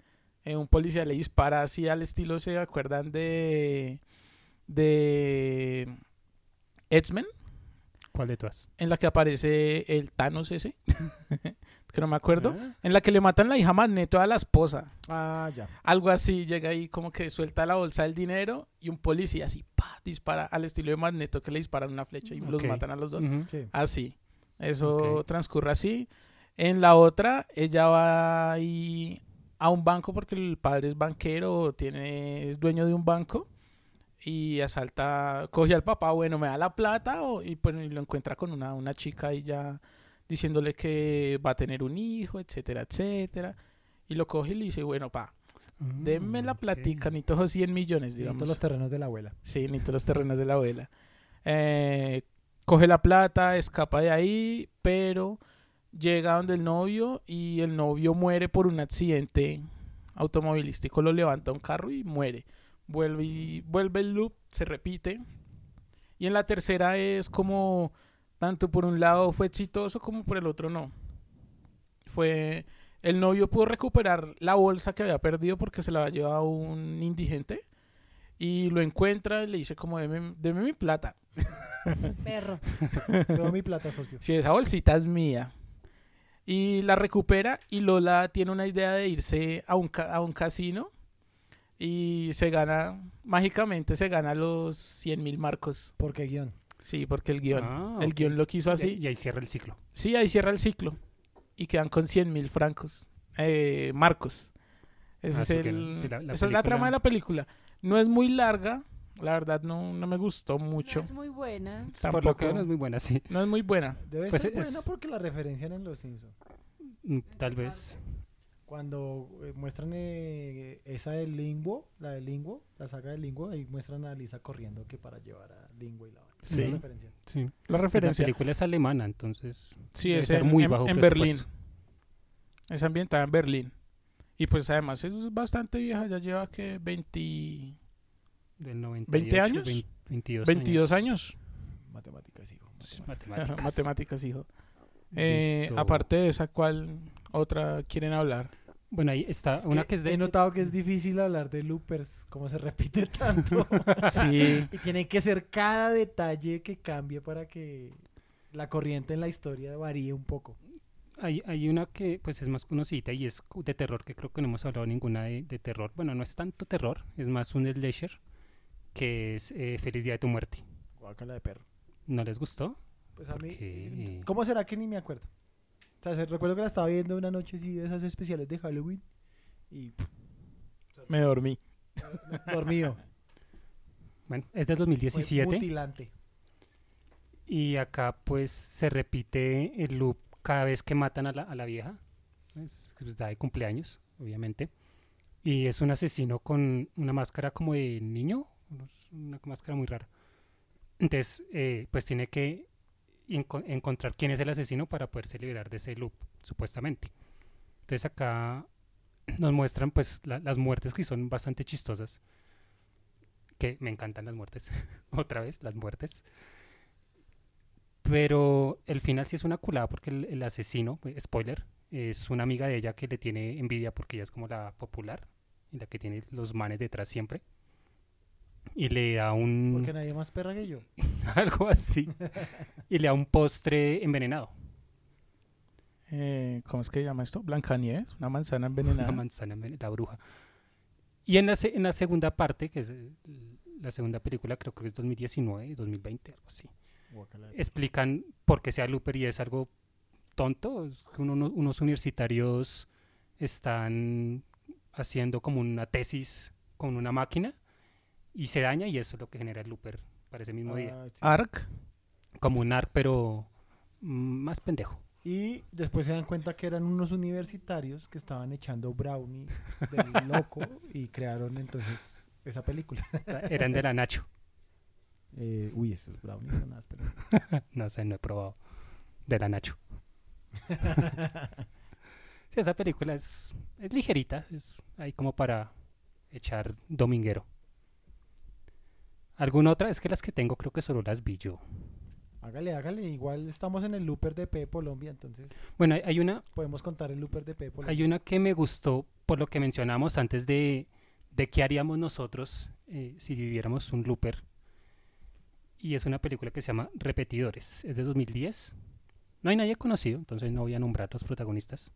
[SPEAKER 5] eh, un policía le dispara así al estilo, ¿se acuerdan de... de... X-Men?
[SPEAKER 4] ¿Cuál de todas?
[SPEAKER 5] en la que aparece el Thanos ese, que no me acuerdo,
[SPEAKER 4] Ah.
[SPEAKER 5] en la que le matan la hija magneto a la esposa.
[SPEAKER 3] Ah, ya.
[SPEAKER 5] Algo así, llega ahí como que suelta la bolsa del dinero y un policía así, pa, dispara al estilo de magneto que le disparan una flecha y los
[SPEAKER 4] Ok.
[SPEAKER 5] matan a los dos.
[SPEAKER 4] Ujú.
[SPEAKER 3] Sí.
[SPEAKER 5] Así. Eso
[SPEAKER 4] Ok.
[SPEAKER 5] transcurre así. En la otra, ella va ahí a un banco porque el padre es banquero, tiene, es dueño de un banco y asalta, coge al papá, bueno, me da la plata o- y, pues, y lo encuentra con una, una chica y ya diciéndole que va a tener un hijo, etcétera, etcétera. Y lo coge y le dice, bueno, pa,
[SPEAKER 4] Mm,
[SPEAKER 5] denme la
[SPEAKER 4] ok. Ah,
[SPEAKER 5] platica, necesito esos 100 millones,
[SPEAKER 3] Y
[SPEAKER 5] digamos.
[SPEAKER 3] todos los terrenos de la abuela.
[SPEAKER 5] Sí, necesito los terrenos de la abuela. Eh, coge la plata, escapa de ahí, pero llega donde el novio y el novio muere por un accidente automovilístico. Lo levanta un carro y muere. Vuelve, y, vuelve el loop, se repite. Y en la tercera es como, tanto por un lado fue exitoso como por el otro no. Fue, el novio pudo recuperar la bolsa que había perdido porque se la había llevado un indigente. Y lo encuentra y le dice como, deme, deme mi plata.
[SPEAKER 6] Perro.
[SPEAKER 3] Todo mi plata, socio.
[SPEAKER 5] Si esa bolsita es mía. Y la recupera y Lola tiene una idea de irse a un, ca- a un casino y se gana, mágicamente se gana los 100 mil marcos.
[SPEAKER 3] ¿Por qué guión?
[SPEAKER 5] Sí, porque el guión,
[SPEAKER 4] Ah,
[SPEAKER 5] el
[SPEAKER 4] ok.
[SPEAKER 5] guión lo quiso así.
[SPEAKER 4] Y ahí cierra el ciclo.
[SPEAKER 5] Sí, ahí cierra el ciclo. Y quedan con 100 mil francos. Eh, marcos. Ese
[SPEAKER 4] Ah,
[SPEAKER 5] es
[SPEAKER 4] sí,
[SPEAKER 5] el-
[SPEAKER 4] quedan. Sí, la- la
[SPEAKER 5] esa es la trama
[SPEAKER 4] película-
[SPEAKER 5] de la película. No es muy larga. La verdad, no, no me gustó
[SPEAKER 6] No,
[SPEAKER 5] mucho.
[SPEAKER 6] es muy buena.
[SPEAKER 4] Por lo que
[SPEAKER 5] Tampoco-
[SPEAKER 4] veo no es muy buena, sí.
[SPEAKER 5] No es muy buena.
[SPEAKER 3] Debe
[SPEAKER 4] Pues
[SPEAKER 3] ser
[SPEAKER 4] es-
[SPEAKER 3] buena porque la referencian en Los Simpsons.
[SPEAKER 4] Mm, Tal vez.
[SPEAKER 3] Cuando eh, muestran eh, esa del Linguo, la de Linguo, la saga de Linguo, ahí muestran a Lisa corriendo que para llevar a Linguo y la vaina.
[SPEAKER 4] Sí.
[SPEAKER 3] La referencia.
[SPEAKER 4] Sí.
[SPEAKER 5] La
[SPEAKER 4] La
[SPEAKER 5] referencia.
[SPEAKER 4] película es alemana, entonces.
[SPEAKER 5] Sí,
[SPEAKER 4] debe
[SPEAKER 5] es
[SPEAKER 4] ser
[SPEAKER 5] en,
[SPEAKER 4] muy
[SPEAKER 5] en-
[SPEAKER 4] bajo
[SPEAKER 5] en Berlín.
[SPEAKER 4] presupuesto.
[SPEAKER 5] Es ambientada en Berlín. Y pues además es bastante vieja, ya lleva que 20,
[SPEAKER 4] Del 98,
[SPEAKER 5] 20 años?
[SPEAKER 4] 20 22,
[SPEAKER 5] 22 años.
[SPEAKER 3] Matemáticas, hijo. matemáticas.
[SPEAKER 5] Ajá,
[SPEAKER 4] Matemáticas.
[SPEAKER 5] Matemáticas, hijo. Eh,
[SPEAKER 4] Listo.
[SPEAKER 5] aparte de esa, ¿cuál otra quieren hablar?
[SPEAKER 4] Bueno, ahí está
[SPEAKER 3] Es
[SPEAKER 4] una
[SPEAKER 3] que
[SPEAKER 4] que es de.
[SPEAKER 3] He notado que es difícil hablar de loopers, como se repite tanto.
[SPEAKER 5] Sí.
[SPEAKER 3] y tiene que ser cada detalle que cambie para que la corriente en la historia varíe un poco.
[SPEAKER 4] Hay, hay una que pues es más conocida y es cu- de terror, que creo que no hemos hablado ninguna de, de terror. Bueno, no es tanto terror, es más un slasher, que es eh, Feliz Día de tu Muerte.
[SPEAKER 3] Guácala de perro.
[SPEAKER 4] ¿No les gustó?
[SPEAKER 3] Pues a
[SPEAKER 4] ¿Por
[SPEAKER 3] mí.
[SPEAKER 4] qué?
[SPEAKER 3] ¿Cómo será que ni me acuerdo? O sea, se- recuerdo que la estaba viendo una noche así de esas especiales de Halloween y pff,
[SPEAKER 5] Me dormí.
[SPEAKER 3] dormido.
[SPEAKER 4] Bueno, es del
[SPEAKER 3] Fue
[SPEAKER 4] 2017
[SPEAKER 3] Mutilante.
[SPEAKER 4] y acá pues se repite el loop cada vez que matan a la, a la vieja. Es, pues, da de cumpleaños, obviamente. Y es un asesino con una máscara como de niño, unos- una máscara muy rara. Entonces, eh, pues tiene que enco- encontrar quién es el asesino para poderse liberar de ese loop, supuestamente. Entonces acá nos muestran pues la- las muertes que son bastante chistosas. Que me encantan las muertes. Otra vez, las muertes. Pero el final sí es una culada porque el, el asesino, eh, spoiler, es una amiga de ella que le tiene envidia porque ella es como la popular y la que tiene los manes detrás siempre. Y le da un...
[SPEAKER 3] Porque nadie más perra que yo.
[SPEAKER 4] algo así, y le da un postre envenenado,
[SPEAKER 5] Eh, ¿Cómo es que llama esto? Blancanieves, una
[SPEAKER 4] una
[SPEAKER 5] manzana envenenada.
[SPEAKER 4] manzana envenen- la bruja. Y en la, se- en la segunda parte, que es eh, la segunda película, creo que es 2019, 2020, algo así, explican por qué sea Looper y es algo tonto. es que uno- unos universitarios están haciendo como una tesis con una máquina y se daña y eso es lo que genera el Looper para ese mismo día.
[SPEAKER 3] Ah, sí.
[SPEAKER 5] Ark,
[SPEAKER 4] Como un ARC, pero mm, más pendejo.
[SPEAKER 3] Y después se dan cuenta que eran unos universitarios que estaban echando brownie del loco y crearon entonces esa película.
[SPEAKER 4] Eran de la Nacho.
[SPEAKER 3] Eh, uy, esos brownies son ásperos.
[SPEAKER 4] No sé, no he probado. De la Nacho. Sí, esa película es, es ligerita. Es ahí como para echar dominguero. ¿Alguna otra? Es que las que tengo creo que solo las vi yo.
[SPEAKER 3] Hágale, hágale. Igual estamos en el looper de P Colombia, entonces
[SPEAKER 4] Bueno, hay- hay una,
[SPEAKER 3] podemos contar el looper de P Colombia.
[SPEAKER 4] Hay una que me gustó por lo que mencionamos antes de, de qué haríamos nosotros eh, si viviéramos un looper. Y es una película que se llama Repetidores. Es de 2010. No hay nadie conocido, entonces no voy a nombrar los protagonistas.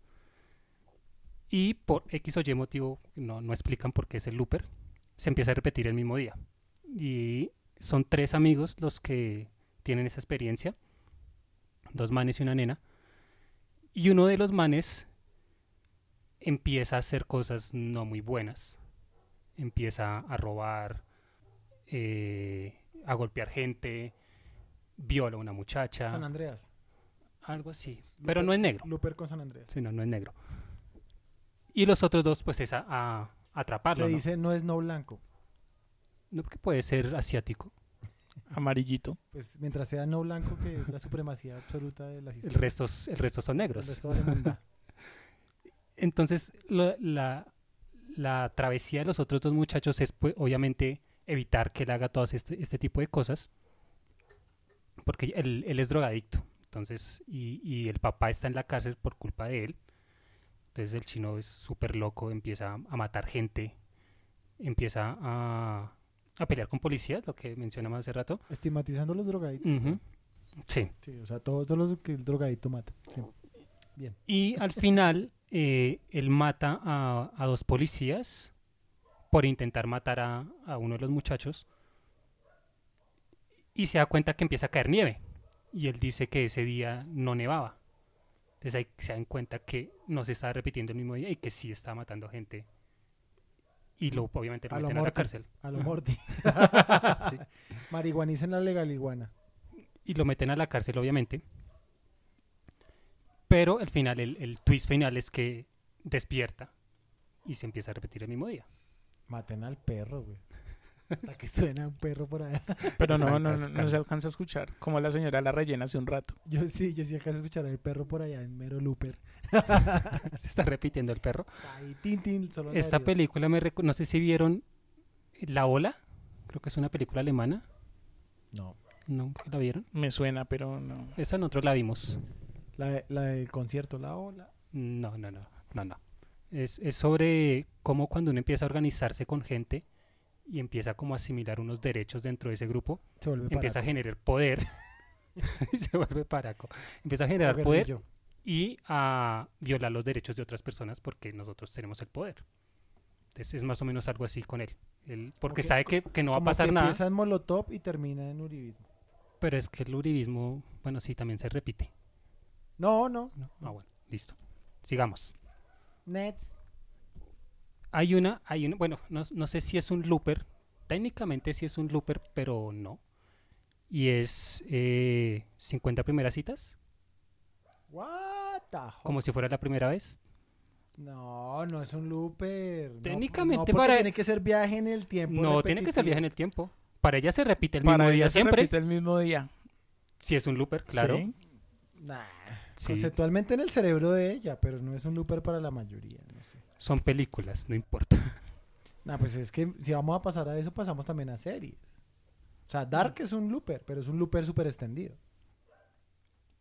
[SPEAKER 4] Y por X o Y motivo, no, no explican por qué es el looper, se empieza a repetir el mismo día. Y son tres amigos los que tienen esa experiencia. Dos manes y una nena. Y uno de los manes empieza a hacer cosas no muy buenas. Empieza a robar, eh, a golpear gente, viola a una muchacha,
[SPEAKER 3] San Andreas.
[SPEAKER 4] algo así. Pero no es negro.
[SPEAKER 3] Looper con San Andreas.
[SPEAKER 4] Sí, no, no es negro. Y los otros dos, pues es a, a atraparlo.
[SPEAKER 3] Se
[SPEAKER 4] Ah, ¿no?
[SPEAKER 3] dice no es no blanco.
[SPEAKER 4] No, porque puede ser asiático.
[SPEAKER 5] Amarillito.
[SPEAKER 3] Pues mientras sea no blanco, que es la supremacía absoluta de las
[SPEAKER 4] El
[SPEAKER 3] historias.
[SPEAKER 4] resto, es- el resto son
[SPEAKER 3] El
[SPEAKER 4] negros.
[SPEAKER 3] resto vale mundá.
[SPEAKER 4] Entonces, lo- la, la travesía de los otros dos muchachos es, pues, obviamente, evitar que él haga todo este, este tipo de cosas. Porque él, él es drogadicto. Entonces, y, y el papá está en la cárcel por culpa de él. Entonces, el chino es súper loco, empieza a matar gente, empieza a, a pelear con policías, lo que mencionamos hace rato.
[SPEAKER 3] Estigmatizando a los drogaditos.
[SPEAKER 4] Ujú. Sí.
[SPEAKER 3] Sí, o sea, todos, todos los que el drogadito mata. Sí.
[SPEAKER 4] Y al final, eh, él mata a, a dos policías por intentar matar a, a uno de los muchachos. Y se da cuenta que empieza a caer nieve. Y él dice que ese día no nevaba. Entonces ahí se dan cuenta que no se está repitiendo el mismo día y que sí está matando gente. Y lo, obviamente lo
[SPEAKER 3] A lo
[SPEAKER 4] meten a la
[SPEAKER 3] Morty.
[SPEAKER 4] cárcel.
[SPEAKER 3] A lo Morty.
[SPEAKER 4] Sí.
[SPEAKER 3] Marihuanicen la legal iguana.
[SPEAKER 4] y lo meten a la cárcel, obviamente. Pero al final, el, el twist final es que despierta y se empieza a repetir el mismo día.
[SPEAKER 3] Maten al perro, güey. Hasta que suena un perro por allá.
[SPEAKER 5] Pero no, no, no,
[SPEAKER 4] Zancascano.
[SPEAKER 5] no se alcanza a escuchar. Como la señora la rellena hace un rato.
[SPEAKER 3] Yo sí, yo sí alcanzo a escuchar al perro por allá en mero looper.
[SPEAKER 4] Se está repitiendo el perro.
[SPEAKER 3] Ahí, tin, tin, solo al
[SPEAKER 4] Esta
[SPEAKER 3] radio.
[SPEAKER 4] película, me recu- no sé si vieron La Ola, creo que es una película alemana.
[SPEAKER 3] No.
[SPEAKER 4] ¿Nunca la vieron?
[SPEAKER 5] Me suena, pero no.
[SPEAKER 4] Esa nosotros la vimos.
[SPEAKER 3] La, de- la del concierto, la ola.
[SPEAKER 4] No, no, no, no, no. Es, es sobre cómo cuando uno empieza a organizarse con gente y empieza como a asimilar unos derechos dentro de ese grupo,
[SPEAKER 3] Se vuelve
[SPEAKER 4] empieza a generar poder y se vuelve paraco. Empieza a generar poder
[SPEAKER 3] poder.
[SPEAKER 4] y a violar los derechos de otras personas porque nosotros tenemos el poder. Entonces es más o menos algo así con él. Él- porque
[SPEAKER 3] que-
[SPEAKER 4] sabe que, que no va a pasar
[SPEAKER 3] que
[SPEAKER 4] nada,
[SPEAKER 3] Empieza en Molotov y termina en Uribismo.
[SPEAKER 4] pero es que el uribismo, bueno, sí, también se repite.
[SPEAKER 3] No, no.
[SPEAKER 4] ¿no? Ah, bueno, listo. Sigamos.
[SPEAKER 3] Nets.
[SPEAKER 4] Hay una, hay una, bueno, no, no sé si es un looper, técnicamente sí es un looper, pero no. Y es eh, 50 primeras citas,
[SPEAKER 3] What the hell?
[SPEAKER 4] como si fuera la primera vez.
[SPEAKER 3] No, no es un looper. No,
[SPEAKER 4] Técnicamente
[SPEAKER 3] no, porque
[SPEAKER 4] para-
[SPEAKER 3] tiene que ser viaje en el tiempo.
[SPEAKER 4] No, tiene que ser viaje en el tiempo. Para ella se repite el
[SPEAKER 5] Para
[SPEAKER 4] mismo
[SPEAKER 5] ella
[SPEAKER 4] día
[SPEAKER 5] se
[SPEAKER 4] siempre.
[SPEAKER 5] repite el mismo día.
[SPEAKER 4] Si es un looper, claro.
[SPEAKER 5] Sí.
[SPEAKER 3] tiempo. Nah.
[SPEAKER 4] Sí,
[SPEAKER 3] Conceptualmente en el cerebro de ella, pero no es un looper para la mayoría, no sé.
[SPEAKER 4] Son películas, no importa.
[SPEAKER 3] Nah, pues es que si vamos a pasar a eso, pasamos también a series. O sea, Dark
[SPEAKER 4] Mm.
[SPEAKER 3] es un looper, pero es un looper súper extendido.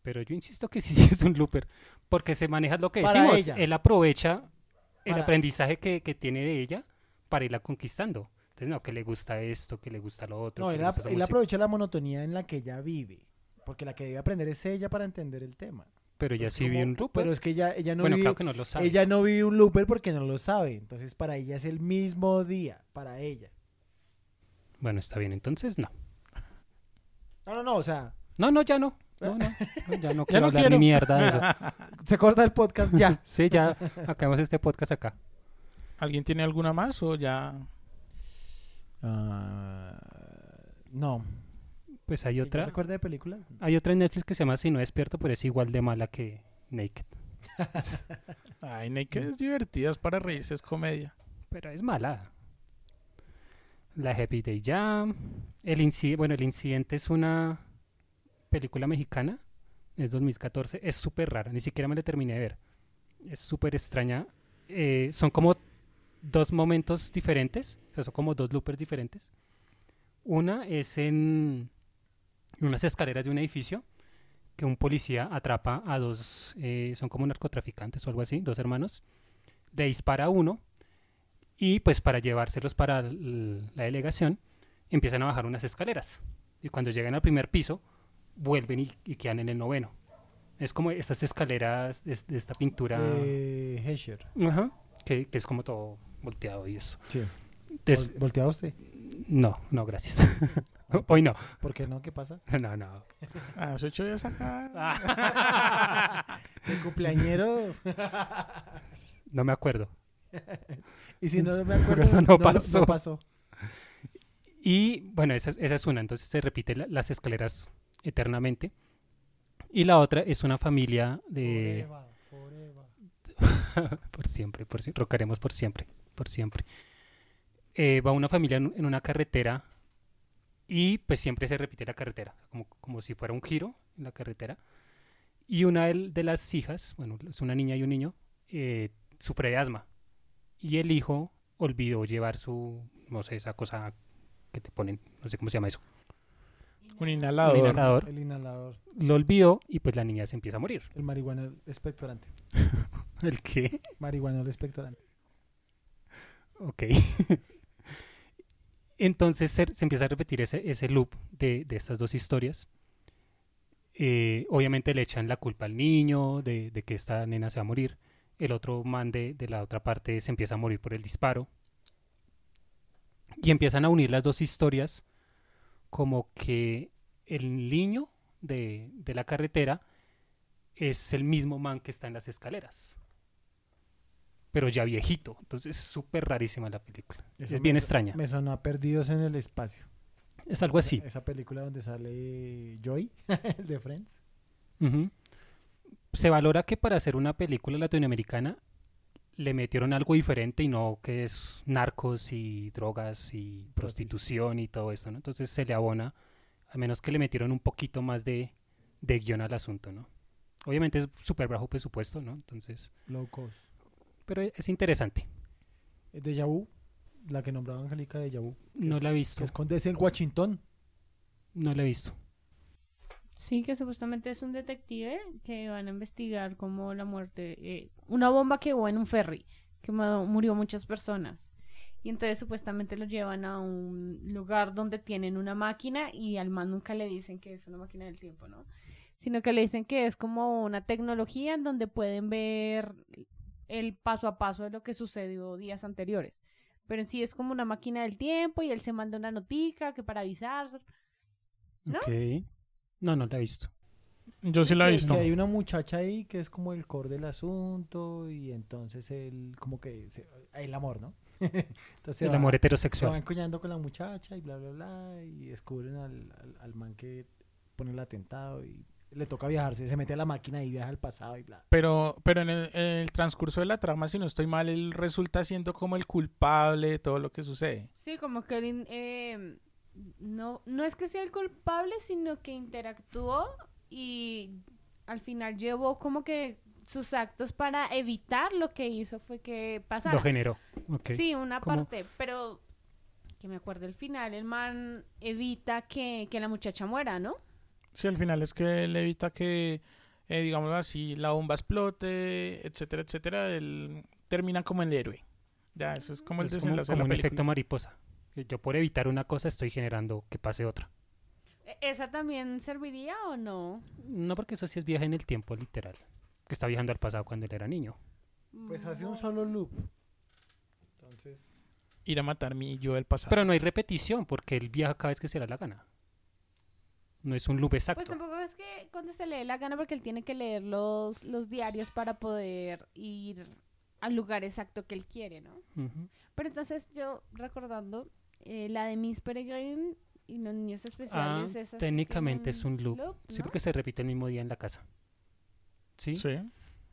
[SPEAKER 4] Pero yo insisto que sí, sí es un looper. Porque se maneja lo que
[SPEAKER 3] Para
[SPEAKER 4] decimos.
[SPEAKER 3] ella.
[SPEAKER 4] Él aprovecha el
[SPEAKER 3] Para-
[SPEAKER 4] aprendizaje que, que tiene de ella para irla conquistando. Entonces, no, que le gusta esto, que le gusta lo otro.
[SPEAKER 3] No,
[SPEAKER 4] que
[SPEAKER 3] él,
[SPEAKER 4] le
[SPEAKER 3] ap-
[SPEAKER 4] gusta esa
[SPEAKER 3] él
[SPEAKER 4] música.
[SPEAKER 3] aprovecha la monotonía en la que ella vive. Porque la que debe aprender es ella para entender el tema.
[SPEAKER 4] Pero ella
[SPEAKER 3] Es
[SPEAKER 4] sí vio
[SPEAKER 3] pues como-
[SPEAKER 4] un looper.
[SPEAKER 3] Pero es que ella, ella no
[SPEAKER 4] bueno,
[SPEAKER 3] vive,
[SPEAKER 4] claro que no lo sabe.
[SPEAKER 3] ella no vive un looper porque no lo sabe. Entonces para ella es el mismo día, para ella.
[SPEAKER 4] Bueno, está bien, entonces no.
[SPEAKER 3] No, no, no, o sea,
[SPEAKER 4] No, no, ya no. No, no, no, ya no quiero
[SPEAKER 5] no
[SPEAKER 4] hablar
[SPEAKER 5] quiero.
[SPEAKER 4] ni mierda de eso.
[SPEAKER 3] se corta el podcast ya.
[SPEAKER 4] Sí, ya acabamos este podcast acá.
[SPEAKER 5] ¿Alguien tiene alguna más o ya?
[SPEAKER 3] Ah, no.
[SPEAKER 4] Pues hay
[SPEAKER 3] ¿Otra?
[SPEAKER 4] otra.
[SPEAKER 3] ¿Recuerda de películas?
[SPEAKER 4] Hay otra en Netflix que se llama Si no despierto, pero es igual de mala que Naked.
[SPEAKER 5] Ay, Naked es divertida, es para reírse, es comedia.
[SPEAKER 4] Pero es mala. La Happy Day Jam. El incidente, bueno, El Incidente es una película mexicana. Es 2014. Es súper rara. Ni siquiera me la terminé de ver. Es súper extraña. Eh, son como dos momentos diferentes. O sea, son como dos loopers diferentes. Una es en unas escaleras de un edificio que un policía atrapa a dos, eh, son como narcotraficantes o algo así, dos hermanos, le dispara a uno y pues para llevárselos para l- la delegación empiezan a bajar unas escaleras y cuando llegan al primer piso vuelven y, y quedan en el noveno. Es como estas escaleras, es- de esta pintura
[SPEAKER 3] Eh, Hesher.
[SPEAKER 4] ajá, que, que es como todo volteado y eso.
[SPEAKER 3] Sí.
[SPEAKER 4] Entonces,
[SPEAKER 3] Vol- ¿Voltea usted?
[SPEAKER 4] no, no, gracias. Hoy no.
[SPEAKER 3] ¿Por qué no? ¿Qué pasa?
[SPEAKER 4] No, no.
[SPEAKER 5] A los ocho días acá.
[SPEAKER 3] El cumpleañero.
[SPEAKER 4] No me acuerdo.
[SPEAKER 3] y si no me acuerdo,
[SPEAKER 4] No, no
[SPEAKER 3] lo-
[SPEAKER 4] pasó.
[SPEAKER 3] no pasó.
[SPEAKER 4] Y bueno, esa, es- esa es una, entonces se repite la- las escaleras eternamente. Y la otra es una familia de... por siempre, por siempre, rocaremos por siempre, por siempre. Eh, va una familia en, en una carretera y pues siempre se repite la carretera, como, como si fuera un giro en la carretera. Y una del- de, las hijas, bueno, es una niña y un niño, eh, sufre de asma. Y el hijo olvidó llevar su, no sé, esa cosa que te ponen, no sé cómo se llama eso,
[SPEAKER 5] Un
[SPEAKER 4] un
[SPEAKER 5] inhalador.
[SPEAKER 4] inhalador.
[SPEAKER 3] El inhalador.
[SPEAKER 4] Lo olvidó y pues la niña se empieza a morir.
[SPEAKER 3] El marihuana expectorante.
[SPEAKER 4] ¿El qué?
[SPEAKER 3] Marihuana expectorante.
[SPEAKER 4] Ok. Entonces se, se empieza a repetir ese, ese loop de, de estas dos historias. Eh, obviamente le echan la culpa al niño de, de que esta nena se va a morir. El otro man de, de la otra parte se empieza a morir por el disparo. Y empiezan a unir las dos historias como que el niño de, de la carretera es el mismo man que está en las escaleras. Pero ya viejito. Entonces es súper rarísima la película.
[SPEAKER 3] Eso
[SPEAKER 4] es
[SPEAKER 3] me
[SPEAKER 4] bien
[SPEAKER 3] su-
[SPEAKER 4] extraña. Pues
[SPEAKER 3] Me sonó a Perdidos en el Espacio.
[SPEAKER 4] Es algo así.
[SPEAKER 3] Esa película donde sale Joy, el de Friends.
[SPEAKER 4] Ujú. Se valora que para hacer una película latinoamericana le metieron algo diferente y no que es narcos y drogas y prostitución y todo eso, ¿no? Entonces se le abona, a menos que le metieron un poquito más de, de guión al asunto, ¿no? Obviamente es súper bajo presupuesto, ¿no? Entonces,
[SPEAKER 3] Low Cost.
[SPEAKER 4] pero e- es interesante.
[SPEAKER 3] Eh, Deja Vu, la que nombraba Angélica Deja Vu.
[SPEAKER 4] No la he
[SPEAKER 3] Que
[SPEAKER 4] visto,
[SPEAKER 3] escondes en Washington.
[SPEAKER 4] no la he visto.
[SPEAKER 6] Sí, que supuestamente es un detective que van a investigar como la muerte, eh, una bomba que hubo en un ferry, que mu- murió muchas personas. Y entonces supuestamente lo llevan a un lugar donde tienen una máquina y al man nunca le dicen que es una máquina del tiempo, ¿no? Sino que le dicen que es como una tecnología en donde pueden ver el paso a paso de lo que sucedió días anteriores. Pero en sí es como una máquina del tiempo y él se manda una notica que para avisar. ¿No?
[SPEAKER 4] Ok. No, no la he visto.
[SPEAKER 5] Yo sí la he
[SPEAKER 3] Que-
[SPEAKER 5] visto.
[SPEAKER 3] que hay una muchacha ahí que es como el core del asunto y entonces él como que se- el amor, ¿no? entonces se
[SPEAKER 4] El
[SPEAKER 3] va-
[SPEAKER 4] amor
[SPEAKER 3] se va
[SPEAKER 4] heterosexual.
[SPEAKER 3] encuñando con la muchacha y bla bla bla y descubren al, al- al man que pone el atentado y le toca viajarse, se mete a la máquina y viaja al pasado y bla.
[SPEAKER 5] Pero, pero en el, en el transcurso de la trama, si no estoy mal, él resulta siendo como el culpable de todo lo que sucede.
[SPEAKER 6] Sí, como que él in- eh, no, no es que sea el culpable, sino que interactuó y al final llevó como que sus actos para evitar lo que hizo fue que pasara.
[SPEAKER 4] Lo generó. Ok.
[SPEAKER 6] Sí, una
[SPEAKER 4] Como-
[SPEAKER 6] parte, pero que me acuerdo el final, el man evita que, que la muchacha muera, ¿no?
[SPEAKER 5] Sí, al final es que él evita que, eh, digámoslo así, la bomba explote, etcétera, etcétera. Él termina como el héroe. Ya, eso es como el
[SPEAKER 4] Es como,
[SPEAKER 5] desenlace de
[SPEAKER 4] como
[SPEAKER 5] la
[SPEAKER 4] un efecto
[SPEAKER 5] película.
[SPEAKER 4] mariposa. que Yo por evitar una cosa estoy generando que pase otra.
[SPEAKER 6] E- ¿Esa también serviría o no?
[SPEAKER 4] No porque eso sí es viaje en el tiempo literal. Que está viajando al pasado cuando él era niño.
[SPEAKER 3] Pues hace un solo loop. Entonces,
[SPEAKER 5] Ir a matar mi yo del pasado.
[SPEAKER 4] Pero no hay repetición porque él viaja cada vez que se le da la gana. No es un loop exacto.
[SPEAKER 6] Pues tampoco es que cuando se le dé la gana, porque él tiene que leer los, los diarios para poder ir al lugar exacto que él quiere, ¿no?
[SPEAKER 4] Ujú.
[SPEAKER 6] Pero entonces yo recordando eh, la de Miss Peregrine y los niños especiales,
[SPEAKER 4] Ah,
[SPEAKER 6] esa sí
[SPEAKER 4] técnicamente
[SPEAKER 6] tiene
[SPEAKER 4] es un loop. Sí,
[SPEAKER 6] ¿no?
[SPEAKER 4] porque se repite el mismo día en la casa. ¿Sí?
[SPEAKER 5] Sí.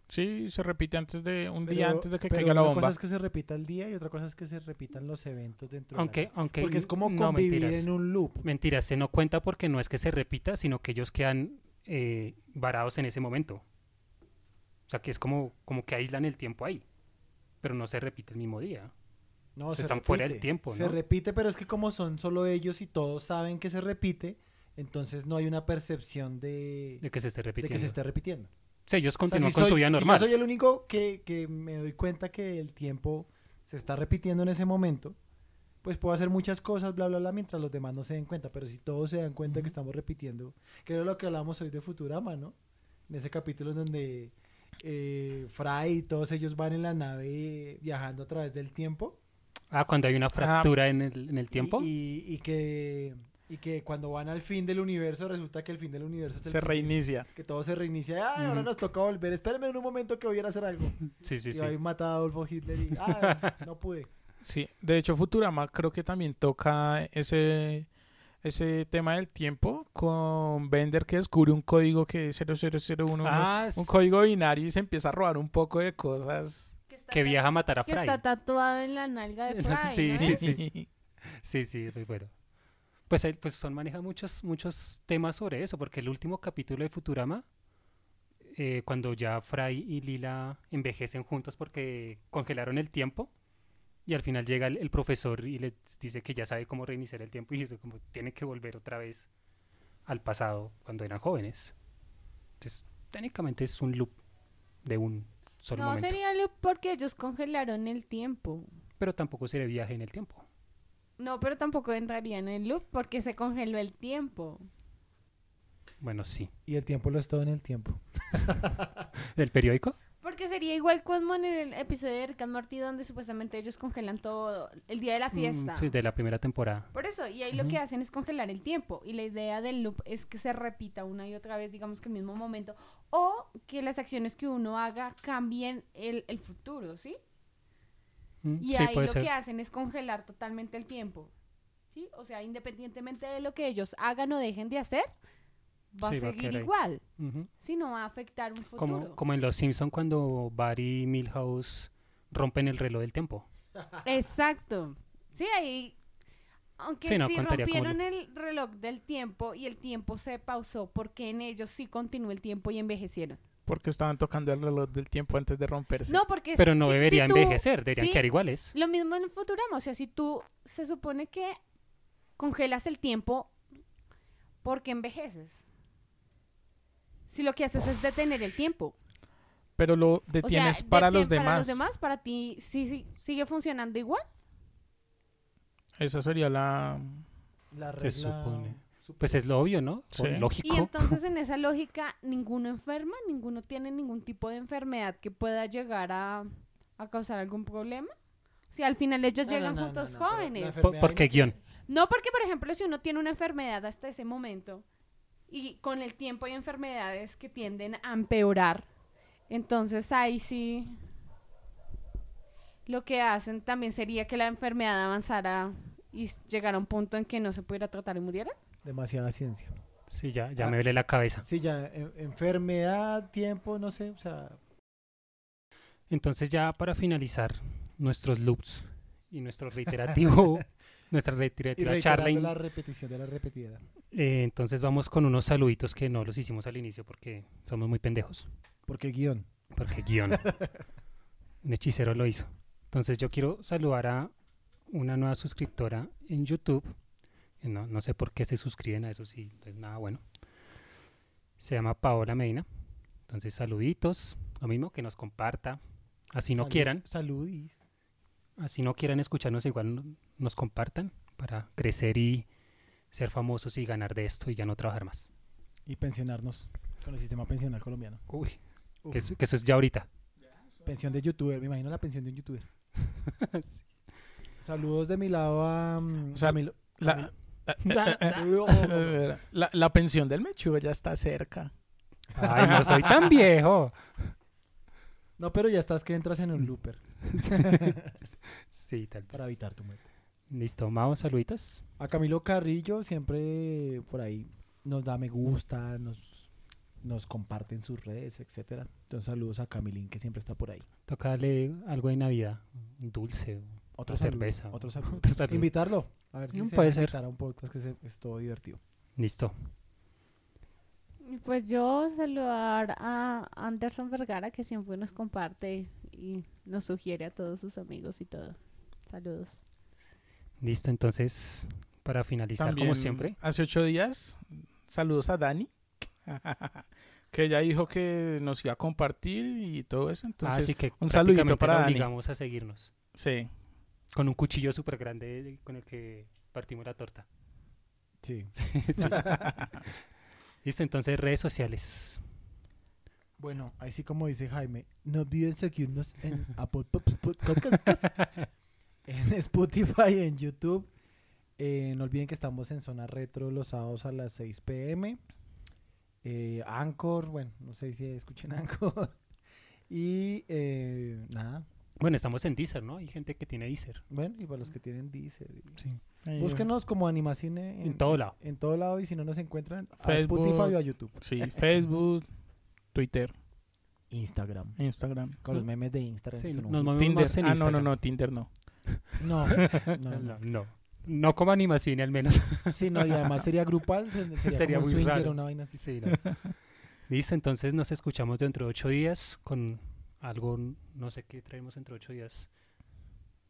[SPEAKER 5] Sí, se repite antes de un
[SPEAKER 3] pero-
[SPEAKER 5] día antes de que
[SPEAKER 3] pero
[SPEAKER 5] caiga la
[SPEAKER 3] Una
[SPEAKER 5] bomba.
[SPEAKER 3] cosa es que se repita el día y otra cosa es que se repitan los eventos dentro de la
[SPEAKER 4] Aunque, aunque
[SPEAKER 3] Porque es como
[SPEAKER 4] no
[SPEAKER 3] convivir
[SPEAKER 4] mentiras.
[SPEAKER 3] en un loop.
[SPEAKER 4] Mentiras, se no cuenta porque no es que se repita, sino que ellos quedan eh, varados en ese momento. O sea, que es como, como que aíslan el tiempo ahí, pero no se repite el mismo día.
[SPEAKER 3] No,
[SPEAKER 4] Están fuera del tiempo,
[SPEAKER 3] Se
[SPEAKER 4] ¿no?
[SPEAKER 3] repite, pero es que como son solo ellos y todos saben que se repite, entonces no hay una percepción de,
[SPEAKER 4] de que se esté
[SPEAKER 3] de
[SPEAKER 4] repitiendo.
[SPEAKER 3] que se esté repitiendo.
[SPEAKER 4] Sí, ellos
[SPEAKER 3] O sea,
[SPEAKER 4] continúan
[SPEAKER 3] si
[SPEAKER 4] con
[SPEAKER 3] soy-
[SPEAKER 4] su vida
[SPEAKER 3] si
[SPEAKER 4] normal.
[SPEAKER 3] yo soy el único que, que me doy cuenta que el tiempo se está repitiendo en ese momento. Pues puedo hacer muchas cosas, bla, bla, bla, mientras los demás no se den cuenta. Pero si todos se dan cuenta que estamos repitiendo, que era lo que hablábamos hoy de Futurama, ¿no? En ese capítulo en donde eh, Fry y todos ellos van en la nave viajando a través del tiempo.
[SPEAKER 4] Ah, cuando hay una fractura en, el, en el
[SPEAKER 3] y-
[SPEAKER 4] tiempo.
[SPEAKER 3] Y, y que, y que cuando van al fin del universo, resulta que el fin del universo es el
[SPEAKER 5] Se
[SPEAKER 3] principio,
[SPEAKER 5] reinicia.
[SPEAKER 3] Que todo se reinicia. Ah, ahora
[SPEAKER 4] Ujú.
[SPEAKER 3] nos toca volver. Espérenme en un momento que voy a ir a hacer algo
[SPEAKER 4] sí, sí,
[SPEAKER 3] y
[SPEAKER 4] sí.
[SPEAKER 3] ahí mata a Adolfo Hitler y ah, no pude.
[SPEAKER 5] Sí, de hecho Futurama creo que también toca ese, ese tema del tiempo con Bender que descubre un código que es 0001,
[SPEAKER 4] Ah,
[SPEAKER 5] un
[SPEAKER 4] s-
[SPEAKER 5] código binario y se empieza a robar un poco de cosas.
[SPEAKER 6] está
[SPEAKER 4] Que
[SPEAKER 6] ta-
[SPEAKER 4] viaja a matar a
[SPEAKER 6] que
[SPEAKER 4] Fry.
[SPEAKER 6] está tatuado en la nalga de Fry.
[SPEAKER 4] Sí,
[SPEAKER 6] ¿no?
[SPEAKER 4] sí, Sí, sí, muy bueno. Pues, él- pues son maneja muchos, muchos temas sobre eso, porque el último capítulo de Futurama, eh, cuando ya Fry y Lila envejecen juntos porque congelaron el tiempo, y al final llega el, el profesor y les dice que ya sabe cómo reiniciar el tiempo y dice como tienen que volver otra vez al pasado cuando eran jóvenes. Entonces, técnicamente es un loop de un solo
[SPEAKER 6] No
[SPEAKER 4] momento,
[SPEAKER 6] sería loop porque ellos congelaron el tiempo.
[SPEAKER 4] pero tampoco sería viaje en el tiempo.
[SPEAKER 6] No, pero tampoco entraría en el loop porque se congeló el tiempo.
[SPEAKER 4] Bueno, sí.
[SPEAKER 3] Y el tiempo lo es todo en el tiempo.
[SPEAKER 4] ¿Del periódico?
[SPEAKER 6] Porque sería igual como en el episodio de Rick and Morty donde supuestamente ellos congelan todo el día de la
[SPEAKER 4] Mm,
[SPEAKER 6] fiesta.
[SPEAKER 4] Sí, de la primera temporada.
[SPEAKER 6] Por eso, y ahí lo que hacen es congelar el tiempo. Y la idea del loop es que se repita una y otra vez, digamos que el mismo momento. O que las acciones que uno haga cambien el, el futuro, ¿sí?
[SPEAKER 4] Mm,
[SPEAKER 6] Y
[SPEAKER 4] sí,
[SPEAKER 6] ahí
[SPEAKER 4] puede
[SPEAKER 6] lo
[SPEAKER 4] ser.
[SPEAKER 6] que hacen es congelar totalmente el tiempo. ¿Sí? O sea, independientemente de lo que ellos hagan o dejen de hacer, va
[SPEAKER 4] Sí,
[SPEAKER 6] a
[SPEAKER 4] va a quedar
[SPEAKER 6] seguir
[SPEAKER 4] ahí.
[SPEAKER 6] igual.
[SPEAKER 4] Ujú.
[SPEAKER 6] Si no va a afectar un futuro.
[SPEAKER 4] como, como en Los Simpson cuando Barry y Milhouse rompen el reloj del tiempo.
[SPEAKER 6] Exacto. Sí, ahí. Aunque
[SPEAKER 4] Sí,
[SPEAKER 6] sí,
[SPEAKER 4] no, contaría como
[SPEAKER 6] rompieron el reloj del tiempo y el tiempo se pausó, porque en ellos sí continuó el tiempo y envejecieron.
[SPEAKER 5] Porque estaban tocando el reloj del tiempo antes de romperse.
[SPEAKER 6] No, porque.
[SPEAKER 4] Pero no
[SPEAKER 6] si- si
[SPEAKER 4] debería
[SPEAKER 6] tú-
[SPEAKER 4] envejecer, deberían
[SPEAKER 6] sí,
[SPEAKER 4] quedar iguales.
[SPEAKER 6] Lo mismo en Futurama. O sea, si tú se supone que congelas el tiempo porque envejeces. Si lo que haces es detener el tiempo.
[SPEAKER 5] Pero lo
[SPEAKER 6] O sea,
[SPEAKER 5] detienes para, los
[SPEAKER 6] detien-
[SPEAKER 5] demás.
[SPEAKER 6] Para los demás, para ti, sí, sí, sigue funcionando igual.
[SPEAKER 5] Esa sería la...
[SPEAKER 3] La
[SPEAKER 4] Se
[SPEAKER 3] regla
[SPEAKER 4] supone.
[SPEAKER 3] sup-
[SPEAKER 4] Pues es lo obvio, ¿no? O
[SPEAKER 5] Sí.
[SPEAKER 4] Lógico.
[SPEAKER 6] Y entonces en esa lógica ninguno enferma, ninguno tiene ningún tipo de enfermedad que pueda llegar a, a causar algún problema. O sea, al final ellos
[SPEAKER 3] No, no,
[SPEAKER 6] Pues llegan
[SPEAKER 3] no, no,
[SPEAKER 6] juntos
[SPEAKER 3] no, pero la
[SPEAKER 6] jóvenes.
[SPEAKER 4] Po- porque guión.
[SPEAKER 6] No porque, por ejemplo, si uno tiene una enfermedad hasta ese momento y con el tiempo hay enfermedades que tienden a empeorar, entonces ahí sí lo que hacen también sería que la enfermedad avanzara y s- llegara a un punto en que no se pudiera tratar y muriera.
[SPEAKER 3] Demasiada ciencia.
[SPEAKER 4] Sí, ya, ya
[SPEAKER 3] Ah.
[SPEAKER 4] me duele la cabeza.
[SPEAKER 3] Sí, ya, en- enfermedad, tiempo, no sé, o sea,
[SPEAKER 4] Entonces ya para finalizar nuestros loops y nuestro reiterativo, nuestra
[SPEAKER 3] y
[SPEAKER 4] reiterativa
[SPEAKER 3] reiterando
[SPEAKER 4] charla, in-
[SPEAKER 3] la repetición de la repetida.
[SPEAKER 4] eh, entonces vamos con unos saluditos que no los hicimos al inicio porque somos muy pendejos.
[SPEAKER 3] Porque guión.
[SPEAKER 4] Porque guión. un hechicero lo hizo. Entonces yo quiero saludar a una nueva suscriptora en YouTube. Eh, No, no sé por qué se suscriben a eso, si no es nada bueno. Se llama Paola Medina. Entonces saluditos. Lo mismo que nos comparta. Así no
[SPEAKER 3] Salud-
[SPEAKER 4] quieran.
[SPEAKER 3] Saludis.
[SPEAKER 4] Así no quieran escucharnos, igual no- nos compartan para crecer y ser famosos y ganar de esto y ya no trabajar más.
[SPEAKER 3] Y pensionarnos con el sistema pensional colombiano.
[SPEAKER 4] Uy,
[SPEAKER 3] Uf,
[SPEAKER 4] que eso, que eso es ya ahorita.
[SPEAKER 3] Pensión de youtuber, me imagino la pensión de un youtuber. Saludos de mi lado a... mm,
[SPEAKER 5] O sea,
[SPEAKER 3] Camilo-
[SPEAKER 5] La, eh, la, la pensión del Mechuga ya está cerca.
[SPEAKER 4] Ay, no soy tan viejo.
[SPEAKER 3] No, pero ya estás que entras en un looper
[SPEAKER 4] Sí, tal vez.
[SPEAKER 3] para evitar tu muerte.
[SPEAKER 4] Listo, Mao, saluditos.
[SPEAKER 3] A Camilo Carrillo siempre por ahí nos da me gusta, nos, nos comparte en sus redes, etcétera. Entonces saludos a Camilín que siempre está por ahí.
[SPEAKER 4] Toca darle algo de Navidad, un dulce.
[SPEAKER 3] Otra
[SPEAKER 4] Una cerveza.
[SPEAKER 3] Otro saludo.
[SPEAKER 4] Otro saludo.
[SPEAKER 3] Invitarlo. A ver si
[SPEAKER 4] Mm,
[SPEAKER 3] se
[SPEAKER 4] puede
[SPEAKER 3] deja
[SPEAKER 4] ser.
[SPEAKER 3] invitar a un podcast que se- es todo divertido.
[SPEAKER 4] Listo.
[SPEAKER 6] Y Pues yo saludar a Anderson Vergara que siempre nos comparte y nos sugiere a todos sus amigos y todo. Saludos.
[SPEAKER 4] Listo, entonces, para finalizar, como
[SPEAKER 5] También,
[SPEAKER 4] siempre, Ah,
[SPEAKER 5] Hace ocho días, saludos a Dani, que ella dijo que nos iba a compartir y todo eso. Entonces,
[SPEAKER 4] así que
[SPEAKER 5] un saludito
[SPEAKER 4] prácticamente
[SPEAKER 5] para
[SPEAKER 4] la
[SPEAKER 5] Dani.
[SPEAKER 4] obligamos a seguirnos.
[SPEAKER 5] sí.
[SPEAKER 4] Con un cuchillo súper grande con el que partimos la torta.
[SPEAKER 3] Sí.
[SPEAKER 4] Sí. Listo, entonces redes sociales.
[SPEAKER 3] Bueno, ahí sí como dice Jaime, no olviden seguirnos en Apple Pod- Pod- Podcasts, en Spotify, en YouTube. Eh, no olviden que estamos en Zona Retro los sábados a las 6 pm. Eh, Anchor, bueno, no sé si escuchen Anchor. Y eh, nada,
[SPEAKER 4] Bueno, estamos en Deezer, ¿no? Hay gente que tiene Deezer.
[SPEAKER 3] bueno, y para los que tienen Deezer. y-
[SPEAKER 4] Sí.
[SPEAKER 5] Ahí,
[SPEAKER 3] Búsquenos como Animacine
[SPEAKER 4] En todo lado.
[SPEAKER 3] en todo lado y si no nos encuentran, a
[SPEAKER 5] Facebook.
[SPEAKER 3] Spotify o a YouTube.
[SPEAKER 5] Sí, Facebook, Twitter,
[SPEAKER 3] Instagram.
[SPEAKER 5] Instagram.
[SPEAKER 3] Con los memes de Instagram.
[SPEAKER 4] Sí,
[SPEAKER 3] que son un
[SPEAKER 4] nos
[SPEAKER 3] hit.
[SPEAKER 4] movemos
[SPEAKER 5] Tinder.
[SPEAKER 4] más en
[SPEAKER 5] Ah, no,
[SPEAKER 4] Instagram.
[SPEAKER 5] no, no, Tinder no.
[SPEAKER 3] no, no, no.
[SPEAKER 4] No, no. No como animacine al menos.
[SPEAKER 3] Sí, no, y además sería grupal, se- sería,
[SPEAKER 4] Sería
[SPEAKER 3] como un
[SPEAKER 4] muy
[SPEAKER 3] swinger,
[SPEAKER 4] raro.
[SPEAKER 3] una vaina así.
[SPEAKER 4] Sí, no. Listo, entonces nos escuchamos dentro de ocho días con algo, no sé qué traemos dentro de ocho días.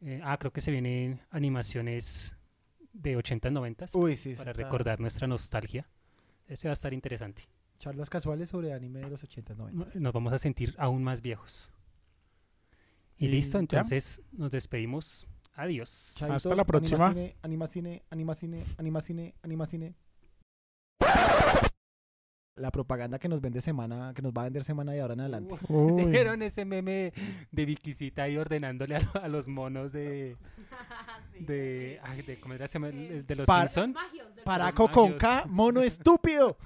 [SPEAKER 4] Eh, ah, creo que se vienen animaciones de 80, 90
[SPEAKER 3] Uy, sí, sí
[SPEAKER 4] para
[SPEAKER 3] está.
[SPEAKER 4] recordar nuestra nostalgia. Ese va a estar interesante.
[SPEAKER 3] Charlas casuales sobre anime de los 80s, 90
[SPEAKER 4] Nos vamos a sentir aún más viejos. Y,
[SPEAKER 5] Y
[SPEAKER 4] listo,
[SPEAKER 5] ya.
[SPEAKER 4] entonces nos despedimos. Adiós.
[SPEAKER 5] Hasta la próxima.
[SPEAKER 3] Animacine, animacine, animacine, animacine, animacine. La propaganda que nos vende semana, que nos va a vender semana de ahora en adelante.
[SPEAKER 4] Hicieron ese meme de Viquisita ahí ordenándole a, lo- a los monos de. de, ay, de ¿Cómo era? Se llama el- el de los
[SPEAKER 3] Par-
[SPEAKER 4] Simpson.
[SPEAKER 6] Magios del
[SPEAKER 3] Paraco con K, mono estúpido.